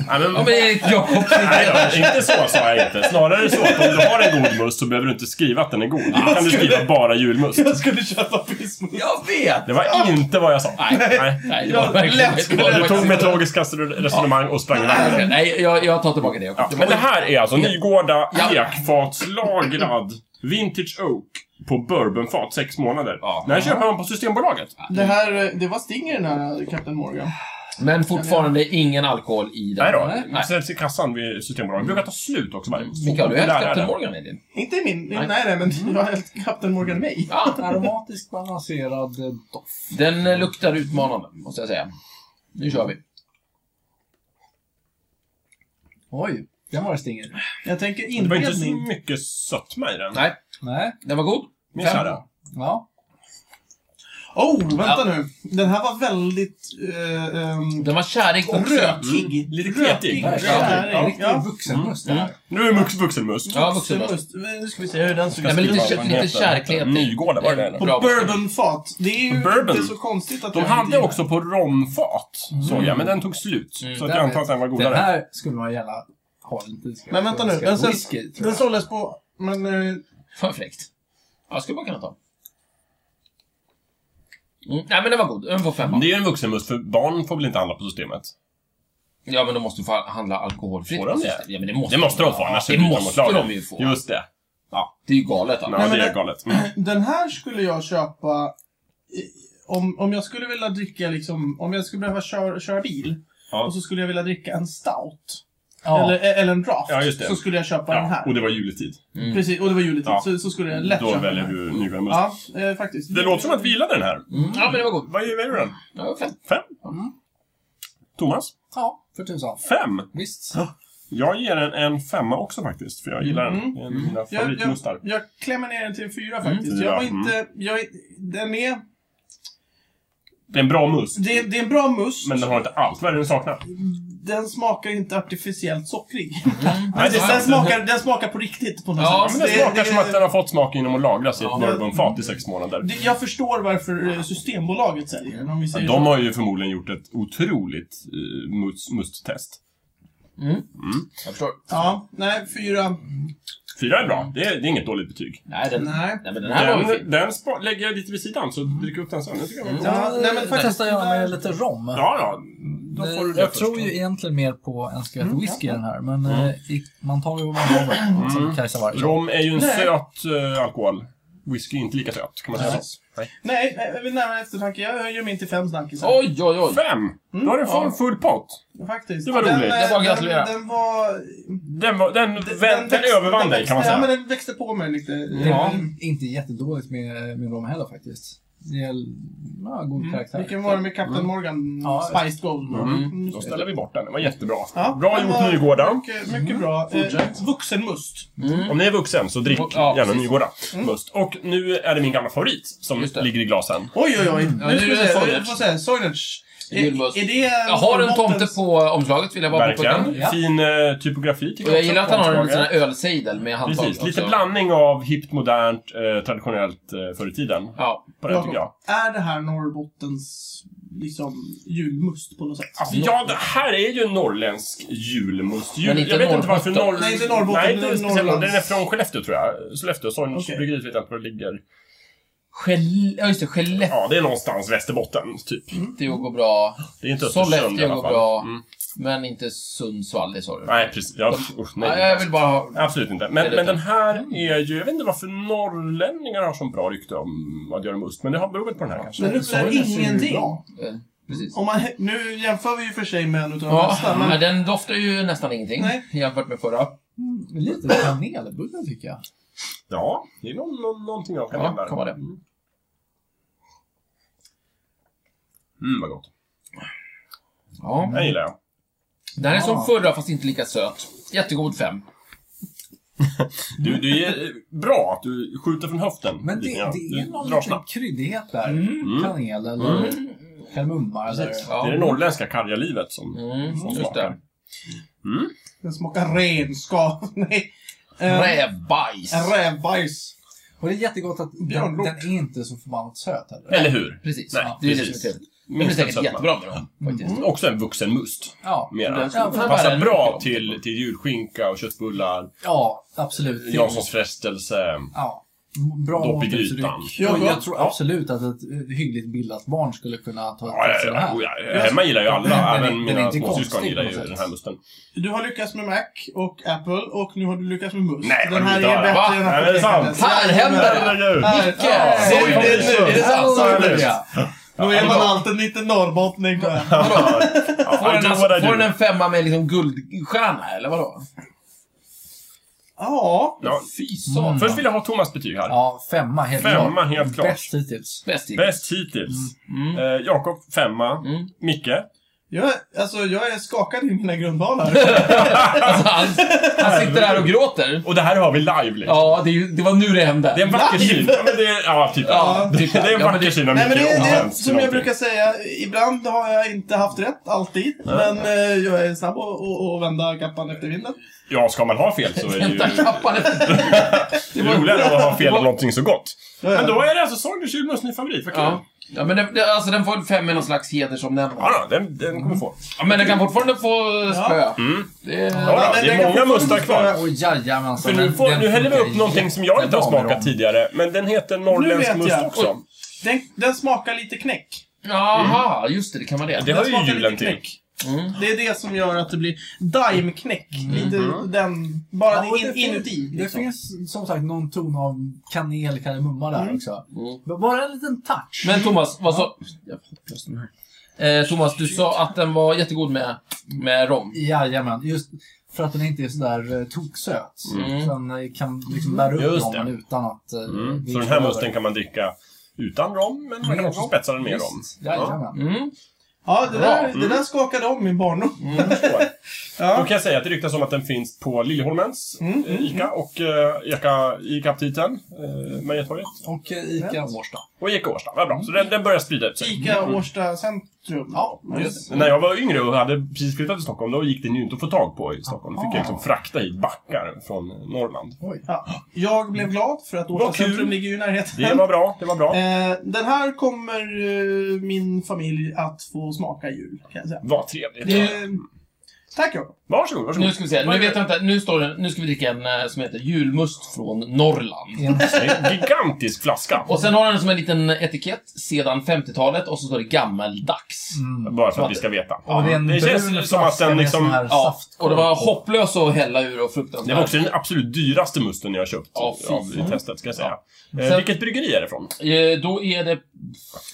Speaker 4: men,
Speaker 2: Ja, men enligt Jakob.
Speaker 4: nej då, inte så sa jag inte. Snarare så att om du har en god must så behöver du inte skriva att den är god. Då kan du skriva bara julmust.
Speaker 1: Jag skulle köpa pissmust.
Speaker 2: Jag vet!
Speaker 4: Det var inte vad jag sa.
Speaker 2: Nej, nej, nej det var
Speaker 1: Jag
Speaker 2: verkligen
Speaker 1: lätt
Speaker 2: det var
Speaker 4: Du
Speaker 2: faktiskt
Speaker 4: tog
Speaker 2: inte.
Speaker 4: mitt logiska resonemang och sprang iväg.
Speaker 2: Okej, Nej, jag, jag tar tillbaka det. Jakob.
Speaker 4: Ja, men det här är alltså Nygårda
Speaker 2: Ja.
Speaker 4: ekfatslagrad Vintage Oak på bourbonfat, sex månader.
Speaker 2: Ja.
Speaker 4: Den här köper man på Systembolaget.
Speaker 1: Det här, eh, det var Stinger den här Captain Morgan.
Speaker 2: Men fortfarande ingen alkohol i den.
Speaker 4: Nej då.
Speaker 2: Nej.
Speaker 4: Den säljs i kassan vid Systembolaget. Brukar ta slut också varje Så
Speaker 2: Mikael, du
Speaker 4: populär
Speaker 2: älskar
Speaker 4: är
Speaker 2: Captain
Speaker 4: den.
Speaker 2: Morgan, Edin.
Speaker 1: Inte i min,
Speaker 2: Nej.
Speaker 1: nej nej, men jag har helt Captain Morgan i mig.
Speaker 2: Ja,
Speaker 3: Aromatisk balanserad eh, doft.
Speaker 2: Den eh, luktar utmanande, måste jag säga. Nu kör vi.
Speaker 3: Oj, den var det stinger.
Speaker 1: Jag tänker
Speaker 4: Det var inte så
Speaker 1: inredning.
Speaker 4: mycket sötma i den.
Speaker 2: Nej,
Speaker 3: Nej.
Speaker 2: den var god.
Speaker 4: Min kära.
Speaker 3: Ja.
Speaker 1: Oh, vänta
Speaker 2: Ja.
Speaker 1: nu. Den här var väldigt... Eh, ehm,
Speaker 2: Den var kärig också.
Speaker 1: rökig.
Speaker 4: Mm. Lite
Speaker 1: Rökig.
Speaker 4: kletig.
Speaker 1: Ja,
Speaker 3: Verkligen.
Speaker 1: ja.
Speaker 3: Riktig
Speaker 4: Mm.
Speaker 3: vuxenmust det här.
Speaker 4: Nu är det vuxenmust.
Speaker 2: Ja, vuxenmust.
Speaker 1: vuxenmust. Nu ska vi se hur den såg
Speaker 2: Nej, men lite,
Speaker 1: ut.
Speaker 2: kär- lite kärklek.
Speaker 4: Nygårda var det där.
Speaker 1: På
Speaker 2: Bra.
Speaker 1: bourbonfat. Det är ju
Speaker 4: Bourbon.
Speaker 1: inte så konstigt att
Speaker 4: De
Speaker 1: jag
Speaker 4: hade
Speaker 1: inte gillar.
Speaker 4: också på romfat, såg jag, men den tog slut.
Speaker 2: Mm,
Speaker 4: så att
Speaker 3: där
Speaker 4: jag antar
Speaker 3: vet.
Speaker 4: att den var
Speaker 3: Den
Speaker 4: godare.
Speaker 3: här skulle man gärna ha lite
Speaker 1: Men vänta nu, den
Speaker 3: Den
Speaker 1: säljs-
Speaker 3: whisky, tror
Speaker 1: Den
Speaker 3: jag.
Speaker 1: såldes på... Men... Eh,
Speaker 2: Fan fräckt. Ja, skulle man kunna ta. Mm. Nej, men den var god. Den får femma.
Speaker 4: Det är ju en vuxenmust, för barn får väl inte handla på systemet?
Speaker 2: Ja, men de måste få handla alkoholfritt.
Speaker 4: Får de det?
Speaker 2: Ja, men det måste,
Speaker 4: Det måste de få, annars
Speaker 2: Det
Speaker 4: bryter
Speaker 2: måste
Speaker 4: lagen.
Speaker 2: de ju få.
Speaker 4: Just det.
Speaker 2: Det är ju galet.
Speaker 4: Ja,
Speaker 2: Alltså.
Speaker 1: men
Speaker 4: det är
Speaker 1: det-
Speaker 4: galet. Mm.
Speaker 1: Den här skulle jag köpa i- om, om jag skulle vilja dricka liksom, om jag skulle behöva köra, köra bil
Speaker 4: Ja.
Speaker 1: och så skulle jag vilja dricka en stout
Speaker 3: Ja.
Speaker 1: eller, eh, eller en draft
Speaker 4: Ja, just det.
Speaker 1: så skulle jag köpa den
Speaker 4: Ja,
Speaker 1: här.
Speaker 4: och det var juletid.
Speaker 2: Mm.
Speaker 1: Precis, och det var juletid
Speaker 4: Ja.
Speaker 1: så, så skulle jag lätt
Speaker 4: Då
Speaker 1: köpa
Speaker 4: väljer
Speaker 1: den här.
Speaker 4: du nygårda
Speaker 1: Ja, eh, faktiskt.
Speaker 4: Det låter som att vi gillade den här.
Speaker 2: Mm. Ja, men det var god.
Speaker 4: Vad ger du den?
Speaker 2: Den var fem.
Speaker 4: Fem?
Speaker 3: Mm.
Speaker 4: Thomas?
Speaker 3: Ja, för tusan.
Speaker 4: Fem?
Speaker 3: Visst.
Speaker 4: Jag ger den en femma också faktiskt, för jag gillar den.
Speaker 1: Mm.
Speaker 4: Det är en av mina
Speaker 1: jag, jag,
Speaker 4: favoritmustar.
Speaker 1: jag klämmer ner den till en fyra faktiskt.
Speaker 4: fyra,
Speaker 1: Jag var
Speaker 4: mm.
Speaker 1: inte, jag, är- den är,
Speaker 4: Det är en bra must,
Speaker 1: det, det är en bra must.
Speaker 4: men den har inte allt. Vad är det den saknar?
Speaker 1: Den smakar inte artificiellt sockrig.
Speaker 4: Mm. Nej, det är
Speaker 1: den,
Speaker 4: sant.
Speaker 1: smakar, den smakar på riktigt på något
Speaker 2: Ja,
Speaker 4: Ja,
Speaker 1: sätt.
Speaker 4: men den
Speaker 1: Det-
Speaker 4: smakar
Speaker 1: det-
Speaker 4: som att den har fått smak genom att lagras i ett
Speaker 2: Ja.
Speaker 4: bourbonfat i sex månader.
Speaker 1: Det, jag förstår varför eh, Systembolaget säljer den, om vi säger
Speaker 4: De
Speaker 1: så.
Speaker 4: har ju förmodligen gjort ett otroligt eh, must- musttest.
Speaker 2: Jag förstår.
Speaker 1: Ja, nej, fyra.
Speaker 4: Fyra är bra. Det är, det är inget dåligt betyg.
Speaker 2: Nej, den, nej.
Speaker 1: Nej.
Speaker 2: men den här var ju fin.
Speaker 4: Den, den spa- lägger jag lite vid sidan, så
Speaker 1: Mm.
Speaker 4: dricker jag upp den sen. Jag tycker den var god.
Speaker 1: Ja, nej, men
Speaker 3: Då
Speaker 1: faktiskt-
Speaker 3: Eh, testar jag med lite rom. Eh,
Speaker 4: Ja, ja. Då Mm. får du det
Speaker 3: jag
Speaker 4: först.
Speaker 3: tror ju egentligen mer på en skvätt
Speaker 1: Mm.
Speaker 3: whisky i den här, men eh, i, man tar ju vad man har.
Speaker 4: Mm.
Speaker 3: Som Kajsa var.
Speaker 4: Rom är ju en
Speaker 1: Nej.
Speaker 4: söt eh, alkohol. Whisky är inte lika söt, kan man säga.
Speaker 1: Nej, eh, vid närmare eftertanke, jag höjer min till fem snackisar.
Speaker 2: Oj, oj, oj.
Speaker 4: Fem!
Speaker 2: Mm,
Speaker 4: Då har du fått en full pott.
Speaker 1: Faktiskt.
Speaker 4: det var
Speaker 1: Den,
Speaker 4: roligt.
Speaker 1: eh,
Speaker 2: Det var
Speaker 1: den-
Speaker 2: att gratulera.
Speaker 1: Den var...
Speaker 4: Den, var- den, den, den,
Speaker 1: växte-
Speaker 4: övervann
Speaker 1: den
Speaker 4: dig,
Speaker 1: växte-
Speaker 4: kan man
Speaker 1: Ja,
Speaker 4: säga.
Speaker 1: men den växte på mig lite.
Speaker 3: Ja.
Speaker 1: Ja.
Speaker 3: Inte jättedåligt med, med rom heller faktiskt. Det är ja, god karaktär.
Speaker 1: Mm. Vilken var det med
Speaker 4: Mm.
Speaker 1: Captain Morgan?
Speaker 3: Ja,
Speaker 1: Spiced Gold. Mm.
Speaker 4: Då ställer vi bort den. Den var jättebra.
Speaker 1: Ja,
Speaker 4: bra
Speaker 1: den
Speaker 4: gjort,
Speaker 1: var
Speaker 4: Nygårda.
Speaker 1: Mycket, mycket
Speaker 2: Mm.
Speaker 1: bra. Eh, vuxenmust.
Speaker 4: Om ni är vuxen, så drick
Speaker 2: Ja,
Speaker 4: gärna
Speaker 2: precis. Mm.
Speaker 4: Nygårda. Must. Och nu är det min gamla favorit som
Speaker 2: Just det.
Speaker 4: ligger i glasen.
Speaker 1: Oj, oj, oj.
Speaker 2: nu
Speaker 1: Nu ska
Speaker 2: är
Speaker 1: vi
Speaker 2: det
Speaker 1: se.
Speaker 2: Soinerts.
Speaker 1: Vi får se. Soinerts. Är,
Speaker 2: Julmust.
Speaker 1: är det...
Speaker 2: Jag har en tomte
Speaker 1: Norrbottens-
Speaker 2: på eh, omslaget, vill jag bara påpeka.
Speaker 4: Verkligen.
Speaker 3: Ja.
Speaker 4: Fin eh, typografi, tycker
Speaker 2: Och jag gillar att
Speaker 4: också,
Speaker 2: han har en
Speaker 4: omslaget.
Speaker 2: sån här ölsejdel med handtag
Speaker 4: Precis, lite
Speaker 2: också.
Speaker 4: blandning av hippt, modernt, eh, traditionellt eh, förr i tiden.
Speaker 2: Ja.
Speaker 4: På det tycker jag.
Speaker 1: Är det här Norrbottens liksom, julmust på något sätt?
Speaker 4: Alltså, ja, det här är ju en norrländsk julmust. Jul.
Speaker 2: Men inte
Speaker 4: jag vet inte varför
Speaker 2: Norrbotten.
Speaker 4: norr...
Speaker 1: Nej, inte Norrbotten,
Speaker 4: Nej, inte
Speaker 1: men
Speaker 4: speciellt.
Speaker 1: Norrlands.
Speaker 4: Den är från Skellefteå, tror jag. Sollefteå, Sorgens
Speaker 1: Okej.
Speaker 4: bryggeriet vet jag inte var det ligger.
Speaker 2: Skelle... Ja, just det. Skellefteå
Speaker 4: Ja, det är någonstans Västerbotten, typ.
Speaker 2: går bra.
Speaker 4: Det är inte Östersund i
Speaker 2: Sollefteå
Speaker 4: alla
Speaker 2: går
Speaker 4: fall.
Speaker 2: bra.
Speaker 4: Mm.
Speaker 2: Men inte Sundsvall, det sa du.
Speaker 4: Nej, precis. Ja, usch, nej.
Speaker 2: Ja, jag vill Mm. bara ha...
Speaker 4: Absolut inte.
Speaker 2: Nej,
Speaker 4: Men,
Speaker 2: det vet
Speaker 4: men den här är ju... Jag vet inte varför norrlänningar har sån bra rykte om att göra must. Men det har berott på den här kanske.
Speaker 1: Den luktar
Speaker 3: Soinerts är ju
Speaker 1: ingenting.
Speaker 3: bra.
Speaker 2: eh, Precis.
Speaker 1: Om man, nu jämför vi ju för sig med en utav de
Speaker 2: Ja,
Speaker 1: bästa,
Speaker 2: nej,
Speaker 1: men
Speaker 2: den doftar ju nästan ingenting
Speaker 1: Nej.
Speaker 2: jämfört med förra.
Speaker 3: Mm, lite kanelbulle tycker jag.
Speaker 4: Ja, det är någon, någon, någonting jag kan
Speaker 2: Ja,
Speaker 4: nämna.
Speaker 2: kan vara det.
Speaker 4: Mm. Mm, vad gott.
Speaker 2: Ja.
Speaker 4: Den gillar jag.
Speaker 2: Den är som
Speaker 3: Ja.
Speaker 2: förra, fast inte lika söt. Jättegod fem.
Speaker 4: Du, du är bra att du skjuter från höften.
Speaker 3: Men det,
Speaker 4: lite grann.
Speaker 3: det är
Speaker 4: Du
Speaker 3: någon
Speaker 4: drar
Speaker 3: liten
Speaker 4: snabbt.
Speaker 3: kryddighet där.
Speaker 2: Mm.
Speaker 3: Kanel eller kardemumma eller...
Speaker 2: Precis.
Speaker 4: Alltså, Det är
Speaker 2: Ja.
Speaker 4: det norrländska karga livet som...
Speaker 2: Mm,
Speaker 4: som
Speaker 2: just
Speaker 4: smakar.
Speaker 2: det.
Speaker 1: den smakar renskav. Nej. Eh,
Speaker 2: Rävbajs.
Speaker 1: Rävbajs.
Speaker 3: Och det är jättegott att den,
Speaker 1: Björnlok.
Speaker 3: den är inte så förbannat söt heller.
Speaker 1: Mm.
Speaker 4: Eller hur?
Speaker 2: Precis.
Speaker 4: Nej,
Speaker 2: det är det som är
Speaker 4: precis.
Speaker 2: trevligt. Det blir
Speaker 4: Minst en
Speaker 2: säkert
Speaker 4: sötma.
Speaker 2: jättebra med dem, faktiskt.
Speaker 1: Mm.
Speaker 4: Också en vuxen must.
Speaker 3: Ja,
Speaker 4: Mera.
Speaker 2: Den skulle
Speaker 3: Ja,
Speaker 2: kunna bära
Speaker 4: Passar
Speaker 2: en
Speaker 4: bra
Speaker 2: mycket
Speaker 4: till,
Speaker 2: långt.
Speaker 4: till julskinka och köttbullar,
Speaker 3: ja absolut.
Speaker 4: Janssons frestelse.
Speaker 3: Ja. Bra
Speaker 4: Dopp i
Speaker 3: måltidsuttryck.
Speaker 4: grytan.
Speaker 1: Ja,
Speaker 3: Och
Speaker 1: bra.
Speaker 3: jag tror absolut att ett eh, hyggligt bildat barn skulle kunna ta
Speaker 4: Ja,
Speaker 3: till
Speaker 4: ja,
Speaker 3: sig det
Speaker 4: ja, oh,
Speaker 3: här.
Speaker 4: ja, ja. Hemma gillar ju
Speaker 3: Den
Speaker 4: alla,
Speaker 3: är-
Speaker 4: även
Speaker 3: den är
Speaker 4: mina
Speaker 3: inte
Speaker 4: småsyskon
Speaker 3: konstig
Speaker 4: gillar
Speaker 3: på
Speaker 4: ju
Speaker 3: något
Speaker 4: den
Speaker 3: sätt.
Speaker 4: här musten.
Speaker 1: Du har lyckats med Mac och Apple och nu har du lyckats med must.
Speaker 4: Nej, vad
Speaker 1: den här
Speaker 4: roligt
Speaker 1: är
Speaker 4: att höra.
Speaker 1: bättre
Speaker 4: Va?
Speaker 1: än
Speaker 4: Nej, men det är sant.
Speaker 1: Apple.
Speaker 2: Här händer det!
Speaker 4: Herregud!
Speaker 1: Här.
Speaker 2: Ja, Ser du det nu? Är det sant?
Speaker 4: Så är det.
Speaker 3: Ja.
Speaker 1: Då är man alltid lite norrbottning. va?
Speaker 4: Ja,
Speaker 2: Får den,
Speaker 4: I do what I
Speaker 2: en, får den
Speaker 4: do.
Speaker 2: en femma med liksom guldstjärna, eller vadå?
Speaker 1: Ja.
Speaker 4: Ja. Mm.
Speaker 2: Fy satan.
Speaker 4: Först vill jag ha Thomas betyg här.
Speaker 3: ja, femma helt
Speaker 4: Femma,
Speaker 3: klart.
Speaker 4: helt klart.
Speaker 3: Bäst hittills.
Speaker 2: Bäst till.
Speaker 4: Bäst hittills.
Speaker 2: Mm.
Speaker 4: Eh, Jakob, femma.
Speaker 2: Mm.
Speaker 4: Micke?
Speaker 1: Jag, alltså, jag är skakad i mina grundvalar.
Speaker 2: Alltså, han, han sitter där och gråter.
Speaker 4: Och det här har vi live liksom.
Speaker 2: Ja, det, är ju- det var nu det hände.
Speaker 4: Det är en vacker
Speaker 1: Live!
Speaker 4: syn. Ja, men det är, ja, typ.
Speaker 2: Ja, typ.
Speaker 4: det är en
Speaker 2: Ja, men
Speaker 4: vacker
Speaker 2: det-
Speaker 4: syn av
Speaker 1: Nej, men
Speaker 4: Micke
Speaker 1: det
Speaker 4: om
Speaker 1: är det
Speaker 4: hans till
Speaker 1: som jag
Speaker 4: någonting.
Speaker 1: brukar säga. Ibland har jag inte haft rätt, alltid. Men eh, jag är snabb att- att att vända kappan efter vinden.
Speaker 4: Ja, ska man ha fel så är det ju
Speaker 2: Hämta kappan.
Speaker 4: det är roligare att ha fel om någonting så gott.
Speaker 1: Ja, ja.
Speaker 4: Men då är det alltså Sagners julmust ny favorit. Vad kul.
Speaker 2: Ja. ja, men den, den- alltså, den får en fem i någon slags hedersomnämnande.
Speaker 4: Ja, då, den, den kommer få.
Speaker 2: Ja, men den kan fortfarande få eh, spö.
Speaker 4: Mm.
Speaker 2: Det är...
Speaker 4: Ja, då,
Speaker 1: den-
Speaker 4: det
Speaker 1: den
Speaker 4: är
Speaker 1: kan
Speaker 4: många
Speaker 1: få-
Speaker 4: mustar kvar.
Speaker 3: Och jajamensan.
Speaker 4: För nu,
Speaker 3: den-
Speaker 4: får,
Speaker 3: den
Speaker 4: nu häller vi
Speaker 3: funkar
Speaker 4: upp någonting som jag inte har
Speaker 3: jättebra med
Speaker 4: smakat
Speaker 3: dem.
Speaker 4: tidigare, men den heter norrländsk
Speaker 1: vet
Speaker 4: must
Speaker 1: jag.
Speaker 4: också.
Speaker 1: Den, den smakar lite knäck.
Speaker 2: Jaha, just det, det kan vara det.
Speaker 4: Det hör
Speaker 1: Den smakar
Speaker 4: ju
Speaker 1: lite
Speaker 4: julen till.
Speaker 1: knäck.
Speaker 2: Mm.
Speaker 1: Det är det som gör att det blir daimknäck.
Speaker 4: Mm.
Speaker 1: Lite den, bara
Speaker 3: Ja, och
Speaker 1: in,
Speaker 3: det fin-
Speaker 1: inuti.
Speaker 3: Det
Speaker 1: liksom.
Speaker 3: finns som sagt någon ton av kanel, kardemumma där
Speaker 1: Mm.
Speaker 3: också. Bara en liten touch.
Speaker 2: Men Thomas, vad sa... Jag får just den här. Eh, Thomas, du sa att den var jättegod med, med rom.
Speaker 3: Jajamän, just för att den inte är sådär eh, toksöt.
Speaker 2: Mm.
Speaker 3: Så den eh, kan liksom bära upp
Speaker 4: Just
Speaker 3: rommen
Speaker 4: det.
Speaker 3: utan att... eh,
Speaker 4: Mm.
Speaker 3: det
Speaker 4: Så den här
Speaker 3: kör
Speaker 4: musten
Speaker 3: över.
Speaker 4: kan man dricka utan rom, men man
Speaker 3: Med
Speaker 4: kan också
Speaker 3: rom.
Speaker 4: spetsa den med
Speaker 3: Visst,
Speaker 4: rom. Ja.
Speaker 3: Jajamän.
Speaker 2: Mm.
Speaker 1: Ja, det där,
Speaker 4: Bra. Mm.
Speaker 1: det där skakade om min barndom.
Speaker 4: jag förstår. Då
Speaker 1: Ja.
Speaker 4: kan jag säga att det ryktas om att den finns på Liljeholmens
Speaker 1: Mm,
Speaker 4: eh, ICA och eh, Ica, Ica aptiten, eh, Mariatorget.
Speaker 3: Och eh, ICA Årsta.
Speaker 4: Och Ica Årsta, vad bra. Så den, den börjar sprida ut sig.
Speaker 1: Ica Årsta centrum. Ja,
Speaker 4: Men När jag var yngre och hade precis flyttat till Stockholm, då gick den ju inte att få tag på i Stockholm. Då fick jag liksom frakta hit backar från eh, Norrland.
Speaker 1: Ja. Jag blev glad för att Årsta
Speaker 4: Vad kul.
Speaker 1: centrum ligger ju i närheten.
Speaker 4: Det var bra, det var bra.
Speaker 1: Eh, den här kommer eh, min familj att få smaka i jul, kan jag säga.
Speaker 4: Vad trevligt.
Speaker 1: Det, tack Jakob.
Speaker 4: Varsågod,
Speaker 2: Nu
Speaker 4: varsågod.
Speaker 2: ska vi se, nu vet jag inte, nu står det, nu ska vi dricka en eh, som heter julmust från Norrland.
Speaker 3: En-
Speaker 4: Det är en gigantisk flaska.
Speaker 2: Och sen har den som en liten etikett, sedan 50-talet, och så står det gammaldags.
Speaker 3: Mm.
Speaker 4: Bara för att vi ska veta.
Speaker 3: Och det är en
Speaker 4: det
Speaker 3: brun
Speaker 4: känns som att
Speaker 3: flaska
Speaker 4: den
Speaker 3: med sån
Speaker 4: liksom...
Speaker 3: här
Speaker 2: Ja,
Speaker 3: saftkork
Speaker 2: och det var
Speaker 3: på.
Speaker 2: hopplös att hälla ur och
Speaker 4: Det var
Speaker 2: fruktansvärt.
Speaker 4: också den absolut dyraste musten jag har köpt
Speaker 2: Ja, fy
Speaker 4: av, i
Speaker 2: fan.
Speaker 4: testet, ska jag säga. Eh,
Speaker 2: Sen-
Speaker 4: vilket bryggeri är det från?
Speaker 2: Eh, Då är det,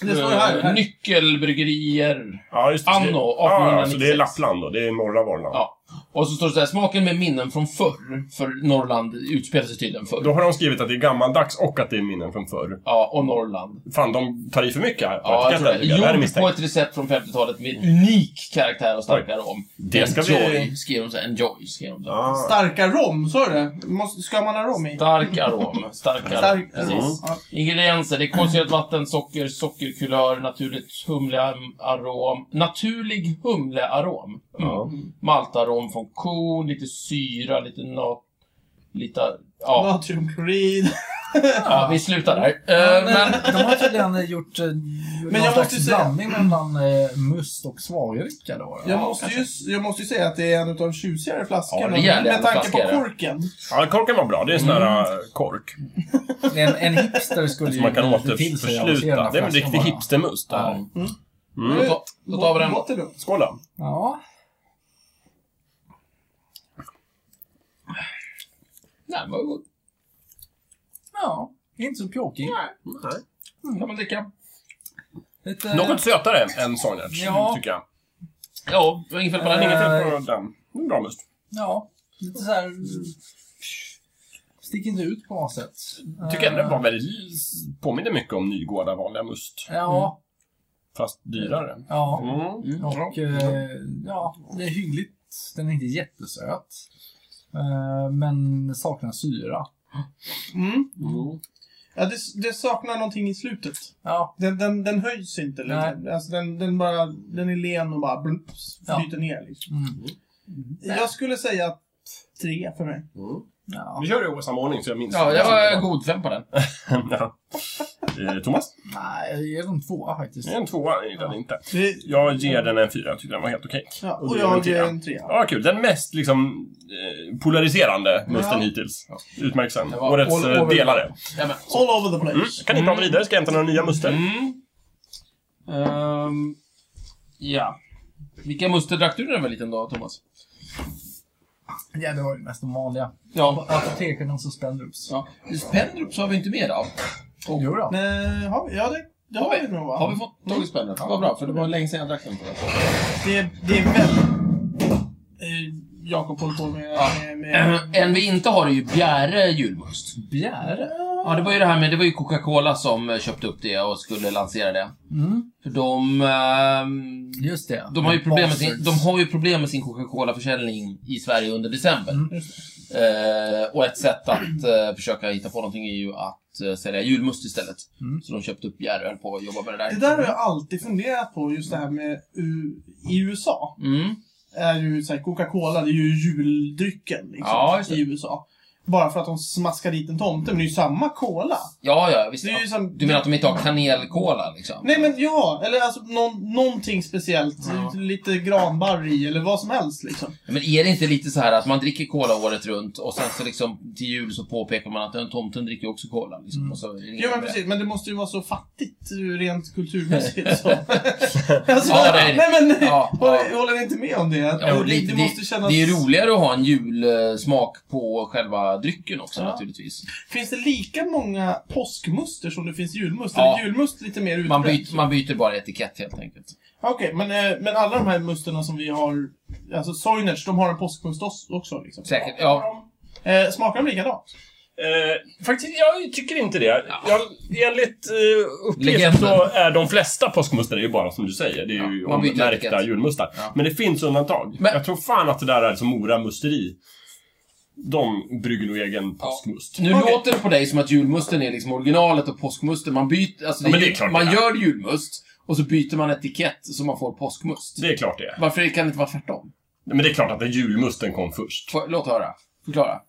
Speaker 1: Det står här,
Speaker 2: eh,
Speaker 1: här.
Speaker 2: Nyckelbryggerier.
Speaker 4: Ja, just det.
Speaker 2: Anno
Speaker 4: Ja, ja, så det är
Speaker 2: 1896.
Speaker 4: Lappland då. Det är norra Norrland.
Speaker 2: Ja. Och så står det så här, smaken med minnen från förr. För Norrland utspelar sig tydligen förr.
Speaker 4: Då har de skrivit att det är gammaldags och att det är minnen från förr.
Speaker 2: Ja, och Norrland.
Speaker 4: Fan, de tar i för mycket här på
Speaker 2: Ja, jag tror
Speaker 4: etiketten.
Speaker 2: det.
Speaker 4: tycker jag. Det här är
Speaker 2: Gjord på
Speaker 4: misstänkt.
Speaker 2: ett recept från 50-talet med unik karaktär och starka rom.
Speaker 4: Det ska vi-
Speaker 2: Enjoy, skrev de så här. Enjoy, skrev de så här.
Speaker 4: Ah.
Speaker 1: Starka rom, sa du det? Måste- Ska man ha rom i?
Speaker 2: Stark arom. Stark arom.
Speaker 1: Stark,
Speaker 2: Precis.
Speaker 1: Ja.
Speaker 2: Ingredienser. Det är kolsyrat vatten, socker, sockerkulör, naturligt humlearom. Naturlig humlearom. Mm.
Speaker 4: Ja.
Speaker 2: Maltarom från korn, lite syra, lite nat... Lite... Ja,
Speaker 1: Natriumklorid.
Speaker 2: ja, vi slutar där.
Speaker 3: Ja,
Speaker 2: Eh, men,
Speaker 3: men, de har tydligen eh, gjort eh, någon
Speaker 1: jag
Speaker 3: slags
Speaker 1: måste ju säga-
Speaker 3: blandning mellan eh, must och svagricka då.
Speaker 1: Jag, måste ju, jag måste ju säga att det är en av de tjusigare
Speaker 2: Ja,
Speaker 1: flaskorna.
Speaker 2: det är
Speaker 1: med
Speaker 2: jävla
Speaker 1: tanke på
Speaker 2: flaska, det.
Speaker 1: korken.
Speaker 4: Ja, korken var bra. Det är en sån här
Speaker 2: Mm.
Speaker 4: äh, kork.
Speaker 3: En, en hipster skulle ju
Speaker 4: Som Alltså, man kan
Speaker 3: bli lite till sig av att se den
Speaker 4: återförsluta.
Speaker 3: här
Speaker 4: Det är en
Speaker 3: flaskan
Speaker 4: riktig
Speaker 3: bara.
Speaker 4: hipstermust det här.
Speaker 2: ja. Då tar- då tar vi den.
Speaker 1: Låter det?
Speaker 4: Skål då.
Speaker 3: Ja.
Speaker 2: Nej, vad god.
Speaker 3: Ja. Inte så pjåkig.
Speaker 2: Kan man dricka?
Speaker 3: Lite...
Speaker 4: Något sötare än Sognerts,
Speaker 3: Ja.
Speaker 4: tycker jag.
Speaker 2: Ja, det var inget fel på den.
Speaker 4: Inget
Speaker 2: Inget fel.
Speaker 4: fel på den. Det är en bra must.
Speaker 3: Ja. Lite så här... Stick inte ut på något sätt.
Speaker 4: Tycker jag den var väldigt... Påminner mycket om Nygårda vanliga must.
Speaker 3: Eh, Ja.
Speaker 4: Fast dyrare.
Speaker 3: Ja.
Speaker 4: Mm.
Speaker 3: Och eh, ja, det är hyggligt. Den är inte jättesöt. Eh, Men saknar syra.
Speaker 1: Mm.
Speaker 4: Mm.
Speaker 1: Ja, det, det saknar någonting i slutet.
Speaker 3: Ja.
Speaker 1: Den, den, den höjs inte längre. Alltså, den, den, bara, den är len och bara blups,
Speaker 3: Ja.
Speaker 1: flyter ner. Liksom.
Speaker 3: Mm.
Speaker 1: Jag skulle säga tre för mig.
Speaker 4: Mm.
Speaker 3: Ja.
Speaker 4: Vi kör det i samma ordning så jag minns.
Speaker 2: Ja, jag var godkänd på den.
Speaker 4: Ja. Eh, Thomas?
Speaker 3: Nej, jag ger dem tvåa faktiskt.
Speaker 4: Det är En tvåa är den inte.
Speaker 1: Det,
Speaker 4: Jag ger den en fyra. Jag tyckte den var helt okej.
Speaker 1: ja,
Speaker 4: Och
Speaker 1: och
Speaker 4: du är en
Speaker 1: jag
Speaker 4: trea.
Speaker 1: är en trea.
Speaker 4: Ja, kul. Den mest liksom eh, polariserande musten hittills. Utmärkt sen.
Speaker 2: Det var
Speaker 4: Årets
Speaker 2: all
Speaker 4: eh,
Speaker 2: over-
Speaker 4: delare.
Speaker 2: Ja, men.
Speaker 1: All over the place.
Speaker 4: Mm. Kan ni prata vidare? Ska jag hämta några nya muster?
Speaker 2: Mm. Ehm, ja. Vilka muster drack du när du var liten då, Thomas?
Speaker 3: Ja, det var ju mest de vanliga. På
Speaker 2: Ja.
Speaker 3: apoteken och så Spendrups.
Speaker 2: ja. Spendrups har vi inte mer av. Oh.
Speaker 3: Jo då.
Speaker 1: Nej, eh, har vi? Ja, det, det har vi nog va?
Speaker 2: Har vi fått tagit Spendrups? Vad bra, för det var länge sedan jag drack den.
Speaker 1: Det, det är väl... Eh, Jakob håller på med...
Speaker 2: Ja.
Speaker 1: med,
Speaker 2: Ehm,
Speaker 1: med
Speaker 2: En vi inte har är ju Bjäre julmust.
Speaker 3: Bjäre?
Speaker 2: Ja, det var ju det här med, det var ju Coca-Cola som eh, köpte upp det och skulle lansera det.
Speaker 3: Mm,
Speaker 2: För de, ehm,
Speaker 3: just det.
Speaker 2: de har ju problem med sin,
Speaker 3: Bastards.
Speaker 2: de har ju problem med sin Coca-Cola-försäljning i Sverige under december.
Speaker 3: Mm.
Speaker 2: Eh, och ett sätt att eh, försöka hitta på någonting är ju att eh, sälja julmust istället.
Speaker 3: Mm.
Speaker 2: Så de köpte upp Jerry och höll på att jobba med det där.
Speaker 1: det där har jag alltid funderat på, just det här med U- i USA.
Speaker 2: Mm.
Speaker 1: är ju så här, Coca-Cola, det är ju juldrycken liksom,
Speaker 2: Ja, just det.
Speaker 1: i USA. Bara för att de smaskar dit en tomte, men det är ju samma cola.
Speaker 2: Ja, ja, visst.
Speaker 1: Det är ju
Speaker 2: Ja.
Speaker 1: som...
Speaker 2: Du menar att de inte har kanelkola liksom?
Speaker 1: Nej men ja, eller alltså någon, någonting speciellt.
Speaker 2: Ja.
Speaker 1: Lite granbarr i eller vad som helst liksom.
Speaker 2: Men är det inte lite så här att man dricker cola året runt och sen så liksom till jul så påpekar man att den tomten dricker ju också cola liksom. Och så är det
Speaker 1: Jo
Speaker 2: inget
Speaker 1: Mm. men
Speaker 2: med det.
Speaker 1: precis, men det måste ju vara så fattigt eh, rent kulturmässigt. Så. alltså,
Speaker 2: Ja, det är det.
Speaker 1: nej men,
Speaker 2: Ja,
Speaker 1: håller,
Speaker 2: ja.
Speaker 1: håller ni inte med om det? Att
Speaker 2: Ja,
Speaker 1: det,
Speaker 2: och lite,
Speaker 1: det måste kännas...
Speaker 2: det är ju roligare att ha en julsmak på själva drycken också
Speaker 1: Ja.
Speaker 2: naturligtvis.
Speaker 1: Finns det lika många påskmuster som det finns julmust?
Speaker 2: Ja.
Speaker 1: Eller julmust lite mer utbrett?
Speaker 2: Man, byt, man byter bara etikett helt enkelt.
Speaker 1: Okej, men, eh, men alla de här musterna som vi har, alltså Soinerts, de har en påskmust os- också liksom.
Speaker 2: Säkert, ja.
Speaker 1: Eh, smakar de likadant?
Speaker 4: Eh, faktiskt, jag tycker inte det.
Speaker 2: Ja.
Speaker 4: Jag, enligt eh, uppgift
Speaker 2: Legenden.
Speaker 4: så är de flesta påskmustar ju bara som du säger. Det är ju
Speaker 2: Ja, man byter
Speaker 4: ommärkta
Speaker 2: etikett.
Speaker 4: julmustar.
Speaker 2: Ja.
Speaker 4: Men det finns undantag.
Speaker 2: Men-
Speaker 4: Jag tror fan att det där är som Mora musteri. De brygger nog egen påskmust.
Speaker 2: Nu
Speaker 1: Okej.
Speaker 2: låter det på dig som att julmusten är liksom originalet och påskmusten, man byter, alltså
Speaker 4: Ja, men
Speaker 2: det
Speaker 4: det
Speaker 2: är
Speaker 4: är klart
Speaker 2: man
Speaker 4: det är.
Speaker 2: gör julmust och så byter man etikett så man får påskmust.
Speaker 4: Det är klart det är.
Speaker 2: Varför kan det inte vara tvärtom?
Speaker 4: Men det är klart att den julmusten kom först.
Speaker 2: Får, låt höra. Förklara.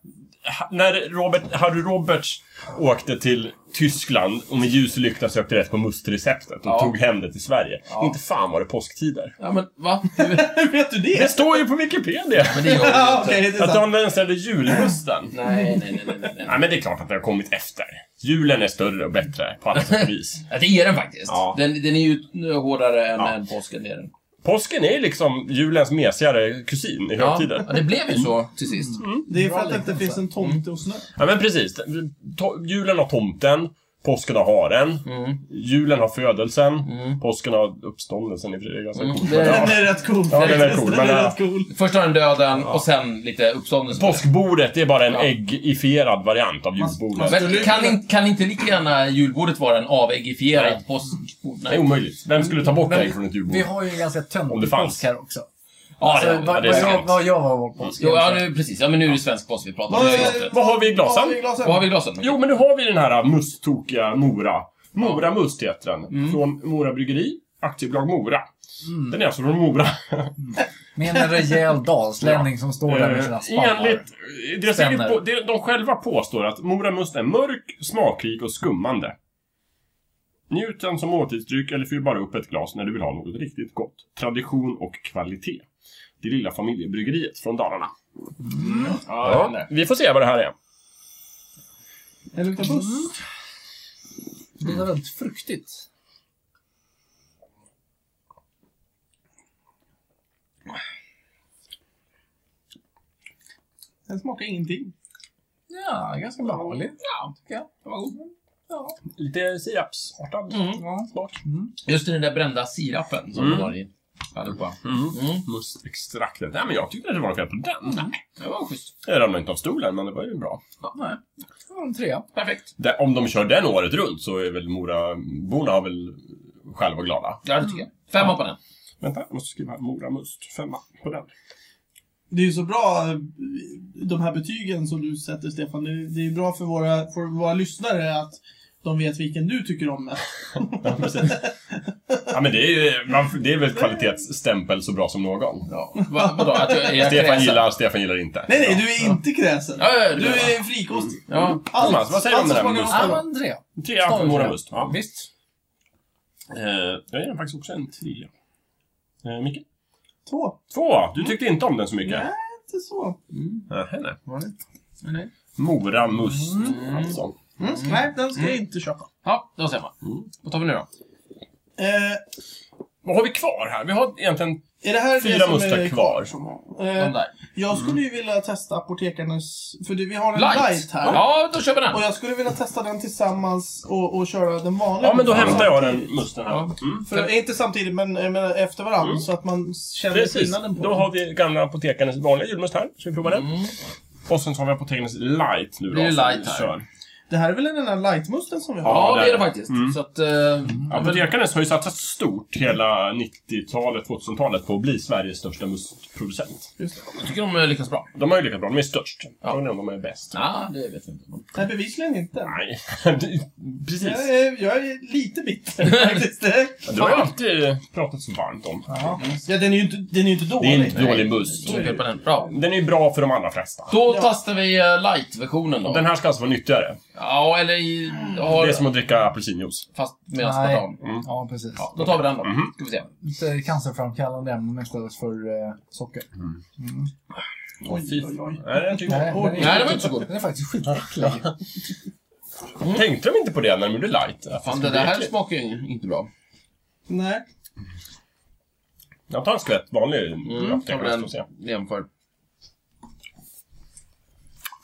Speaker 4: Ha- när Robert, Harry Roberts åkte till Tyskland och med ljus och lykta sökte rätt på mustreceptet och
Speaker 2: Ja.
Speaker 4: tog hem det till Sverige.
Speaker 2: Ja.
Speaker 4: Inte fan var det påsktider.
Speaker 2: Ja men va? Du,
Speaker 1: Hur vet du
Speaker 4: Det
Speaker 1: det?
Speaker 4: står ju på Wikipedia!
Speaker 2: men det gör
Speaker 1: Ja,
Speaker 2: vi
Speaker 1: Okej,
Speaker 2: ju inte.
Speaker 1: det är
Speaker 4: Att
Speaker 1: sant.
Speaker 4: de lanserade julmusten.
Speaker 2: Nej, nej, nej, nej, nej, nej.
Speaker 4: Nej men det är klart att det har kommit efter. Julen är större och bättre på alla sätt och vis.
Speaker 2: Ja, det är den faktiskt.
Speaker 4: Ja.
Speaker 2: Den, den är ju hårdare än,
Speaker 4: Ja.
Speaker 2: än påsken. Det är den.
Speaker 4: Påsken är ju liksom julens mesigare kusin i
Speaker 2: Ja,
Speaker 4: högtider. Mm.
Speaker 2: ja, det blev ju så till sist.
Speaker 1: Det är för att det inte
Speaker 3: Bra liknelse.
Speaker 1: finns en tomte och snö.
Speaker 4: Ja men precis. To- julen har tomten. Påsken har haren.
Speaker 2: Mm.
Speaker 4: Julen har födelsen.
Speaker 2: Mm.
Speaker 4: Påsken har uppståndelsen i och för sig. Det är ganska
Speaker 2: Mm.
Speaker 4: coolt.
Speaker 2: Det-
Speaker 4: men ja.
Speaker 1: Den är rätt cool
Speaker 4: Ja, den är
Speaker 1: faktiskt.
Speaker 4: cool,
Speaker 1: Den
Speaker 4: men, eh,
Speaker 1: är
Speaker 4: ja.
Speaker 1: rätt cool.
Speaker 2: Först har den döden och sen lite uppståndelse.
Speaker 4: Påskbordet, det är bara en
Speaker 2: Ja.
Speaker 4: äggifierad variant av julbordet.
Speaker 1: man-
Speaker 4: Det
Speaker 2: Men kan, in, kan inte lika gärna julbordet vara en avegifierad påskbord?
Speaker 4: är
Speaker 2: Nej.
Speaker 4: omöjligt. Vem skulle ta bort
Speaker 3: Men-
Speaker 4: ägg från ett julbord?
Speaker 3: Vi har ju en ganska
Speaker 4: Om det
Speaker 3: töntig
Speaker 4: fanns.
Speaker 3: påsk här också.
Speaker 4: Ja, det,
Speaker 3: vad,
Speaker 4: ja,
Speaker 3: vad,
Speaker 4: det är
Speaker 3: jag,
Speaker 4: sant.
Speaker 3: vad jag var vår Alltså, påsk.
Speaker 2: Jo, ja, nu, precis. Ja, men nu är det svensk påsk vi pratar om. Det är
Speaker 1: Vad-
Speaker 2: sant.
Speaker 4: Vad har vi i
Speaker 1: Vad har vi
Speaker 4: glasen?
Speaker 1: i glasen?
Speaker 2: Vad har vi i glasen?
Speaker 4: Jo, men nu har vi den här äh, musttokiga Mora. Mora Must heter den.
Speaker 2: Mm.
Speaker 4: Från Mora Bryggeri, Aktiebolag Mora. Den är alltså från Mora.
Speaker 3: Med en rejäl dalslänning som står där med sina
Speaker 4: Eh,
Speaker 3: spannar.
Speaker 4: Enligt... Deras eget
Speaker 3: Stämmer.
Speaker 4: på, det- de själva påstår att Mora Must är mörk, smakrik och skummande. Njut den som måltidsdryck eller fyll bara upp ett glas när du vill ha något riktigt gott. Tradition och kvalitet. Det lilla familjebryggeriet från Dalarna.
Speaker 2: Mm. Ja,
Speaker 4: Ja, vi får se vad det här är.
Speaker 1: Den luktar buss.
Speaker 3: Mm. Det är väldigt fruktigt.
Speaker 1: Den smakar ingenting.
Speaker 3: Ja, ganska behaglig.
Speaker 2: Ja.
Speaker 3: tycker jag. Mm.
Speaker 2: den var god.
Speaker 4: Lite sirapsartad
Speaker 2: Mm.
Speaker 4: smak.
Speaker 2: Just den där brända sirapen som
Speaker 4: Mm.
Speaker 2: vi har i allihopa.
Speaker 4: Mm.
Speaker 2: Mm.
Speaker 4: Mustextraktet. Nej, men jag tyckte att det var något fel på den.
Speaker 2: Det var schysst.
Speaker 4: Jag ramlade inte av stolen, men det var ju bra.
Speaker 2: Ja, nej.
Speaker 3: Det var en trea.
Speaker 2: Perfekt.
Speaker 4: Det, om de kör den året runt så är väl Moraborna har väl själva glada.
Speaker 2: Ja, det tycker jag. Femma på den.
Speaker 4: Vänta, jag måste skriva Mora Must. Femma på den.
Speaker 1: Det är ju så bra, eh, de här betygen som du sätter Stefan. Det det är ju bra för våra, för våra lyssnare att de vet vilken du tycker om mest.
Speaker 4: Ja, precis. Ja, men det är, ju, man, det är väl kvalitetsstämpel så bra som någon.
Speaker 2: Va, vadå? Att jag, är jag
Speaker 4: Stefan
Speaker 2: kräsen?
Speaker 4: gillar, Stefan gillar inte.
Speaker 1: Nej, nej, du är inte kräsen.
Speaker 2: Ja, ja, ja, det
Speaker 1: Du
Speaker 2: är
Speaker 1: är frikost.
Speaker 2: Ja,
Speaker 1: Allt.
Speaker 4: Thomas, vad säger du om
Speaker 1: Allt
Speaker 4: den
Speaker 1: som
Speaker 4: här
Speaker 1: smakar
Speaker 3: Ja,
Speaker 1: ost.
Speaker 3: men tre.
Speaker 4: Trea på
Speaker 3: Stolt.
Speaker 4: Mora Must. Ja.
Speaker 2: visst.
Speaker 4: Eh, jag ger den faktiskt också en trea. Eh, Micke?
Speaker 1: Två.
Speaker 4: Två! Du tyckte inte om den så mycket?
Speaker 1: Nej, inte så.
Speaker 4: Nähä, nej.
Speaker 2: Nej.
Speaker 4: Mora Must, alltså.
Speaker 1: Mm. Nej, den ska jag inte köpa.
Speaker 2: Ja, då ser man. Vad tar vi nu då?
Speaker 1: Eh,
Speaker 4: Vad har vi kvar här? Vi har egentligen...
Speaker 1: är det här
Speaker 4: Fyra
Speaker 1: det som
Speaker 4: mustar
Speaker 1: är
Speaker 4: kvar. Mm.
Speaker 2: De
Speaker 1: Eh,
Speaker 2: där.
Speaker 1: jag skulle ju vilja testa apotekarnas... För det, vi har en light,
Speaker 2: Light.
Speaker 1: här.
Speaker 2: Ja, då kör vi den.
Speaker 1: Och jag skulle vilja testa den tillsammans och, och köra den vanliga.
Speaker 4: Ja, men då hämtar jag den
Speaker 1: samtidigt.
Speaker 4: musten här.
Speaker 2: Ja.
Speaker 4: Mm.
Speaker 1: För, inte samtidigt, men, eh, men efter varandra. Så att man känner
Speaker 4: Precis.
Speaker 1: skillnaden på
Speaker 4: Då har vi gamla apotekarens vanliga julmust här. Ska vi prova den?
Speaker 2: Mm.
Speaker 4: Och sen så har vi apotekarens light nu då.
Speaker 2: Det är
Speaker 4: som vi
Speaker 2: light här.
Speaker 4: kör.
Speaker 1: Det här är väl den där lightmusten som vi har?
Speaker 2: Ja,
Speaker 4: Ja,
Speaker 2: det är
Speaker 4: där.
Speaker 2: det faktiskt.
Speaker 4: Mm.
Speaker 2: Så att... Eh,
Speaker 4: Apotekarnes har ju satsat stort hela 90-talet, 2000-talet på att bli Sveriges största mustproducent.
Speaker 1: Just det.
Speaker 2: jag tycker de eh, lyckas bra.
Speaker 4: De har ju lyckats bra. De är störst.
Speaker 2: Ja.
Speaker 4: Frågan är om de är bäst.
Speaker 2: Ja, det vet jag inte.
Speaker 1: Nej, bevisligen inte.
Speaker 4: Nej, precis.
Speaker 1: Jag är, jag är lite bitter faktiskt.
Speaker 4: Du har ju alltid pratat så varmt om.
Speaker 1: Ja, den är ju inte, den är ju inte
Speaker 4: Det
Speaker 1: dålig.
Speaker 4: är inte dålig must.
Speaker 2: Inget fel på den. Bra.
Speaker 4: Den är ju bra för de allra flesta.
Speaker 2: Då
Speaker 1: Ja.
Speaker 2: testar vi eh, light-versionen då.
Speaker 4: Den här ska alltså vara nyttigare.
Speaker 2: Ja, eller i...
Speaker 4: Det
Speaker 2: Har,
Speaker 4: är som att dricka apelsinjuice.
Speaker 2: Fast med
Speaker 3: Nej.
Speaker 2: aspartam.
Speaker 3: Ja, precis.
Speaker 2: Ja, då tar vi den då.
Speaker 4: Mhm.
Speaker 2: Ska vi se.
Speaker 3: Lite cancerframkallande ämnen istället för eh, socker.
Speaker 1: Oj, oj, oj.
Speaker 4: Nej, jag tycker-
Speaker 3: Nej,
Speaker 1: Oj.
Speaker 3: den är-
Speaker 2: Nej, det var inte så god.
Speaker 3: Den är faktiskt skitäcklig.
Speaker 4: Tänkte de inte på det när de gjorde light?
Speaker 2: Fan,
Speaker 4: Att
Speaker 2: det
Speaker 4: skulle
Speaker 2: där
Speaker 4: bli
Speaker 2: här
Speaker 4: äckligt?
Speaker 2: smakar ju inte bra.
Speaker 4: Mm,
Speaker 1: Nej.
Speaker 4: Jag tar en skvätt vanlig
Speaker 2: Mm, tar vi
Speaker 4: apotekarens och se.
Speaker 2: den jämför.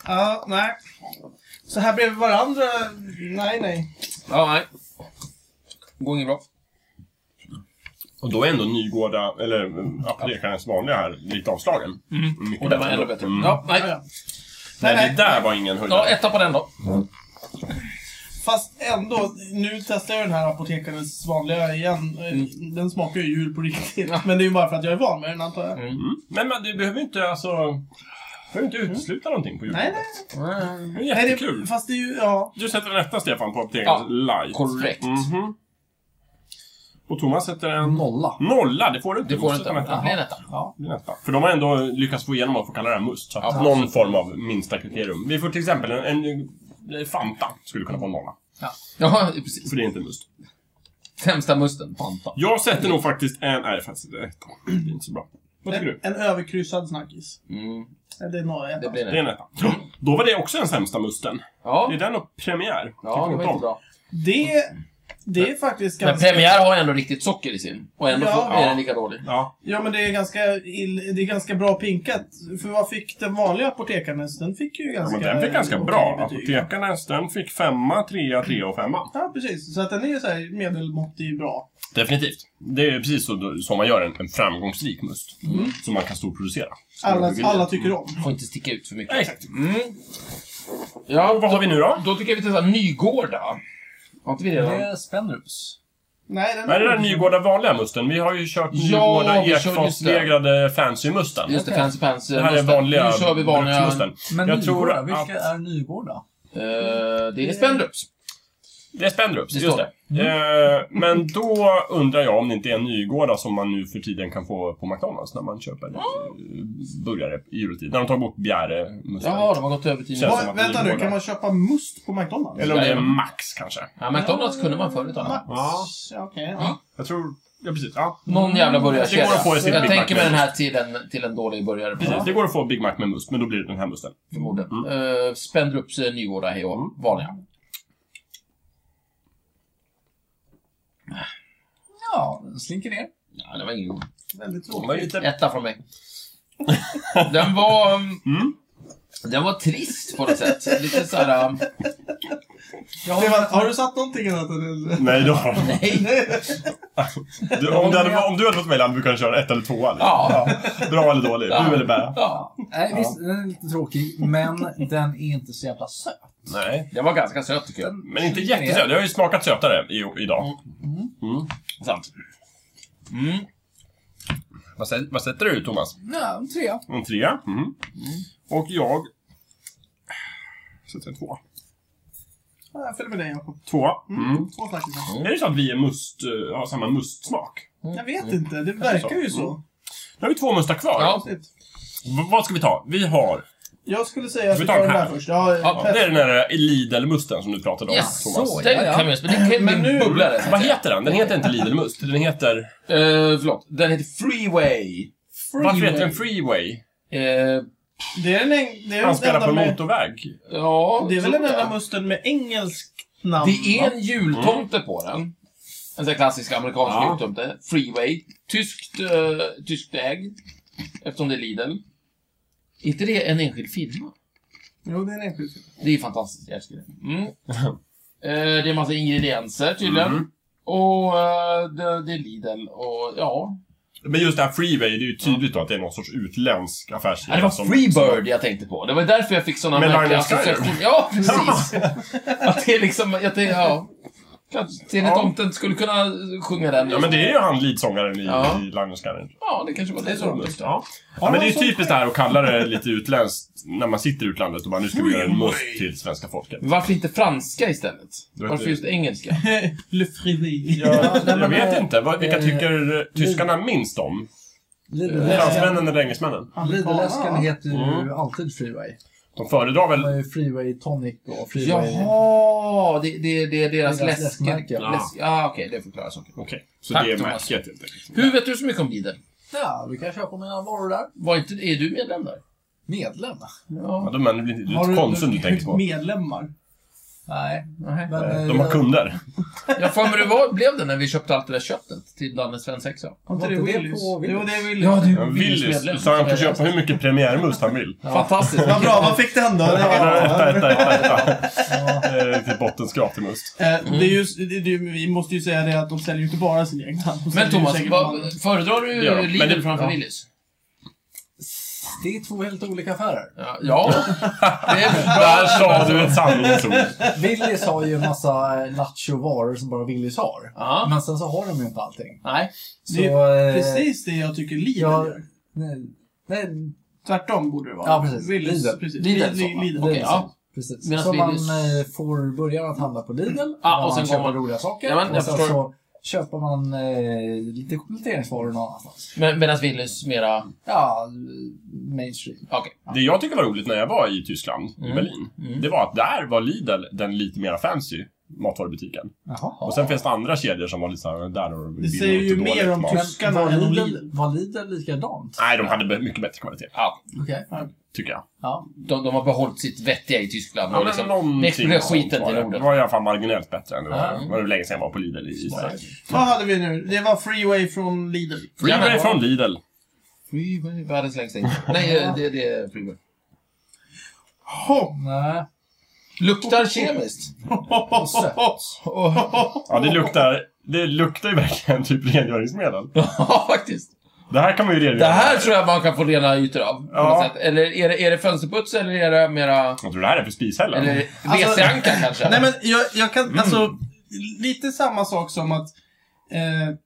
Speaker 1: Ja, nej. Så här bredvid varandra, nej, nej.
Speaker 2: Ja, nej. Går inget bra.
Speaker 4: Och då är ändå Nygårda, eller eh, apotekarens vanliga här, lite avslagen. Mycket
Speaker 2: Mm. Och den var ännu bättre.
Speaker 4: Mm.
Speaker 2: Ja,
Speaker 1: Ja,
Speaker 2: nej.
Speaker 1: ja.
Speaker 4: Nej,
Speaker 1: Nej, nej.
Speaker 4: det där var ingen höjdare.
Speaker 2: Ja, etta på den då.
Speaker 1: Fast ändå, nu testar jag den här apotekarens vanliga igen.
Speaker 4: Mm.
Speaker 1: Den smakar ju jul på riktigt. Men det är ju bara för att jag är van med den antar jag.
Speaker 4: Mm. Men, men du behöver ju inte, alltså, du behöver
Speaker 2: Mm.
Speaker 4: inte utesluta någonting på
Speaker 1: Nej,
Speaker 4: julbordet.
Speaker 1: nej.
Speaker 4: Det är
Speaker 1: nej
Speaker 4: jättekul.
Speaker 1: det, fast det är ju, ja.
Speaker 4: Du sätter en etta, Stefan, på apotekarens
Speaker 2: Ja,
Speaker 4: light.
Speaker 2: korrekt.
Speaker 4: Mhm. Och Thomas sätter en
Speaker 3: Nolla.
Speaker 4: nolla. Det får du inte.
Speaker 2: Det får du
Speaker 4: måste
Speaker 2: inte.
Speaker 4: sätta en etta.
Speaker 2: Ja, Det är en etta.
Speaker 4: Det
Speaker 3: Ja.
Speaker 4: är en etta. För de har ändå lyckats få igenom att få kalla det här must. Så att
Speaker 2: Ja,
Speaker 4: någon
Speaker 2: absolut.
Speaker 4: form av minsta kriterium. Vi får till exempel en, en, en Fanta skulle kunna få en nolla.
Speaker 2: Ja, precis.
Speaker 4: För det är inte must.
Speaker 2: Sämsta musten. Fanta.
Speaker 4: Jag sätter nog faktiskt en... Nej, faktiskt en etta. Det är inte så bra. Vad tycker
Speaker 1: En,
Speaker 4: du?
Speaker 1: en överkryssad snackis.
Speaker 2: Mm,
Speaker 1: Ja, Det är några
Speaker 2: det
Speaker 1: ett.
Speaker 2: blir
Speaker 4: Det är
Speaker 2: det.
Speaker 4: en etta. Då var det också den sämsta musten.
Speaker 2: Ja,
Speaker 4: Är den och premiär?
Speaker 2: ja det var inte bra.
Speaker 1: Det, det är faktiskt
Speaker 2: Men
Speaker 1: ganska...
Speaker 2: premiär har ändå riktigt socker i sin. Och ändå
Speaker 1: Ja.
Speaker 2: får- är den lika dålig.
Speaker 4: Ja.
Speaker 1: Ja, men det är ganska, ill, det är ganska bra pinkat. För vad fick den vanliga apotekarens? Den fick ju
Speaker 4: ja
Speaker 1: ganska...
Speaker 4: men den fick ganska
Speaker 1: okej
Speaker 4: bra.
Speaker 1: betyg.
Speaker 4: Apotekarnas, den fick femma, trea, trea och femma.
Speaker 1: Ja, precis. Så att den är ju så här medelmåttig bra.
Speaker 4: Definitivt. Det är precis så, så man gör en, en framgångsrik must.
Speaker 2: Mm.
Speaker 4: Som man kan storproducera. Stora
Speaker 1: Alla,
Speaker 4: bryggerier.
Speaker 1: alla tycker om.
Speaker 2: Får inte sticka ut för mycket.
Speaker 4: Ja, exakt.
Speaker 2: Mm. Ja,
Speaker 4: Och vad har vi nu då?
Speaker 2: Då tycker jag vi testar Nygårda. Har inte vi det?
Speaker 3: Det
Speaker 2: redan?
Speaker 3: är Spendrups.
Speaker 1: Nej, den
Speaker 4: Nej, det där är Nygårda vanliga musten. Vi har ju kört Nygårda
Speaker 2: vi körde just det.
Speaker 4: Ekfatslägrade Fancy-musten.
Speaker 2: Just det,
Speaker 3: Okej.
Speaker 2: Fancy Pants. eh,
Speaker 4: Det här är vanliga
Speaker 2: Nu kör vi vanliga.
Speaker 4: bruksmusten.
Speaker 3: Men
Speaker 4: Jag tror
Speaker 3: Nygårda,
Speaker 4: att-
Speaker 3: vilka är Nygårda?
Speaker 2: Eh, det är Spendrups.
Speaker 4: Det är Spendrups,
Speaker 2: Det
Speaker 4: just
Speaker 2: står Mm.
Speaker 4: det. Eh, men då undrar jag om det inte är en Nygårda som man nu för tiden kan få på McDonalds när man köper eh, burgare i juletid. När de tar bort bjäremusten.
Speaker 2: Jaha, de har gått över till
Speaker 4: Känns
Speaker 1: Vad-
Speaker 4: som att
Speaker 1: vänta nu,
Speaker 4: Nygårda-
Speaker 1: kan man köpa must på McDonalds?
Speaker 4: Eller om det är
Speaker 2: Jajamän.
Speaker 4: Max kanske.
Speaker 2: Ja, McDonalds kunde man förut
Speaker 1: Max?
Speaker 2: ha.
Speaker 4: Ja.
Speaker 1: Ja, okej. ja.
Speaker 4: Jag tror... Ja, precis. Ja.
Speaker 2: Någon jävla burgarkedja.
Speaker 4: Det går att få i sin
Speaker 2: Jag
Speaker 4: Big Mac
Speaker 2: tänker mig
Speaker 4: med.
Speaker 2: den här till en, till en dålig burgare.
Speaker 4: Precis,
Speaker 2: Ja,
Speaker 4: det går att få Big Mac med must, men då blir det den här musten.
Speaker 2: Förmodligen.
Speaker 4: Mm.
Speaker 2: Eh, Spendrups eh, Nygårda, hej och Vanliga.
Speaker 3: Ja, den slinker ner.
Speaker 2: Ja, det var ingen god.
Speaker 1: Väldigt
Speaker 4: Den var
Speaker 1: tråkigt.
Speaker 4: lite...
Speaker 2: Etta från mig. Den var... mm,
Speaker 4: Mm.
Speaker 2: Den var trist på något sätt. Lite såhär... um,
Speaker 3: Ja,
Speaker 1: Stefan, har du satt någonting annat än en-
Speaker 4: Nej, då.
Speaker 2: Nej.
Speaker 4: Du, om, du hade, om du hade fått välja hade du kunnat köra ett eller två. Eller?
Speaker 2: Ja.
Speaker 4: Bra eller dålig?
Speaker 2: Ja.
Speaker 4: Bu eller bä?
Speaker 2: ja.
Speaker 3: Nej, visst, den är lite tråkig, men den är inte så jävla söt.
Speaker 4: Nej.
Speaker 2: Den var ganska söt tycker jag.
Speaker 4: Men inte jättesöt. Det har ju smakat sötare i, idag.
Speaker 2: Sant. Mm.
Speaker 4: Vad, sä- vad sätter du, Thomas?
Speaker 3: Nej, en trea.
Speaker 4: En trea. Mhm. Och jag... Sätter en tvåa.
Speaker 1: Jag följer med dig, Jakob.
Speaker 4: Två.
Speaker 1: Mm. Två snackisar.
Speaker 4: Är det så att vi är must, eh, har samma mustsmak?
Speaker 1: Jag vet inte, det verkar ju så.
Speaker 4: Mm. Nu har vi två mustar kvar.
Speaker 2: Ja.
Speaker 1: Konstigt.
Speaker 4: V- vad ska vi ta? Vi har...
Speaker 1: Jag skulle säga att
Speaker 4: Ska
Speaker 1: vi tar
Speaker 4: vi
Speaker 1: den
Speaker 4: ta den
Speaker 1: här
Speaker 4: här?
Speaker 1: först. Ja,
Speaker 2: Ja,
Speaker 1: Pepsi.
Speaker 4: Det är den där Lidl-musten som du pratade om,
Speaker 2: Yes,
Speaker 4: Thomas.
Speaker 2: så,
Speaker 3: ja,
Speaker 2: den
Speaker 3: ja.
Speaker 2: kan vi just, men det kan
Speaker 1: Men
Speaker 2: min
Speaker 1: nu-
Speaker 2: bubblare. så att
Speaker 4: Vad
Speaker 2: säga.
Speaker 4: heter den? Den heter inte Lidl-must. Den heter...
Speaker 2: Eh, förlåt, den heter Freeway.
Speaker 4: Varför heter den Freeway?
Speaker 2: Eh,
Speaker 1: Det är den, en, det är
Speaker 4: Han
Speaker 1: den
Speaker 4: spelar
Speaker 1: enda
Speaker 4: på
Speaker 1: med,
Speaker 4: motorväg.
Speaker 2: ja,
Speaker 1: Det är väl
Speaker 2: tror
Speaker 1: den
Speaker 2: jag.
Speaker 1: enda musten med engelskt namn?
Speaker 2: Det är en jultomte på den. En sån här klassisk amerikansk
Speaker 4: Ja.
Speaker 2: jultomte. Freeway. Tyskt, eh, tyskt ägd. Eftersom det är Lidl. Är inte det en enskild firma?
Speaker 1: Jo, det är en enskild.
Speaker 2: Det är fantastiskt, jag älskar det. Mm. Eh, det är massa ingredienser tydligen.
Speaker 4: Mm.
Speaker 2: Och eh, det, det är Lidl och ja...
Speaker 4: Men just det här Freeway, det är ju tydligt då att det är någon sorts utländsk affärskedja.
Speaker 2: ja det var
Speaker 4: som-
Speaker 2: Freebird jag tänkte på. Det var därför jag fick såna
Speaker 4: Med
Speaker 2: märkliga
Speaker 4: Lionel Skyler.
Speaker 2: associationer. Ja, precis! att det är liksom... Att det, ja. Kanske Tinne
Speaker 4: Ja.
Speaker 2: Tomten skulle kunna sjunga den.
Speaker 4: Ja, men det är ju han leadsångaren i,
Speaker 2: Ja.
Speaker 4: i Lionel Scanner.
Speaker 2: Ja, det kanske var det som...
Speaker 4: Must, Ja. Ja, men det är typ- ju typiskt det här att kalla det lite utländskt när man sitter i utlandet och bara nu ska vi göra en must till svenska folket.
Speaker 2: Varför inte franska istället?
Speaker 4: vet
Speaker 2: Varför
Speaker 4: du.
Speaker 2: just engelska?
Speaker 1: Le Frivi.
Speaker 4: Jag,
Speaker 3: nej,
Speaker 4: jag
Speaker 3: men,
Speaker 4: vet
Speaker 3: eh,
Speaker 4: inte. Vad, vilka
Speaker 3: eh,
Speaker 4: tycker tyskarna minst om?
Speaker 3: Lidl-läskan
Speaker 4: Fransmännen eller engelsmännen?
Speaker 3: Lidl-läskan heter ju
Speaker 4: Mm.
Speaker 3: alltid Freeway.
Speaker 4: De föredrar
Speaker 3: Det
Speaker 4: väl...
Speaker 3: var ju Freeway Tonic och Freeway...
Speaker 2: Jaha! Det, det, det är deras
Speaker 3: Deras
Speaker 2: läske.
Speaker 3: läskmärke.
Speaker 2: Ja, läsk, ah, okej. det förklarar saker.
Speaker 4: Okej, så
Speaker 2: Tack,
Speaker 4: det är
Speaker 2: Thomas.
Speaker 4: märket helt enkelt.
Speaker 2: Hur vet du så mycket om Lidl?
Speaker 3: Ja, du kan köpa mina varor där.
Speaker 2: Var inte, är du medlem där?
Speaker 3: Medlem?
Speaker 4: Ja,
Speaker 2: Ja.
Speaker 4: de är väl inte ett Konsum du tänker på.
Speaker 1: medlemmar?
Speaker 3: Nej.
Speaker 2: Nej.
Speaker 3: Men, eh,
Speaker 4: De har kunder.
Speaker 2: Jag får mig det var, blev det när vi köpte allt det där köttet till Dannes svensexa.
Speaker 1: Var inte det
Speaker 3: Var inte det
Speaker 1: Willys?
Speaker 3: på Willys?
Speaker 1: Jo, det är Willys.
Speaker 2: Ja, det
Speaker 4: Ja,
Speaker 2: är
Speaker 4: Willys, så han kan köpa hur mycket premiärmust han vill.
Speaker 2: Fantastiskt.
Speaker 1: Vad bra, vad fick den då? Det var-
Speaker 4: Äta, äta, äta, äta. Det är Riktigt bottenskrap till must.
Speaker 1: Eh,
Speaker 2: Mm.
Speaker 1: det är just, det, det, vi måste ju säga det att de säljer ju inte bara sin egna. De säljer
Speaker 2: Men
Speaker 1: ju
Speaker 2: Thomas,
Speaker 1: säkert
Speaker 2: vad,
Speaker 1: de
Speaker 2: föredrar du
Speaker 4: Ja, men
Speaker 2: Lidl
Speaker 4: det-
Speaker 2: framför
Speaker 4: ja.
Speaker 2: Willys?
Speaker 3: Det är två helt olika affärer.
Speaker 2: Ja, ja. det är
Speaker 4: Där sa du ett sanningsord.
Speaker 3: Willys har ju en massa nachovaror som bara Willys har.
Speaker 2: Ja.
Speaker 3: Men sen så har de ju inte allting.
Speaker 2: Nej.
Speaker 3: Så,
Speaker 1: Det är
Speaker 3: eh,
Speaker 1: Precis det jag tycker Lidl
Speaker 3: Ja.
Speaker 1: gör.
Speaker 3: Nej, nej,
Speaker 1: Tvärtom borde det vara.
Speaker 3: Ja, precis.
Speaker 1: Willys,
Speaker 3: Lidl.
Speaker 1: precis.
Speaker 2: Lidl,
Speaker 1: Lidl,
Speaker 2: så.
Speaker 1: Lidl,
Speaker 2: Okej, ja.
Speaker 3: precis.
Speaker 2: Medan
Speaker 3: så
Speaker 2: Willys-
Speaker 3: man eh, får börja att handla på Lidl.
Speaker 2: Ja,
Speaker 3: där
Speaker 2: och sen
Speaker 3: man
Speaker 2: går
Speaker 3: köper
Speaker 2: man-
Speaker 3: roliga saker.
Speaker 2: Ja, men jag
Speaker 3: och sen
Speaker 2: förstår.
Speaker 3: så köper man eh, lite kompletteringsvaror någon annanstans.
Speaker 2: Men, medan Willys mera...
Speaker 3: Ja, eh, mainstream.
Speaker 2: Okej.
Speaker 4: Det jag tycker var roligt när jag var i Tyskland, i Berlin, det var att där var Lidl den lite mer fancy matvarubutiken.
Speaker 3: Jaha.
Speaker 4: Och sen finns det andra kedjor som var lite såhär, där har de
Speaker 1: Det säger ju
Speaker 4: billigt och
Speaker 1: mer
Speaker 4: dåligt
Speaker 1: om
Speaker 4: mat.
Speaker 1: Tyskland. Tyskarna
Speaker 3: var
Speaker 1: än de
Speaker 3: Lidl,
Speaker 1: Lidl.
Speaker 3: var Lidl likadant?
Speaker 4: Nej, de hade mycket bättre kvalitet,
Speaker 2: Ja.
Speaker 3: Okej.
Speaker 4: tycker jag.
Speaker 3: Ja.
Speaker 2: De, de har behållit sitt vettiga i Tyskland.
Speaker 4: Ja,
Speaker 2: och
Speaker 4: men
Speaker 2: liksom, det
Speaker 4: någonting
Speaker 2: exploderar
Speaker 4: sånt
Speaker 2: skiten
Speaker 4: var
Speaker 2: till
Speaker 4: det.
Speaker 2: ordet.
Speaker 4: Det var i alla fall marginellt bättre än det var.
Speaker 3: Ja.
Speaker 4: Det var ju länge sedan jag var på Lidl i Sverige.
Speaker 1: Vad hade vi nu? Det var Freeway från Lidl.
Speaker 4: Freeway
Speaker 2: Jajamän.
Speaker 4: från Lidl.
Speaker 2: Freeway, världens längsta in. Nej, eh, det, det är Freeway.
Speaker 1: Ho,
Speaker 3: Nej.
Speaker 2: Luktar kemiskt.
Speaker 1: ho, ho, ho, ho.
Speaker 4: Ja, det luktar, det luktar ju verkligen typ rengöringsmedel.
Speaker 2: Ja, faktiskt.
Speaker 4: Det här kan man ju rengöra.
Speaker 2: Det här tror jag man kan få rena ytor av. På
Speaker 4: Ja.
Speaker 2: något sätt. Eller är det, är det fönsterputs eller är det mera...
Speaker 4: Jag tror det här är för spishällen.
Speaker 2: Eller
Speaker 1: Alltså-
Speaker 2: WC-anka kanske?
Speaker 1: Nej men jag, jag kan,
Speaker 2: Mm.
Speaker 1: alltså, lite samma sak som att eh,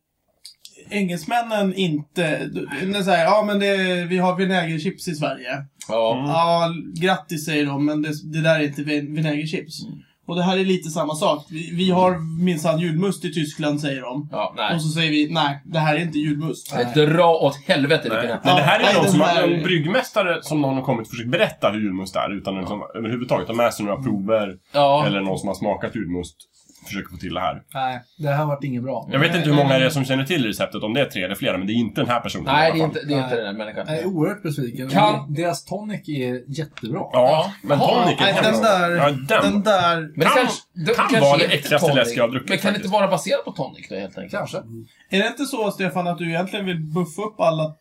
Speaker 1: engelsmännen inte, de säger ja men det, vi har vinägerchips i Sverige.
Speaker 2: Ja.
Speaker 1: Ja, grattis säger de, men det, det där är inte vin- vinägerchips. Och det här är lite samma sak. Vi, vi har minsann julmust i Tyskland, säger de.
Speaker 2: ja, nej.
Speaker 1: Och så säger vi, nej, det här är inte julmust.
Speaker 2: Nej, Dra åt helvete
Speaker 4: Nej.
Speaker 2: vilken
Speaker 4: Men det här är
Speaker 1: nej,
Speaker 4: ju någon
Speaker 1: den
Speaker 4: som
Speaker 1: här-
Speaker 4: har, en bryggmästare som någon har kommit och försökt berätta hur julmust är utan att liksom, överhuvudtaget ta med sig några prover
Speaker 2: Ja.
Speaker 4: eller någon som har smakat julmust försöker få till det här.
Speaker 3: Nej, det här vart inget bra.
Speaker 4: Jag vet inte hur många det är som känner till receptet, om det är tre eller flera, men det är inte den här personen i
Speaker 2: Nej,
Speaker 4: alla
Speaker 2: det är
Speaker 4: fall.
Speaker 2: inte, det är inte
Speaker 3: Nej.
Speaker 2: den här människan.
Speaker 3: Jag är oerhört besviken.
Speaker 2: Kan-
Speaker 3: Deras tonic är jättebra.
Speaker 4: Ja, men
Speaker 2: Ja,
Speaker 4: toniken
Speaker 1: nej,
Speaker 4: kan
Speaker 1: den
Speaker 4: vara-
Speaker 1: där-
Speaker 4: Ja, den.
Speaker 1: Den där...
Speaker 2: Men det
Speaker 4: Kan-
Speaker 2: kanske, det
Speaker 4: kan
Speaker 2: kanske
Speaker 4: vara
Speaker 2: är
Speaker 4: det
Speaker 2: inte
Speaker 4: äckraste
Speaker 2: tonic.
Speaker 4: läsk jag har druckit
Speaker 2: Men kan det inte
Speaker 4: faktiskt.
Speaker 2: vara baserat på tonic då helt enkelt?
Speaker 3: Kanske.
Speaker 1: Är det inte så, Stefan, att du egentligen vill buffa upp alla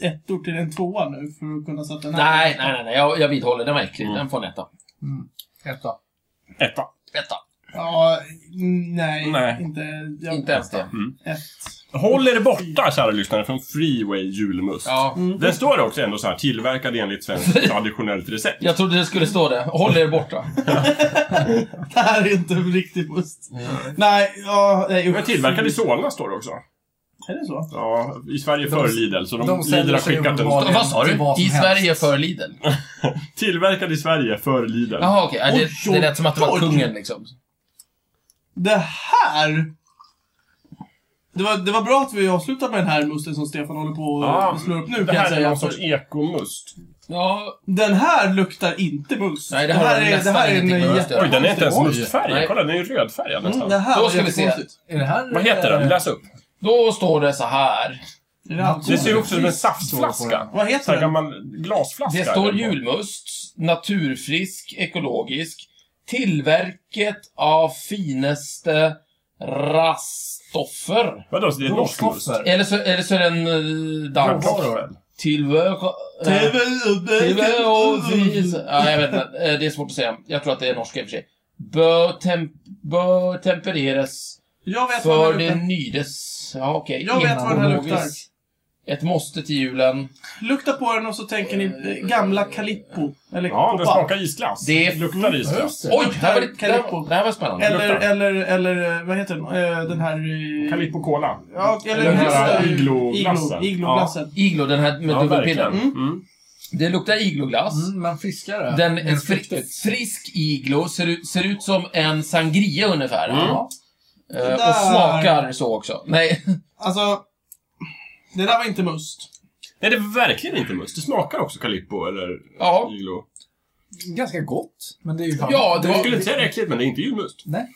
Speaker 1: ettor till en tvåa nu för att kunna sätta den här?
Speaker 2: Nej, nej, nej, nej. Jag, jag vidhåller. Den var äcklig. Den får en etta.
Speaker 3: Etta.
Speaker 4: Etta.
Speaker 2: Etta.
Speaker 1: Ja, mm, nej.
Speaker 4: Nej.
Speaker 1: Inte, jag,
Speaker 2: Inte ens det.
Speaker 1: Ett.
Speaker 4: Håll er borta, kära lyssnare, från Freeway julmust.
Speaker 2: Ja.
Speaker 4: Där står det också ändå så här, tillverkad enligt svenskt traditionellt recept.
Speaker 2: Jag trodde det skulle stå det. Håll er borta.
Speaker 1: Det här är inte riktigt must. Nej, ja... Nej,
Speaker 4: Men tillverkad i Solna står det också.
Speaker 1: Är det så?
Speaker 4: Ja, i Sverige före Lidl, så de,
Speaker 3: de säljer
Speaker 4: Lidl har
Speaker 3: sig
Speaker 4: skickat den.
Speaker 3: uppenbarligen.
Speaker 2: Vad sa du?
Speaker 3: Till vad som
Speaker 2: I
Speaker 3: helst.
Speaker 2: Sverige för Lidl?
Speaker 4: Tillverkad i Sverige före Lidl.
Speaker 2: Jaha, okej. Ja,
Speaker 1: Oj,
Speaker 2: Det, det lät som att det var
Speaker 1: oj.
Speaker 2: kungen liksom.
Speaker 1: Det här! Det var, det var bra att vi avslutar med den här musten som Stefan håller på och
Speaker 4: Ja,
Speaker 1: slår upp nu
Speaker 4: Det
Speaker 1: kan jag
Speaker 4: här är
Speaker 1: säga.
Speaker 4: någon sorts ekomust.
Speaker 2: Ja,
Speaker 1: Den här luktar inte must.
Speaker 2: Nej, det har den
Speaker 1: är, det
Speaker 2: nästan
Speaker 1: här är en
Speaker 2: ingenting med must att
Speaker 1: jätte...
Speaker 2: göra.
Speaker 4: Oj, den är inte ens
Speaker 1: Oj.
Speaker 2: Nej.
Speaker 4: mustfärgad. Kolla, den är ju rödfärgad
Speaker 1: Mm,
Speaker 4: nästan.
Speaker 1: det här
Speaker 2: Då
Speaker 1: var
Speaker 2: ska vi se.
Speaker 1: jättekonstigt.
Speaker 3: Är det här...
Speaker 4: Vad heter den? Läs upp.
Speaker 2: då står det så här.
Speaker 1: Är det alkohol?
Speaker 4: Det ser ju också ut som en
Speaker 3: Står det på
Speaker 4: saftflaska.
Speaker 1: Vad
Speaker 4: Så
Speaker 1: heter
Speaker 4: här
Speaker 1: den?
Speaker 4: gammal glasflaska.
Speaker 2: Det står
Speaker 4: eller vad?
Speaker 2: julmust, naturfrisk, ekologisk, tillverket av finaste rastoffer.
Speaker 4: Vadå, så det är norsk must?
Speaker 3: Rostoffer.
Speaker 2: Eller så, eller så är det en eh, dansk.
Speaker 3: Råvaror.
Speaker 2: Tillver... eh,
Speaker 1: TV
Speaker 2: Tillver... och vis- Ja, jag vet inte. Eh, Det är svårt att säga. Jag tror att det är norska i och för sig. Bör, temp... Bör tempereras
Speaker 1: Jag vet vad
Speaker 2: för
Speaker 1: den
Speaker 2: det
Speaker 1: luktar.
Speaker 2: nydes... Ja, okej.
Speaker 1: Jag vet vad den här
Speaker 2: Ekologisk.
Speaker 1: luktar.
Speaker 2: Ett måste till julen.
Speaker 1: Lukta på den och så tänker ni eh, gamla Calippo. Eller
Speaker 4: Ja, det
Speaker 1: Copa.
Speaker 4: smakar isglass.
Speaker 2: Det
Speaker 4: Det
Speaker 2: är-
Speaker 4: luktar isglass.
Speaker 3: Mm, Just det.
Speaker 2: Oj! Det här var, lite, det här, det här var spännande.
Speaker 1: Eller,
Speaker 4: luktar.
Speaker 1: eller, eller, eh, vad heter den? Eh, Den här... eh,
Speaker 4: Calippo Cola.
Speaker 1: Ja, eller den
Speaker 2: Den här
Speaker 1: här eh,
Speaker 4: iglo-glassen.
Speaker 1: iglo- Iglo-glassen.
Speaker 2: Iglo, den här med
Speaker 4: Ja,
Speaker 2: dubbelpinnar.
Speaker 4: verkligen.
Speaker 1: Mm.
Speaker 4: Mm.
Speaker 2: Det luktar igloglass.
Speaker 3: Mm, man friskar det.
Speaker 2: Den
Speaker 3: Men
Speaker 2: är fri,
Speaker 3: fruktigt.
Speaker 2: frisk iglo, ser ut, ser ut som en sangria ungefär.
Speaker 4: Mm.
Speaker 2: Ja. Eh,
Speaker 1: Där.
Speaker 2: Och smakar så också. Nej,
Speaker 1: Alltså, det där var inte must.
Speaker 4: Nej, det är verkligen inte must. Det smakar också Calippo eller
Speaker 2: ja.
Speaker 4: iglo.
Speaker 3: Ganska gott. Men det är ju fan...
Speaker 2: Ja, det
Speaker 4: Jag
Speaker 2: var...
Speaker 4: skulle inte säga det är äckligt, men det är inte julmust.
Speaker 3: Nej.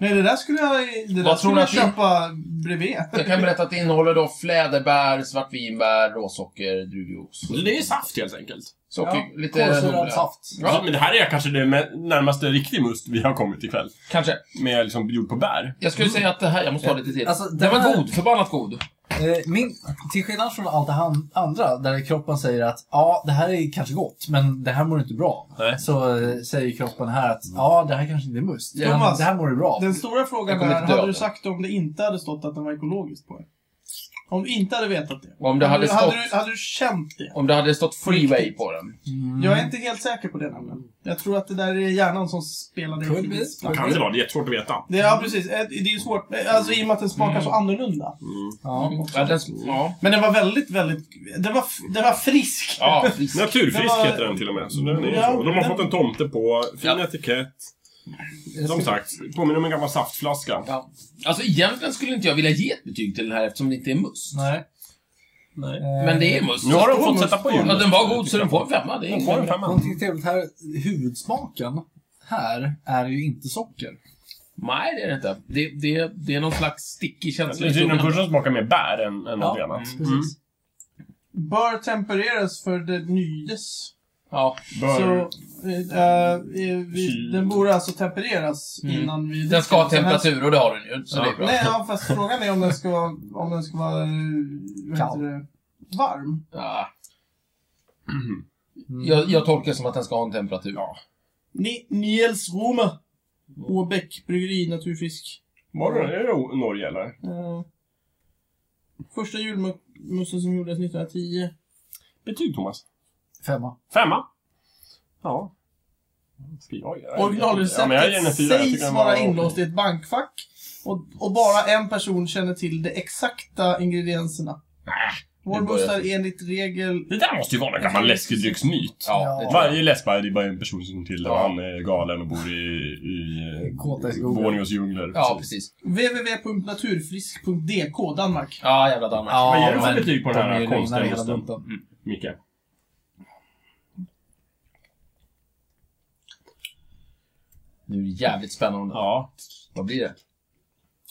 Speaker 1: Nej, det där skulle jag, det där
Speaker 2: Vad tror
Speaker 1: skulle
Speaker 2: du
Speaker 1: jag
Speaker 2: att det-
Speaker 1: köpa bredvid.
Speaker 2: Jag kan berätta att det innehåller då fläderbär, svartvinbär, råsocker, druvjuice.
Speaker 4: Det är saft helt enkelt.
Speaker 2: Socker, lite...
Speaker 3: Kolsyrad saft.
Speaker 4: Ja.
Speaker 2: Ja,
Speaker 4: Men det här är kanske det med- närmaste riktig must vi har kommit ikväll.
Speaker 2: kanske.
Speaker 4: Med liksom gjord på bär.
Speaker 2: Jag skulle säga att det här... Jag måste ha
Speaker 4: Mm.
Speaker 2: lite till.
Speaker 3: Alltså,
Speaker 2: den
Speaker 3: den
Speaker 2: var
Speaker 3: här-
Speaker 2: god. Förbannat god.
Speaker 3: Eh, Min, till skillnad från allt det han- andra, där kroppen säger att ja, det här är kanske gott, men det här mår du inte bra av."
Speaker 4: Nej.
Speaker 3: Så eh, säger kroppen här att ja, det här kanske inte är must, men
Speaker 1: Thomas,
Speaker 3: det här mår du bra av."
Speaker 1: Den stora
Speaker 2: Jag
Speaker 1: frågan
Speaker 2: kommer
Speaker 1: är,
Speaker 2: inte dö
Speaker 1: hade
Speaker 2: av
Speaker 1: du
Speaker 2: det.
Speaker 1: sagt det om det inte hade stått att den var ekologisk på den? Om du inte hade vetat det?
Speaker 2: Om det hade
Speaker 1: du, hade,
Speaker 2: stått-
Speaker 1: du, hade du känt det?
Speaker 2: Om det hade stått freeway på den.
Speaker 3: Mm.
Speaker 1: Jag är inte helt säker på det nämligen. Jag tror att det där är hjärnan som spelar dig
Speaker 3: Could be.
Speaker 1: ett spratt.
Speaker 4: Kan det vara? Det är jättesvårt att veta.
Speaker 1: det, Ja, precis. Eh, Det är ju svårt, eh, alltså i och med att den smakar så
Speaker 2: Mm.
Speaker 1: annorlunda.
Speaker 3: Ja.
Speaker 2: Ja, den, ja.
Speaker 1: Men den var väldigt, väldigt... Den var, f- den var frisk!
Speaker 2: ja frisk.
Speaker 4: Naturfisk
Speaker 1: Det var-
Speaker 4: heter den till och med. Så den är ju
Speaker 1: Ja,
Speaker 4: så. De har
Speaker 1: den-
Speaker 4: fått en tomte på, fin
Speaker 2: Ja.
Speaker 4: etikett. Som sagt, påminner om en gammal saftflaska.
Speaker 2: Ja. Alltså egentligen skulle inte jag vilja ge ett betyg till den här eftersom det inte är must.
Speaker 3: Nej.
Speaker 4: Nej.
Speaker 3: Eh,
Speaker 2: Men det är must.
Speaker 4: Nu har de fått
Speaker 1: must
Speaker 4: sätta på
Speaker 1: på den.
Speaker 2: Ja,
Speaker 4: julmust.
Speaker 2: den var god så den får en femma. Det är
Speaker 4: Den
Speaker 2: ingen
Speaker 4: får en
Speaker 2: femma.
Speaker 4: femma.
Speaker 3: Någonting trevligt här, huvudsmaken här är ju inte socker.
Speaker 2: Nej, det är det inte. Det, det, det är någon slags stickig känsla i
Speaker 4: Den
Speaker 2: tungan.
Speaker 4: första smakar mer bär än, än något
Speaker 3: Ja,
Speaker 4: annat. Mm.
Speaker 3: Precis.
Speaker 1: Bör tempereras för det nydes.
Speaker 2: Ja.
Speaker 4: Bör...
Speaker 1: Så, eh, eh, vi,
Speaker 4: Kyl.
Speaker 1: den borde alltså tempereras
Speaker 2: Mm.
Speaker 1: innan vi...
Speaker 2: Den ska ha temperatur och det har den ju. Så
Speaker 4: Ja.
Speaker 2: det är bra.
Speaker 1: Nej, ja, fast frågan är om den ska, vara- om den ska vara... eh, Vad
Speaker 3: Kall.
Speaker 1: heter det? Varm.
Speaker 2: Ja.
Speaker 3: Mm.
Speaker 2: Jag, jag tolkar det som att den ska ha en temperatur.
Speaker 1: Ni, Niels Rome. Åbäck bryggeri, naturfisk.
Speaker 4: Var det, är det o- Norge eller?
Speaker 1: Eh, första julmussen som gjordes 1910.
Speaker 4: Betyg Thomas?
Speaker 3: Femma.
Speaker 4: Femma? Ja. Vad Ska jag göra? Ja, men jag ger den en
Speaker 1: Originalreceptet
Speaker 4: fyra. Jag tycker
Speaker 1: sägs
Speaker 4: den var-
Speaker 1: vara inlåst i ett bankfack. Och, och bara en person känner till de exakta ingredienserna.
Speaker 4: Äh,
Speaker 1: Vår
Speaker 2: det börjar-
Speaker 1: buss är enligt regel...
Speaker 4: Det där måste ju vara en gammal läskedrycksmyt.
Speaker 2: Ja, det tror jag.
Speaker 4: Varje läspare, det är bara en person som till det.
Speaker 2: Ja.
Speaker 4: Han är galen och bor i... i
Speaker 3: Kåta i skogen.
Speaker 4: Borneos djungler.
Speaker 2: Ja, precis.
Speaker 1: www.naturfrisk.dk, Danmark.
Speaker 2: Ja, jävla Danmark.
Speaker 3: Ja,
Speaker 4: Vad ger du för
Speaker 2: men
Speaker 4: betyg på den
Speaker 2: de är
Speaker 4: här
Speaker 2: ju
Speaker 4: konstiga
Speaker 3: Nej, hela
Speaker 4: musten?
Speaker 3: bunten.
Speaker 4: Micke?
Speaker 2: Nu är det jävligt spännande.
Speaker 4: Ja.
Speaker 2: Vad blir det?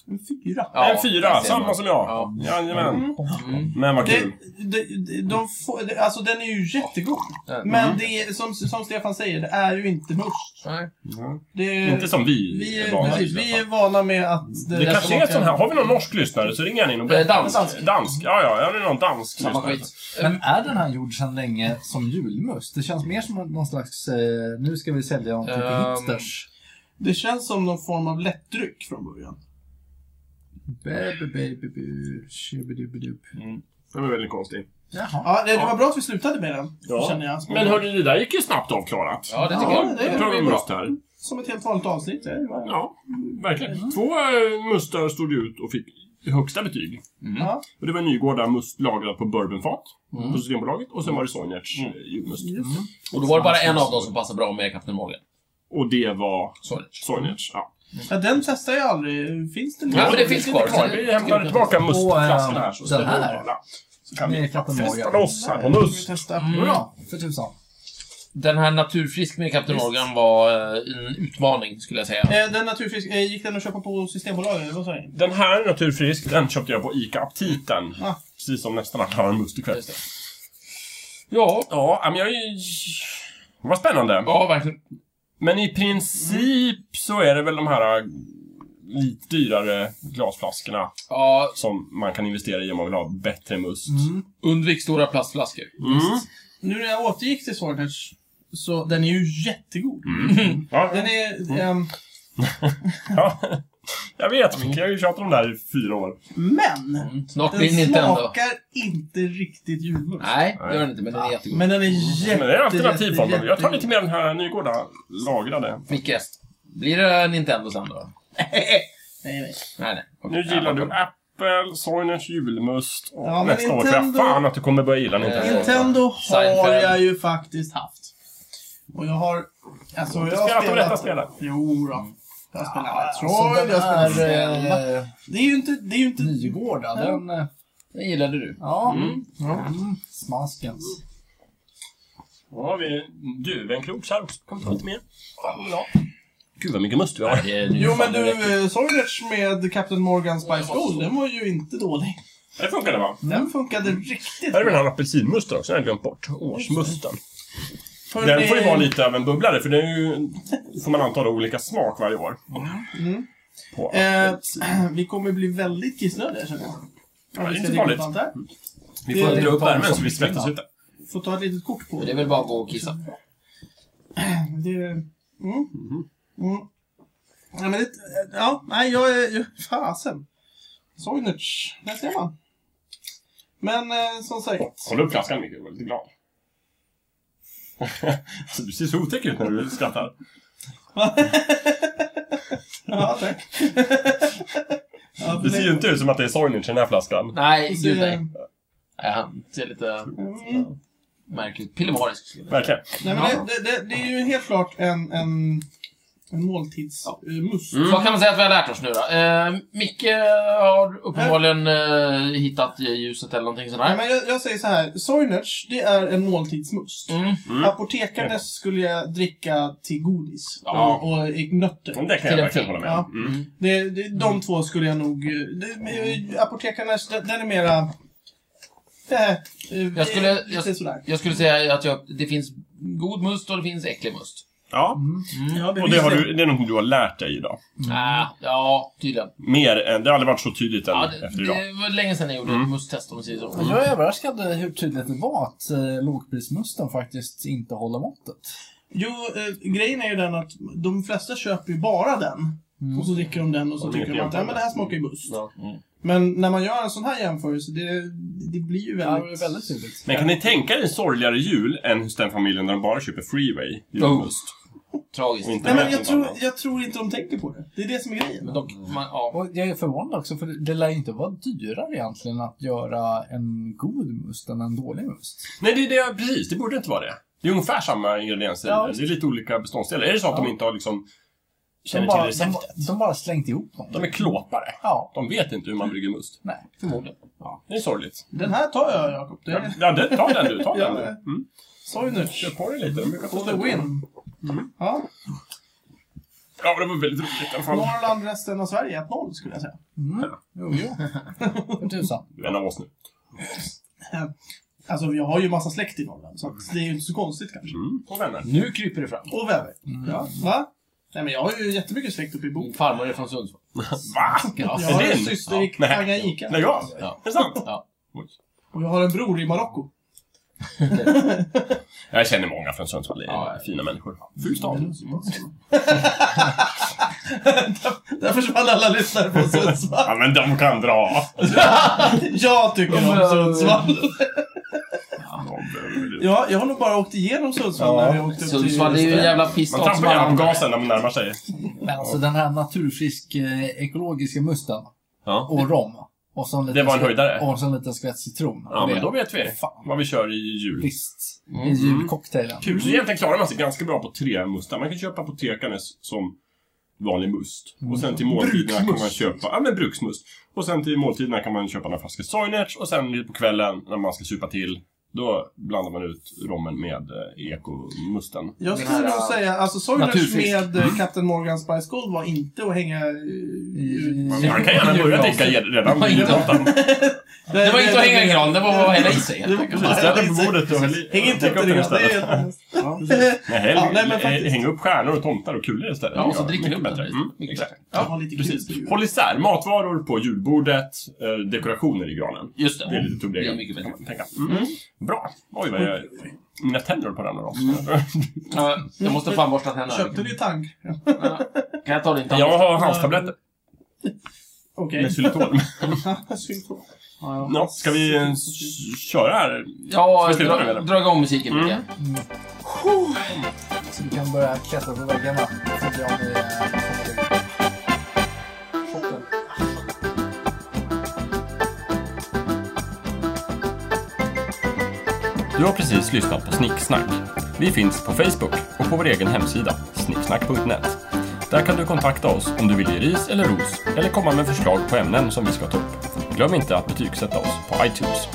Speaker 1: En fyra.
Speaker 2: Ja,
Speaker 4: en fyra,
Speaker 2: där ser
Speaker 4: samma
Speaker 2: man.
Speaker 4: som jag.
Speaker 2: Ja.
Speaker 4: Jajamän.
Speaker 1: Mm.
Speaker 2: Mm.
Speaker 4: Men vad
Speaker 1: Det,
Speaker 4: kul.
Speaker 1: det, det, de får, det, alltså den är ju jättegod.
Speaker 2: Mm.
Speaker 1: Men det är, som, som Stefan säger, det är ju inte must.
Speaker 2: Nej.
Speaker 4: Ja.
Speaker 1: Det,
Speaker 4: Inte som vi,
Speaker 1: vi,
Speaker 4: är
Speaker 1: är,
Speaker 4: vana
Speaker 1: precis,
Speaker 4: vid i alla
Speaker 1: vi
Speaker 4: fall.
Speaker 1: är vana med att...
Speaker 4: Det kanske är
Speaker 1: smakar-
Speaker 4: ett sån här. Har vi någon norsk lyssnare så ringer han in och
Speaker 2: Eh, dansk.
Speaker 4: Dansk. dansk. Ja, ja. Har ni någon dansk
Speaker 2: Samma
Speaker 4: lyssnare?
Speaker 2: skit.
Speaker 3: Men är den här gjord sedan länge som julmust? Det känns mer som någon slags, eh, nu ska vi sälja någonting till
Speaker 2: Ehm.
Speaker 3: hipsters.
Speaker 1: Det känns som någon form av lättdryck från början.
Speaker 3: Baby, baby, bu, shibbidibidup.
Speaker 4: Den var väldigt konstig.
Speaker 3: Jaha.
Speaker 1: Ja, det, det var bra att vi slutade med den,
Speaker 4: Ja.
Speaker 1: känner jag.
Speaker 4: Men hörni, det där gick ju snabbt avklarat.
Speaker 2: Ja, det tycker
Speaker 1: Ja,
Speaker 2: jag.
Speaker 1: det är
Speaker 4: Jag tror det
Speaker 1: väl
Speaker 4: var
Speaker 1: bra.
Speaker 4: must här.
Speaker 1: Som ett helt vanligt avsnitt. Det var, ja.
Speaker 4: Ja, verkligen. Två eh, mustar stod ju ut och fick högsta betyg.
Speaker 1: Ja.
Speaker 4: Och det var Nygårda must lagrad på bourbonfat på Systembolaget och sen var det Sojnerts eh, julmust.
Speaker 2: Och då var det bara en av dem som passade bra med Kapten Morgan.
Speaker 4: Och det var
Speaker 2: Sorry.
Speaker 4: Sojnerts. Ja.
Speaker 1: Ja, den testar jag aldrig. Finns det
Speaker 2: Ja, men det finns kvar.
Speaker 4: kvar. Vi hämtar tillbaka mustflaskorna eh, här. Så
Speaker 3: den
Speaker 4: ska vi
Speaker 3: här.
Speaker 4: hålla. Så kan
Speaker 3: Med
Speaker 4: vi
Speaker 3: Captain
Speaker 4: festa
Speaker 3: Morgan.
Speaker 4: loss här på
Speaker 1: Då får vi
Speaker 4: must.
Speaker 1: testa.
Speaker 4: Mm.
Speaker 3: Bra, för tusan.
Speaker 2: Den här naturfrisk med Captain Morgan var eh, en utmaning, skulle jag säga.
Speaker 1: Eh, Den naturfisk, eh, gick den att köpa på Systembolaget? eller Vad sa jag?
Speaker 4: Den här Naturfrisk, den köpte jag på ICA Aptiten.
Speaker 1: Ah.
Speaker 4: Precis som nästan alla har en must ikväll.
Speaker 2: Just det. Ja,
Speaker 4: Ja, men jag... Vad spännande.
Speaker 2: ja, verkligen.
Speaker 4: Men i princip så är det väl de här äh, lite dyrare glasflaskorna
Speaker 2: Ja,
Speaker 4: som man kan investera i om man vill ha bättre must.
Speaker 1: Mm.
Speaker 2: undvik stora plastflaskor.
Speaker 4: Mm.
Speaker 1: Nu när jag återgick till Swordhatch, så den är ju jättegod.
Speaker 4: Ja,
Speaker 1: Den är...
Speaker 2: Mm.
Speaker 1: ehm,
Speaker 4: ja. Jag vet, Micke. Jag har ju tjatat om det här i fyra år.
Speaker 1: men!
Speaker 2: Snart blir
Speaker 1: Den
Speaker 2: den inte ändå.
Speaker 1: smakar inte riktigt julmust.
Speaker 2: Nej, Mm. det gör den inte, men den är jättegod.
Speaker 1: Men den är jätte,
Speaker 4: Men det är alternativ
Speaker 1: jätte,
Speaker 4: för mig. Jag tar lite
Speaker 1: jätte-
Speaker 4: mer den här Nygårda lagrade.
Speaker 2: Micke, blir det Nintendo sen då?
Speaker 1: Nej, nej.
Speaker 2: Nej, nej. Okej.
Speaker 4: Nu gillar
Speaker 2: Ja,
Speaker 4: du
Speaker 2: okej.
Speaker 4: Apple, Soiners julmust och
Speaker 1: Ja, men
Speaker 4: nästa år tror jag
Speaker 1: Nintendo-
Speaker 4: fan att du kommer börja gilla Nintendo.
Speaker 2: Eh,
Speaker 1: Nintendo har
Speaker 2: Seinfeld.
Speaker 1: jag ju faktiskt haft. Och jag har... Alltså, jag
Speaker 4: Du
Speaker 1: har
Speaker 4: spelar på rätta
Speaker 1: spelat...
Speaker 4: spelet.
Speaker 1: Jo då. Jag har
Speaker 2: Ah,
Speaker 1: spelat
Speaker 3: Så
Speaker 1: Metroid,
Speaker 3: den
Speaker 1: jag har spelat Zelda.
Speaker 3: här eh,
Speaker 1: Det är ju inte... Det är ju inte...
Speaker 2: Mm.
Speaker 3: Nygårda, den... eh,
Speaker 2: Den gillade du.
Speaker 3: Ja.
Speaker 4: Mm.
Speaker 3: Mm. Smaskens.
Speaker 4: Då har vi duvenkrok här också. Kan vi ta lite mer? Gud vad mycket must vi har.
Speaker 2: Det är- det är
Speaker 1: Jo
Speaker 2: fan
Speaker 1: men du,
Speaker 2: direkt. Mm.
Speaker 1: eh, Soilers med Captain Morgan Spice Gold, den var ju inte dålig.
Speaker 4: Det funkade va?
Speaker 1: Den funkade riktigt
Speaker 4: Här är den här apelsinmusten också, den har jag glömt bort. Årsmusten.
Speaker 1: För
Speaker 4: Den får ju
Speaker 1: det-
Speaker 4: vara lite av en bubblare för den är ju, får man anta då, olika smak varje år.
Speaker 1: Mm.
Speaker 4: På apelsin.
Speaker 1: Eh, vi kommer bli väldigt kissnödiga känner jag.
Speaker 4: det är
Speaker 1: Om vi
Speaker 4: inte
Speaker 1: ska dricka
Speaker 4: farligt.
Speaker 1: sånt här.
Speaker 4: vi får
Speaker 1: det-
Speaker 4: dra upp
Speaker 3: det-
Speaker 4: värmen så vi svettas ute.
Speaker 1: Får ta ett litet kort på
Speaker 2: Det är väl bara att gå och kissa.
Speaker 1: Det... Mm.
Speaker 4: Mhm.
Speaker 1: Mm. Ja, men det... Ja, nej, jag är... Jag, fasen. Soinerts. Där ser man. Men eh, som sagt.
Speaker 4: Håll upp flaskan Micke, jag var lite glad. alltså, du ser så otäck ut när du skrattar.
Speaker 1: Ja, tack. ja,
Speaker 4: Det ser ju inte ut som att det är Soinage i den här flaskan.
Speaker 2: Nej,
Speaker 1: det-
Speaker 2: gud nej. Nej, Han ser lite
Speaker 1: Mm.
Speaker 2: märkligt pillemarisk ut.
Speaker 4: Verkligen.
Speaker 1: Nej, men det, det, det, det är ju helt klart en, en, en måltidsmust.
Speaker 4: Mm.
Speaker 2: Vad kan man säga att vi har lärt oss nu då? Eh, Micke har uppenbarligen eh, hittat ljuset eller någonting sånt
Speaker 1: Nej,
Speaker 2: här.
Speaker 1: men jag, jag säger så här. Soinerts, det är en måltidsmust.
Speaker 2: Mm.
Speaker 4: Mm.
Speaker 1: Apotekarnes skulle jag dricka till godis.
Speaker 4: Ja.
Speaker 1: Och, och i nötter.
Speaker 4: Men det kan jag
Speaker 2: Till en
Speaker 4: verkligen
Speaker 2: film.
Speaker 4: hålla med om. Mm.
Speaker 1: Det, det, de två skulle jag nog... eh, Det, eh, apotekarnas, den, den är mera... Äh,
Speaker 2: Jag skulle-
Speaker 1: Lite
Speaker 2: jag-
Speaker 1: sådär.
Speaker 2: Jag skulle säga att jag, det finns god must och det finns äcklig must.
Speaker 4: Ja,
Speaker 1: Mm.
Speaker 4: och det, har du, det är något du har lärt dig idag.
Speaker 2: Ah, ja, tydligen.
Speaker 4: Mer än, det har aldrig varit så tydligt än
Speaker 2: Ja, det,
Speaker 4: efter idag.
Speaker 2: det var länge sedan jag gjorde
Speaker 4: Mm.
Speaker 2: ett musttest om man säger så.
Speaker 3: Men Jag är överraskad hur tydligt det var att eh, lågprismusten faktiskt inte håller måttet.
Speaker 1: Jo, eh, grejen är ju den att de flesta köper ju bara den. Och så dricker de den och så
Speaker 4: Och
Speaker 1: tycker de
Speaker 4: inget
Speaker 1: att "Nej, men det här smakar ju must.
Speaker 4: Ja.
Speaker 1: Men när man gör en sån här jämförelse, det, det blir ju
Speaker 3: Ja, det
Speaker 1: väldigt...
Speaker 3: är väldigt tydligt.
Speaker 4: Men kan ni tänka er en sorgligare jul än hos den familjen där de bara köper Freeway
Speaker 1: Oh.
Speaker 4: julmust?
Speaker 2: Tragiskt.
Speaker 4: Och inte
Speaker 1: Nej, men
Speaker 4: vet
Speaker 1: jag
Speaker 4: något
Speaker 1: tror,
Speaker 4: annat?
Speaker 1: jag tror inte de tänker på det. Det är det som är grejen.
Speaker 2: Men dock, man,
Speaker 1: Mm.
Speaker 2: ja.
Speaker 3: Och jag är förvånad också, för det det lär ju inte vara dyrare egentligen att göra en god must än en dålig must.
Speaker 4: Nej, det är det, precis. Det borde inte vara det. Det är ungefär samma ingredienser.
Speaker 3: Ja,
Speaker 4: det är lite olika beståndsdelar. Är det så att
Speaker 3: Ja.
Speaker 4: de inte har liksom
Speaker 3: De
Speaker 4: känner till
Speaker 3: bara, de,
Speaker 4: receptet?
Speaker 3: de bara slängt ihop något.
Speaker 4: De är klåpare.
Speaker 3: Ja,
Speaker 4: De vet inte hur man brygger must.
Speaker 3: nej.
Speaker 2: Förmodligen.
Speaker 4: Ja, det är sorgligt.
Speaker 1: Den här tar jag, Jakob. Det
Speaker 4: Ja,
Speaker 1: är
Speaker 4: ja, det, ta den du. Ta
Speaker 1: Ja,
Speaker 4: den du. Mm.
Speaker 1: Soinerts.
Speaker 4: Kör på Mm. dig lite. De brukar få
Speaker 1: For the
Speaker 4: slut.
Speaker 1: win. Ja.
Speaker 4: Ja, men det var väldigt roligt i alla fall.
Speaker 1: Norrland, resten av Sverige 1-0 skulle jag säga.
Speaker 3: Mm. Jo, jo. För tusan.
Speaker 4: Du är en av oss nu.
Speaker 1: Alltså, jag har ju massa släkt i Norrland, så att det är ju inte så konstigt kanske.
Speaker 4: Mm. Och vänner.
Speaker 2: Nu kryper det fram.
Speaker 1: Och väver.
Speaker 4: Mm.
Speaker 1: Ja, va? Nej, men jag har ju jättemycket släkt uppe i Boden.
Speaker 2: Min farmor är från Sundsvall.
Speaker 4: Va?
Speaker 1: Jag
Speaker 2: Ja.
Speaker 1: har
Speaker 4: Mm. Alltså, det
Speaker 1: en
Speaker 4: en-
Speaker 1: syster i
Speaker 4: Nej.
Speaker 1: Tanganyika.
Speaker 4: Nej, jag?
Speaker 2: Ja.
Speaker 4: Är det sant?
Speaker 2: Ja.
Speaker 4: Oj.
Speaker 1: Och jag har en bror i Marocko.
Speaker 4: Jag känner många från Sundsvall. Det är
Speaker 2: Ja.
Speaker 4: fina människor. Ful
Speaker 1: Mm.
Speaker 4: stad.
Speaker 1: Där försvann alla lyssnare från Sundsvall.
Speaker 4: Ja, men de kan dra.
Speaker 1: Jag tycker om Sundsvall.
Speaker 4: De behöver-
Speaker 1: Ja, jag har nog bara åkt igenom Sundsvall
Speaker 3: Ja,
Speaker 1: när vi åkte upp till...
Speaker 2: Sundsvall är ju en jävla
Speaker 4: Man
Speaker 2: pissstad som
Speaker 4: trampar
Speaker 2: alla
Speaker 4: gärna på
Speaker 2: andra.
Speaker 4: gasen när man närmar sig.
Speaker 3: Men alltså den här naturfrisk eh, ekologiska musten
Speaker 4: Ja.
Speaker 3: och rom. Och så en liten
Speaker 4: Det var en
Speaker 3: skvätt-
Speaker 4: höjdare.
Speaker 3: Och så en liten skvätt citron.
Speaker 4: Ja, men då Mm. vet vi
Speaker 3: Fan.
Speaker 4: vad vi kör i jul.
Speaker 3: Visst. I julcocktailen.
Speaker 4: Kul. Så egentligen klarar man sig ganska bra på tre mustar. Man kan köpa Apotekarnes som vanlig must. Och sen till måltiderna kan man köpa, ja men bruksmust. Och sen till måltiderna kan man köpa några flaskor Soinerts och sen lite på kvällen när man ska supa till, då blandar man ut rommen med eh, ekomusten.
Speaker 1: Jag
Speaker 2: Den
Speaker 1: skulle
Speaker 2: här,
Speaker 1: nog
Speaker 2: äh,
Speaker 1: säga, alltså Soilers
Speaker 2: naturfisk.
Speaker 1: med eh, Captain Morgan Spice Gold var inte att hänga... eh,
Speaker 3: I-
Speaker 4: Man kan gärna börja dricka redan
Speaker 2: Vad
Speaker 4: vid
Speaker 2: gillar
Speaker 4: mattan.
Speaker 2: Det var inte att hänga i gran, det var att hälla i sig helt
Speaker 1: Det var
Speaker 2: enkelt.
Speaker 4: Precis, ställ den på bordet och häll i-
Speaker 1: Häng inte
Speaker 4: drick
Speaker 1: upp den i gran,
Speaker 4: istället.
Speaker 1: det är helt-
Speaker 3: Ja.
Speaker 4: Nej, häll,
Speaker 1: Ja, nej, men
Speaker 4: eh,
Speaker 1: faktiskt.
Speaker 4: häng upp stjärnor och tomtar och kulor istället.
Speaker 2: Ja, och så
Speaker 4: Ja,
Speaker 2: dricker
Speaker 4: mycket
Speaker 2: vi upp
Speaker 4: bättre.
Speaker 2: den.
Speaker 4: Mm,
Speaker 2: Mycket
Speaker 4: exakt.
Speaker 2: bättre.
Speaker 1: Ja, ha lite kul
Speaker 4: Precis.
Speaker 1: på jul.
Speaker 4: Håll isär matvaror på julbordet, eh, dekorationer i granen.
Speaker 2: Just
Speaker 4: Det är
Speaker 2: det.
Speaker 4: lite tubbigare.
Speaker 2: Det är mycket bättre.
Speaker 4: kan man tänka. Mm. Bra. Oj, vad jag... Mina tänder på den av.
Speaker 2: Ja, Jag måste fan borsta
Speaker 1: Köpte
Speaker 2: tänderna.
Speaker 1: ni tang? Ja.
Speaker 2: Ja. Kan jag ta din tand?
Speaker 4: Jag har halstabletter
Speaker 1: Okej.
Speaker 4: med xylitol.
Speaker 1: Syntro. Ja, ja.
Speaker 4: Ja, ska vi eh, s- köra här? Ska
Speaker 2: Ja,
Speaker 4: vi sluta nu,
Speaker 2: dra,
Speaker 4: eller?
Speaker 2: dra igång musiken
Speaker 4: Mm.
Speaker 2: lite grann.
Speaker 3: Så vi kan börja klättra på väggarna. Så att jag med, eh, chocken.
Speaker 4: Du har precis lyssnat på Snicksnack. Vi finns på Facebook och på vår egen hemsida, snicksnack.net. Där kan du kontakta oss om du vill ge ris eller ros eller komma med förslag på ämnen som vi ska ta upp. Glöm inte att betygsätta oss på iTunes.